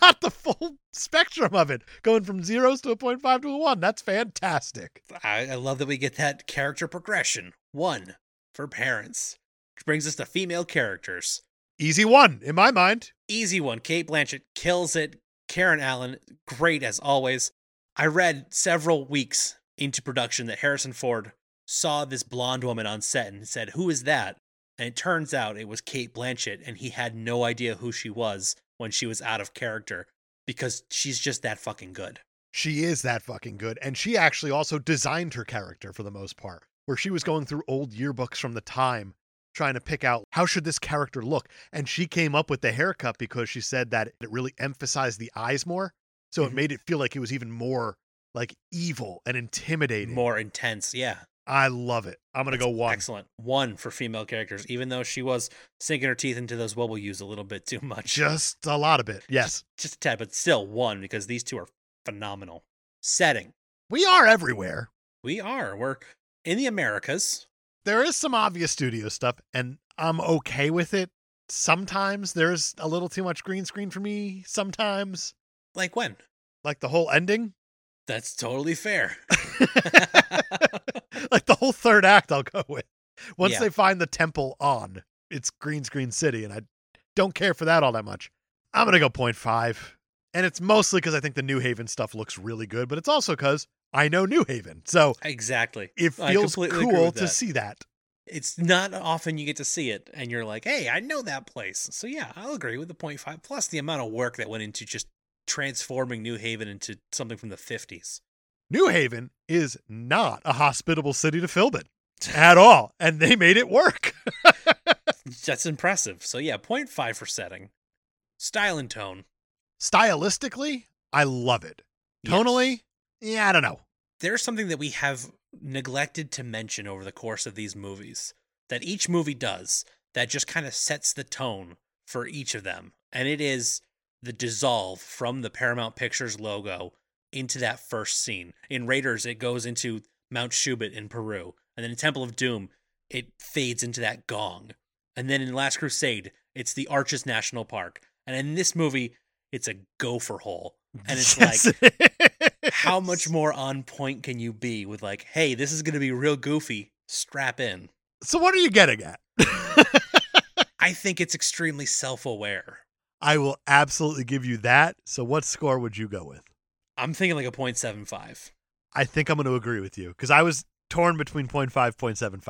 [SPEAKER 1] got the full spectrum of it, going from zeros to a point five to a one. That's fantastic.
[SPEAKER 2] I, I love that we get that character progression. One for parents, which brings us to female characters.
[SPEAKER 1] Easy one in my mind.
[SPEAKER 2] Easy one. Kate Blanchett kills it. Karen Allen, great as always. I read several weeks into production that Harrison Ford saw this blonde woman on set and said, Who is that? And it turns out it was Kate Blanchett, and he had no idea who she was when she was out of character because she's just that fucking good.
[SPEAKER 1] She is that fucking good, and she actually also designed her character for the most part, where she was going through old yearbooks from the time, trying to pick out how should this character look, and she came up with the haircut because she said that it really emphasized the eyes more, so
[SPEAKER 2] Mhm.
[SPEAKER 1] it made it feel like it was even more like evil and intimidating.
[SPEAKER 2] More intense. Yeah.
[SPEAKER 1] I love it. I'm gonna go one.
[SPEAKER 2] Excellent. One for female characters, even though she was sinking her teeth into those wobble U's a little bit too much.
[SPEAKER 1] Just a lot of it. Yes.
[SPEAKER 2] Just a tad, but still one because these two are phenomenal. Setting.
[SPEAKER 1] We are everywhere.
[SPEAKER 2] We are. We're in the Americas.
[SPEAKER 1] There is some obvious studio stuff, and I'm okay with it. Sometimes there's a little too much green screen for me. Sometimes,
[SPEAKER 2] Like when?
[SPEAKER 1] like the whole ending, <laughs>
[SPEAKER 2] That's totally fair. <laughs>
[SPEAKER 1] like the whole third act, I'll go with. Once
[SPEAKER 2] Yeah.
[SPEAKER 1] they find the temple on, it's green screen city, and I don't care for that all that much. I'm gonna go 0.5. And it's mostly because I think the New Haven stuff looks really good, but it's also because I know New Haven. So
[SPEAKER 2] exactly.
[SPEAKER 1] it
[SPEAKER 2] I
[SPEAKER 1] feels
[SPEAKER 2] completely agree
[SPEAKER 1] cool
[SPEAKER 2] with
[SPEAKER 1] to
[SPEAKER 2] that.
[SPEAKER 1] see that.
[SPEAKER 2] It's not often you get to see it and you're like, hey, I know that place. So yeah, I'll agree with the 0.5 plus the amount of work that went into just transforming New Haven into something from the 50s.
[SPEAKER 1] New Haven is not a hospitable city to film it at all, and they made it work.
[SPEAKER 2] That's impressive. So yeah, 0.5 for setting. Style and tone.
[SPEAKER 1] Stylistically, I love it.
[SPEAKER 2] Yes.
[SPEAKER 1] Tonally, yeah, I don't know.
[SPEAKER 2] There's something that we have neglected to mention over the course of these movies that each movie does that just kind of sets the tone for each of them. And it is the dissolve from the Paramount Pictures logo into that first scene. In Raiders, it goes into Mount Shubit in Peru. And then in Temple of Doom, it fades into that gong. And then in Last Crusade, it's the Arches National Park. And in this movie, it's a gopher hole. And
[SPEAKER 1] <laughs>
[SPEAKER 2] it's like, how much more on point can you be with like, hey, this is going to be real goofy. Strap in.
[SPEAKER 1] So, what are you getting at? <laughs>
[SPEAKER 2] I think it's extremely self-aware.
[SPEAKER 1] I will absolutely give you that. So, what score would you go with?
[SPEAKER 2] I'm thinking like a 0.75.
[SPEAKER 1] I think I'm going to agree with you because I was torn between 0.5, 0.75.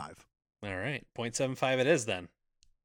[SPEAKER 2] All right, 0.75 it is then.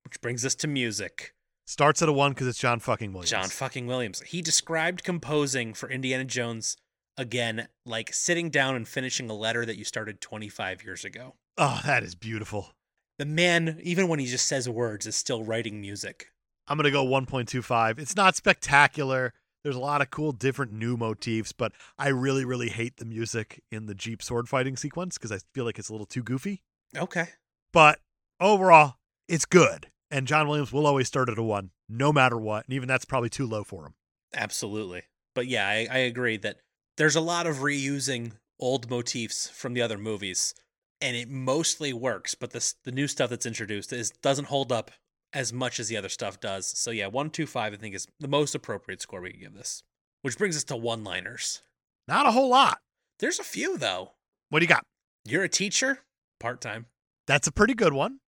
[SPEAKER 2] Which brings us to music.
[SPEAKER 1] Starts at a one because it's John fucking Williams.
[SPEAKER 2] John fucking Williams. He described composing for Indiana Jones again like sitting down and finishing a letter that you started 25 years ago.
[SPEAKER 1] oh, that is beautiful.
[SPEAKER 2] The man, even when he just says words, is still writing music.
[SPEAKER 1] I'm gonna go 1.25. It's not spectacular. There's a lot of cool, different new motifs, but I really, really hate the music in the Jeep sword fighting sequence because I feel like it's a little too goofy.
[SPEAKER 2] Okay.
[SPEAKER 1] But overall, it's good. And John Williams will always start at a one, no matter what. And even that's probably too low for him.
[SPEAKER 2] Absolutely. But yeah, I, I agree that there's a lot of reusing old motifs from the other movies, and it mostly works, but this the new stuff that's introduced is doesn't hold up as much as the other stuff does. So yeah, one two five I think is the most appropriate score we can give this. Which brings us to one liners.
[SPEAKER 1] Not a whole lot.
[SPEAKER 2] There's a few though.
[SPEAKER 1] What do you got?
[SPEAKER 2] You're a teacher, part time.
[SPEAKER 1] That's a pretty good one.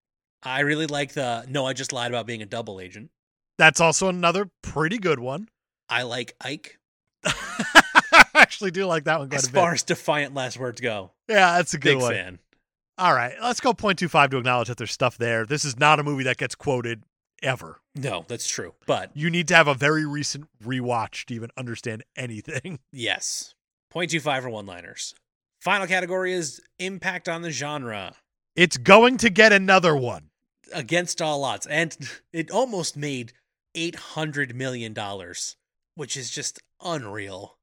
[SPEAKER 2] I really like the no, I just lied about being a double agent.
[SPEAKER 1] That's also another pretty good one. <laughs>
[SPEAKER 2] I like Ike
[SPEAKER 1] I actually do like that one quite
[SPEAKER 2] as
[SPEAKER 1] a
[SPEAKER 2] far
[SPEAKER 1] bit.
[SPEAKER 2] as <laughs> defiant last words go.
[SPEAKER 1] Yeah, that's a good
[SPEAKER 2] Big
[SPEAKER 1] one.
[SPEAKER 2] fan.
[SPEAKER 1] All right, let's go 0.25 to acknowledge that there's stuff there. This is not a movie that gets quoted ever.
[SPEAKER 2] No, that's true. But
[SPEAKER 1] You need to have a very recent rewatch to even understand anything. <laughs>
[SPEAKER 2] Yes. 0.25 for one liners. Final category is impact on the genre
[SPEAKER 1] It's going to get another one.
[SPEAKER 2] against all odds. And <laughs> it almost made $800 million, which is just unreal.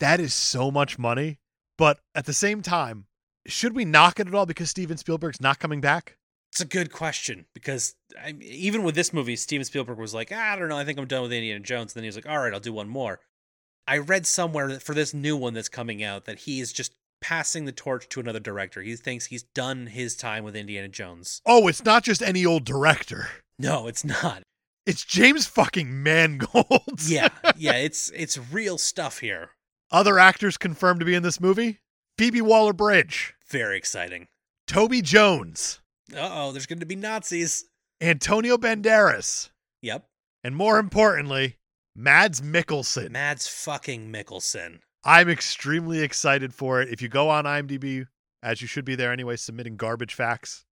[SPEAKER 1] That is so much money. But at the same time, should we knock it at all because Steven Spielberg's not coming back?
[SPEAKER 2] It's a good question because I, mean, even with this movie, Steven Spielberg was like, "Ah, I don't know, I think I'm done with Indiana Jones. And then he was like, all right, I'll do one more. I read somewhere that for this new one that's coming out that he is just passing the torch to another director. He thinks he's done his time with Indiana Jones.
[SPEAKER 1] Oh, it's not just any old director.
[SPEAKER 2] No, it's <laughs> not.
[SPEAKER 1] It's James fucking Mangold. <laughs>
[SPEAKER 2] yeah, yeah, it's it's real stuff here.
[SPEAKER 1] Other actors confirmed to be in this movie Phoebe Waller Bridge,
[SPEAKER 2] Very exciting.
[SPEAKER 1] Toby Jones,
[SPEAKER 2] Uh oh, there's going to be Nazis.
[SPEAKER 1] Antonio Banderas,
[SPEAKER 2] Yep,
[SPEAKER 1] and more importantly, Mads Mikkelsen.
[SPEAKER 2] Mads fucking Mickelson.
[SPEAKER 1] I'm extremely excited for it. If you go on IMDb, as you should be there anyway, submitting garbage facts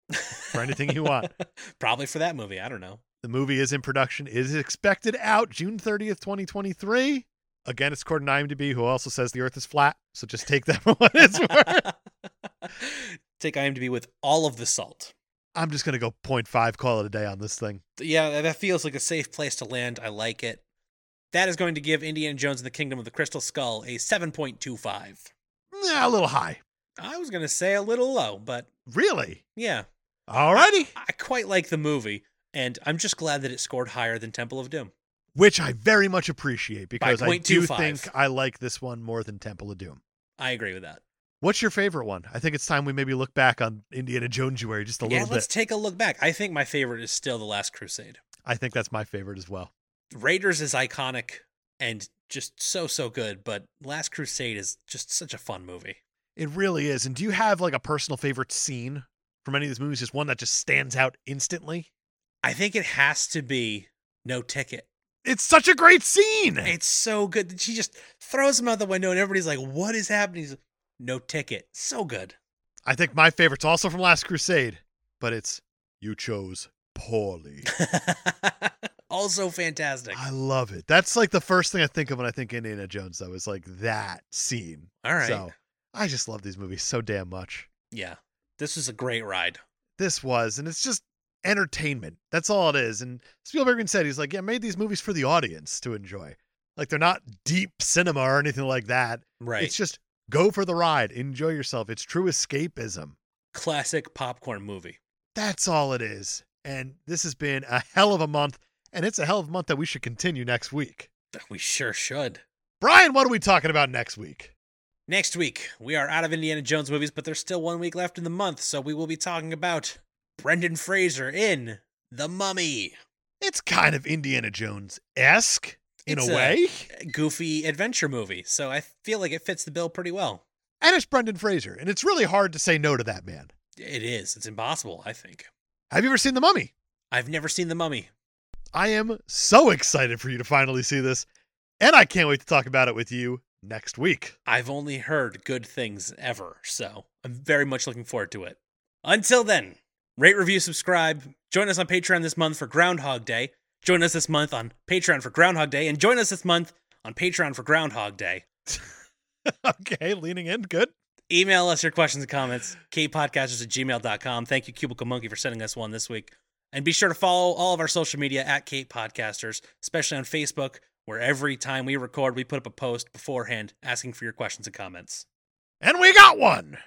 [SPEAKER 1] for anything you want.
[SPEAKER 2] <laughs> Probably for that movie. I don't know. <laughs>
[SPEAKER 1] The movie is in production, It is expected out June 30th, 2023. Again, it's according to IMDb, who also says the earth is flat. So just take that <laughs> for what it's worth.
[SPEAKER 2] Take IMDb with all of the salt.
[SPEAKER 1] I'm just going to go 0.5, call it a day on this thing.
[SPEAKER 2] Yeah, that- that feels like a safe place to land. I like it. That is going to give Indiana Jones and the Kingdom of the Crystal Skull a 7.25.
[SPEAKER 1] Nah, a little high.
[SPEAKER 2] I was going to say a little low, but
[SPEAKER 1] Really?
[SPEAKER 2] yeah,
[SPEAKER 1] Alrighty.
[SPEAKER 2] I quite like the movie, and I'm just glad that it scored higher than Temple of Doom.
[SPEAKER 1] Which I very much appreciate because I do
[SPEAKER 2] 0.25.
[SPEAKER 1] think I like this one more than Temple of Doom.
[SPEAKER 2] I agree with that.
[SPEAKER 1] What's your favorite one? I think it's time we maybe look back on Indiana Jonesuary just a
[SPEAKER 2] yeah,
[SPEAKER 1] little bit.
[SPEAKER 2] let's take a look back. I think my favorite is still The Last Crusade.
[SPEAKER 1] I think that's my favorite as well.
[SPEAKER 2] Raiders is iconic and just so so good, but Last Crusade is just such a fun movie.
[SPEAKER 1] It really is. And do you have like a personal favorite scene from any of these movies? Just one that just stands out instantly?
[SPEAKER 2] I think it has to be No Ticket.
[SPEAKER 1] It's such a great scene.
[SPEAKER 2] It's so good that she just throws him out the window and everybody's like, "What is happening?" He's like, no Ticket. So
[SPEAKER 1] <laughs>
[SPEAKER 2] good.
[SPEAKER 1] I think my favorite's also from Last Crusade, but it's You Chose
[SPEAKER 2] <laughs>
[SPEAKER 1] Poorly.
[SPEAKER 2] also fantastic.
[SPEAKER 1] I love it. That's like the first thing I think of when I think Indiana Jones, though, is like that scene.
[SPEAKER 2] All right.
[SPEAKER 1] So I just love these movies so damn much.
[SPEAKER 2] Yeah. This was a great ride.
[SPEAKER 1] This was, and it's just entertainment. That's all it is. And Spielberg even said, he's like, yeah, I made these movies for the audience to enjoy. Like they're not deep cinema or anything like that.
[SPEAKER 2] Right.
[SPEAKER 1] It's just go for the ride, enjoy yourself. It's true escapism.
[SPEAKER 2] Classic popcorn movie.
[SPEAKER 1] That's all it is. And this has been a hell of a month, and it's a hell of a month that we should continue next week.
[SPEAKER 2] We sure should.
[SPEAKER 1] Brian, what are we talking about next week?
[SPEAKER 2] Next week, we are out of Indiana Jones movies, but there's still one week left in the month, so we will be talking about Brendan Fraser in The Mummy.
[SPEAKER 1] It's kind of Indiana Jones esque in
[SPEAKER 2] It's
[SPEAKER 1] a
[SPEAKER 2] a-
[SPEAKER 1] way.
[SPEAKER 2] A Goofy adventure movie, so I feel like it fits the bill pretty well.
[SPEAKER 1] And it's Brendan Fraser, and it's really hard to say no to that man.
[SPEAKER 2] It is. It's impossible, I think.
[SPEAKER 1] Have you ever seen The Mummy?
[SPEAKER 2] I've never seen The Mummy.
[SPEAKER 1] I am so excited for you to finally see this, and I can't wait to talk about it with you next week. <laughs>
[SPEAKER 2] I've only heard good things ever, so I'm very much looking forward to it. Until then, rate, review, subscribe. Join us on Patreon this month for Groundhog Day. Join us this month on Patreon for Groundhog Day, and join us this month on Patreon for Groundhog Day.
[SPEAKER 1] okay, leaning in. Good.
[SPEAKER 2] Email us your questions and comments, kpodcasters at gmail.com. Thank you, Cubicle Monkey, for sending us one this week. And be sure to follow all of our social media at Kate Podcasters, especially on Facebook, where every time we record, we put up a post beforehand asking for your questions and comments. <laughs>
[SPEAKER 1] And we got one.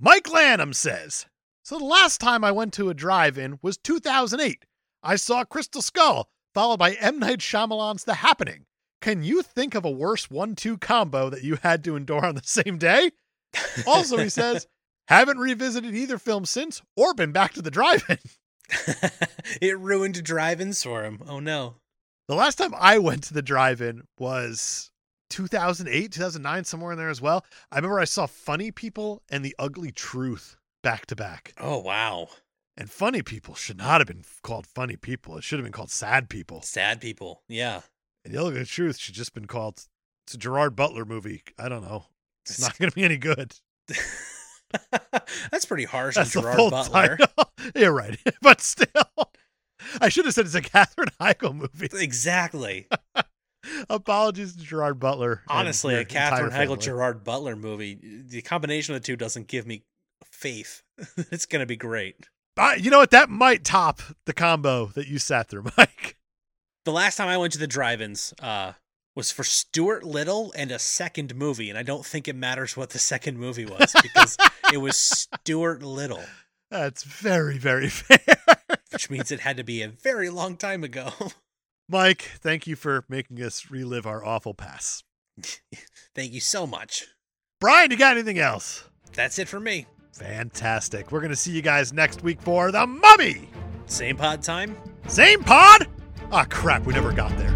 [SPEAKER 1] Mike Lanham says So the last time I went to a drive in was 2008. I saw Crystal Skull, followed by M. Night Shyamalan's The Happening. Can you think of a worse one two combo that you had to endure on the same day? Also, he says, haven't revisited either film since or been back to the drive in.
[SPEAKER 2] it ruined drive ins for him. Oh, no.
[SPEAKER 1] The last time I went to the drive in was 2008, 2009, somewhere in there as well. I remember I saw Funny People and The Ugly Truth back to back.
[SPEAKER 2] Oh, wow.
[SPEAKER 1] And Funny People should not have been called Funny People. It should have been called Sad People.
[SPEAKER 2] Sad people. Yeah.
[SPEAKER 1] And The Ugly Truth should just been called it's a Gerard Butler movie. I don't know. It's not going to be any good.
[SPEAKER 2] <laughs> That's pretty harsh
[SPEAKER 1] That's
[SPEAKER 2] on
[SPEAKER 1] the
[SPEAKER 2] Gerard
[SPEAKER 1] full
[SPEAKER 2] Butler.
[SPEAKER 1] title. <laughs> You're right, but still, I should have said it's a <laughs> Catherine Heigl movie.
[SPEAKER 2] Exactly.
[SPEAKER 1] Apologies to Gerard Butler. and
[SPEAKER 2] Honestly,
[SPEAKER 1] your
[SPEAKER 2] a Catherine
[SPEAKER 1] entire
[SPEAKER 2] Heigl
[SPEAKER 1] family.
[SPEAKER 2] Gerard Butler movie, the combination of the two doesn't give me faith. <laughs> it's going to be great.
[SPEAKER 1] Uh, you know what? That might top the combo that you sat through, <laughs> Mike.
[SPEAKER 2] The last time I went to the drive ins uh, was for Stuart Little and a second movie. And I don't think it matters what the second movie was
[SPEAKER 1] <laughs>
[SPEAKER 2] because it was Stuart Little,
[SPEAKER 1] That's very, very fair. <laughs>
[SPEAKER 2] which means it had to be a very long time ago. <laughs>
[SPEAKER 1] Mike, thank you for making us relive our awful past.
[SPEAKER 2] Thank you so much.
[SPEAKER 1] Brian, you got anything else?
[SPEAKER 2] That's it for me.
[SPEAKER 1] Fantastic. We're going to see you guys next week for The Mummy.
[SPEAKER 2] Same pod time,
[SPEAKER 1] Same pod? Ah, crap. We never got there.